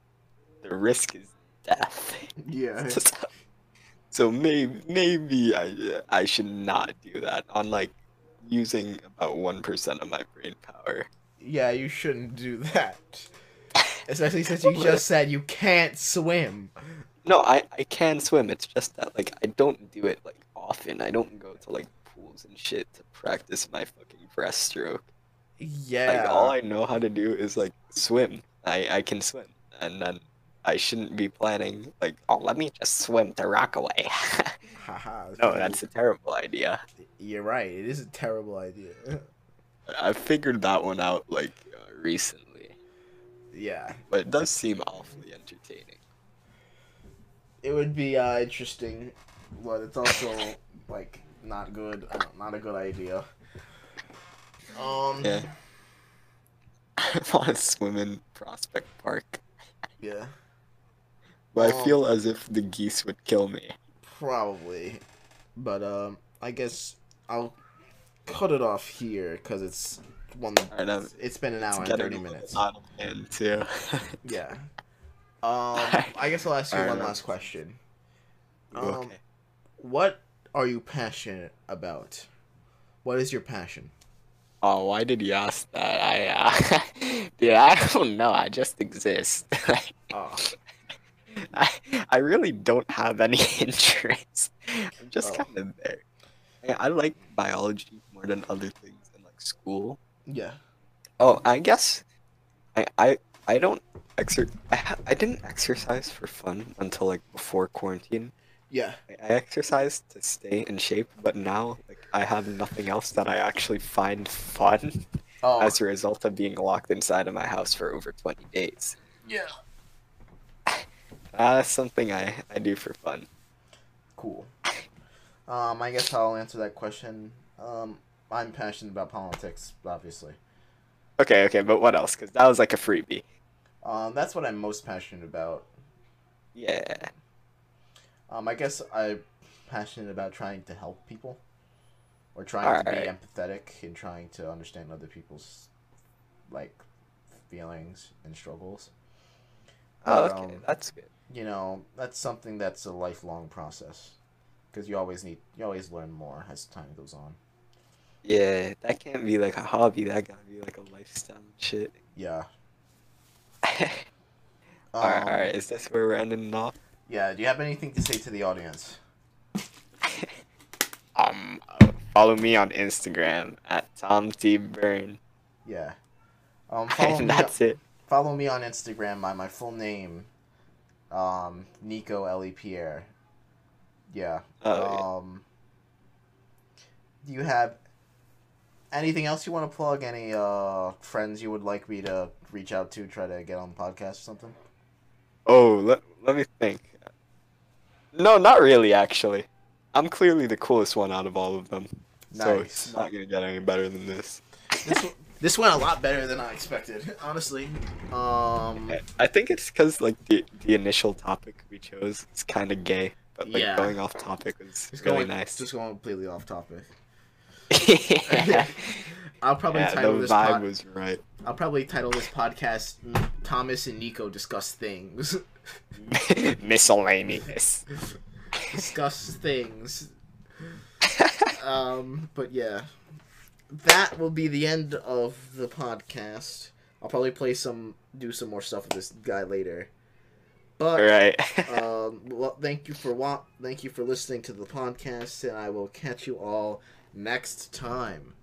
Speaker 2: the risk is death.
Speaker 1: Yeah.
Speaker 2: *laughs* so maybe maybe I I should not do that on like using about one percent of my brain power.
Speaker 1: Yeah, you shouldn't do that. Especially since you just said you can't swim.
Speaker 2: No, I I can swim. It's just that like I don't do it like often. I don't go to like pools and shit to practice my fucking breaststroke.
Speaker 1: Yeah.
Speaker 2: Like all I know how to do is like swim. I I can swim, and then I shouldn't be planning like oh let me just swim to Rockaway. *laughs*
Speaker 1: Haha,
Speaker 2: no, that's a terrible idea.
Speaker 1: You're right. It is a terrible idea. *laughs*
Speaker 2: I figured that one out like uh, recently,
Speaker 1: yeah.
Speaker 2: but it does seem awfully entertaining.
Speaker 1: It would be uh, interesting, but it's also like not good. I don't- Not a good idea. Um.
Speaker 2: Yeah. *laughs* I want to swim in Prospect Park,
Speaker 1: yeah,
Speaker 2: but
Speaker 1: Oh.
Speaker 2: I feel as if the geese would kill me.
Speaker 1: Probably. But um, I guess I'll cut it off here because it's one.
Speaker 2: I know.
Speaker 1: It's been an hour and
Speaker 2: Getting
Speaker 1: thirty
Speaker 2: a little
Speaker 1: minutes.
Speaker 2: Out of hand too. *laughs*
Speaker 1: Yeah. Um, I guess I'll ask you
Speaker 2: Fair
Speaker 1: one
Speaker 2: enough.
Speaker 1: last question. Um,
Speaker 2: okay.
Speaker 1: What are you passionate about? What is your passion?
Speaker 2: Oh, why did you ask that? I, uh, *laughs* dude, I don't know. I just exist. *laughs* Like,
Speaker 1: Oh,
Speaker 2: I, I really don't have any *laughs* interest. I'm just
Speaker 1: Oh.
Speaker 2: kind of there. I, I like biology more than other things in like school.
Speaker 1: yeah.
Speaker 2: Oh, I guess I, I, I don't exer. I, ha- I didn't exercise for fun until like before quarantine.
Speaker 1: Yeah.
Speaker 2: I, I exercised to stay in shape, but now like I have nothing else that I actually find fun. *laughs*
Speaker 1: Oh,
Speaker 2: as a result of being locked inside of my house for over 20 days.
Speaker 1: yeah.
Speaker 2: Uh, that's something I, I do for fun.
Speaker 1: Cool. Um, I guess I'll answer that question. Um, I'm passionate about politics, obviously.
Speaker 2: Okay, okay, but what else? Because that was like a freebie.
Speaker 1: Um, that's what I'm most passionate about.
Speaker 2: Yeah.
Speaker 1: Um, I guess I'm passionate about trying to help people, or trying to be
Speaker 2: Alright.
Speaker 1: empathetic and trying to understand other people's like feelings and struggles.
Speaker 2: Oh,
Speaker 1: But,
Speaker 2: okay,
Speaker 1: um,
Speaker 2: that's good.
Speaker 1: you know that's something that's a lifelong process because you always need you always learn more as time goes on.
Speaker 2: Yeah, that can't be like a hobby. That gotta be like a lifestyle and shit. *laughs*
Speaker 1: Yeah. Um,
Speaker 2: alright, alright, is this where we're ending it off?
Speaker 1: Yeah. Do you have anything to say to the audience?
Speaker 2: Um, uh, follow me on Instagram at Tom T. Byrne.
Speaker 1: Yeah.
Speaker 2: *laughs*
Speaker 1: Um, follow
Speaker 2: and
Speaker 1: me.
Speaker 2: that's it.
Speaker 1: Follow me on Instagram by my full name, um, Nico Ellie Pierre. Yeah.
Speaker 2: Oh,
Speaker 1: um. Do you have anything else you want to plug? Any uh friends you would like me to reach out to, try to get on the podcast or something?
Speaker 2: Oh, let, let me think. No, not really, actually. I'm clearly the coolest one out of all of them. So
Speaker 1: Nice.
Speaker 2: it's not going to get any better than this.
Speaker 1: this, this went a lot better than I expected, honestly. Um,
Speaker 2: I- I think it's because, like, the, the initial topic we chose is kind of gay. But, like,
Speaker 1: Yeah.
Speaker 2: going off topic was
Speaker 1: just
Speaker 2: really
Speaker 1: going
Speaker 2: nice.
Speaker 1: just going completely off topic.
Speaker 2: *laughs* yeah,
Speaker 1: I'll probably title
Speaker 2: the
Speaker 1: this.
Speaker 2: vibe
Speaker 1: pod-
Speaker 2: was right. *laughs*
Speaker 1: I'll probably title this podcast "N- "Thomas and Nico Discuss Things." *laughs*
Speaker 2: Miscellaneous. *laughs*
Speaker 1: discuss things. Um, but yeah, that will be the end of the podcast. I'll probably play some, do some more stuff with this guy later. But *laughs*
Speaker 2: right.
Speaker 1: um, well, thank you for wa- thank you for listening to the podcast, and I will catch you all next time.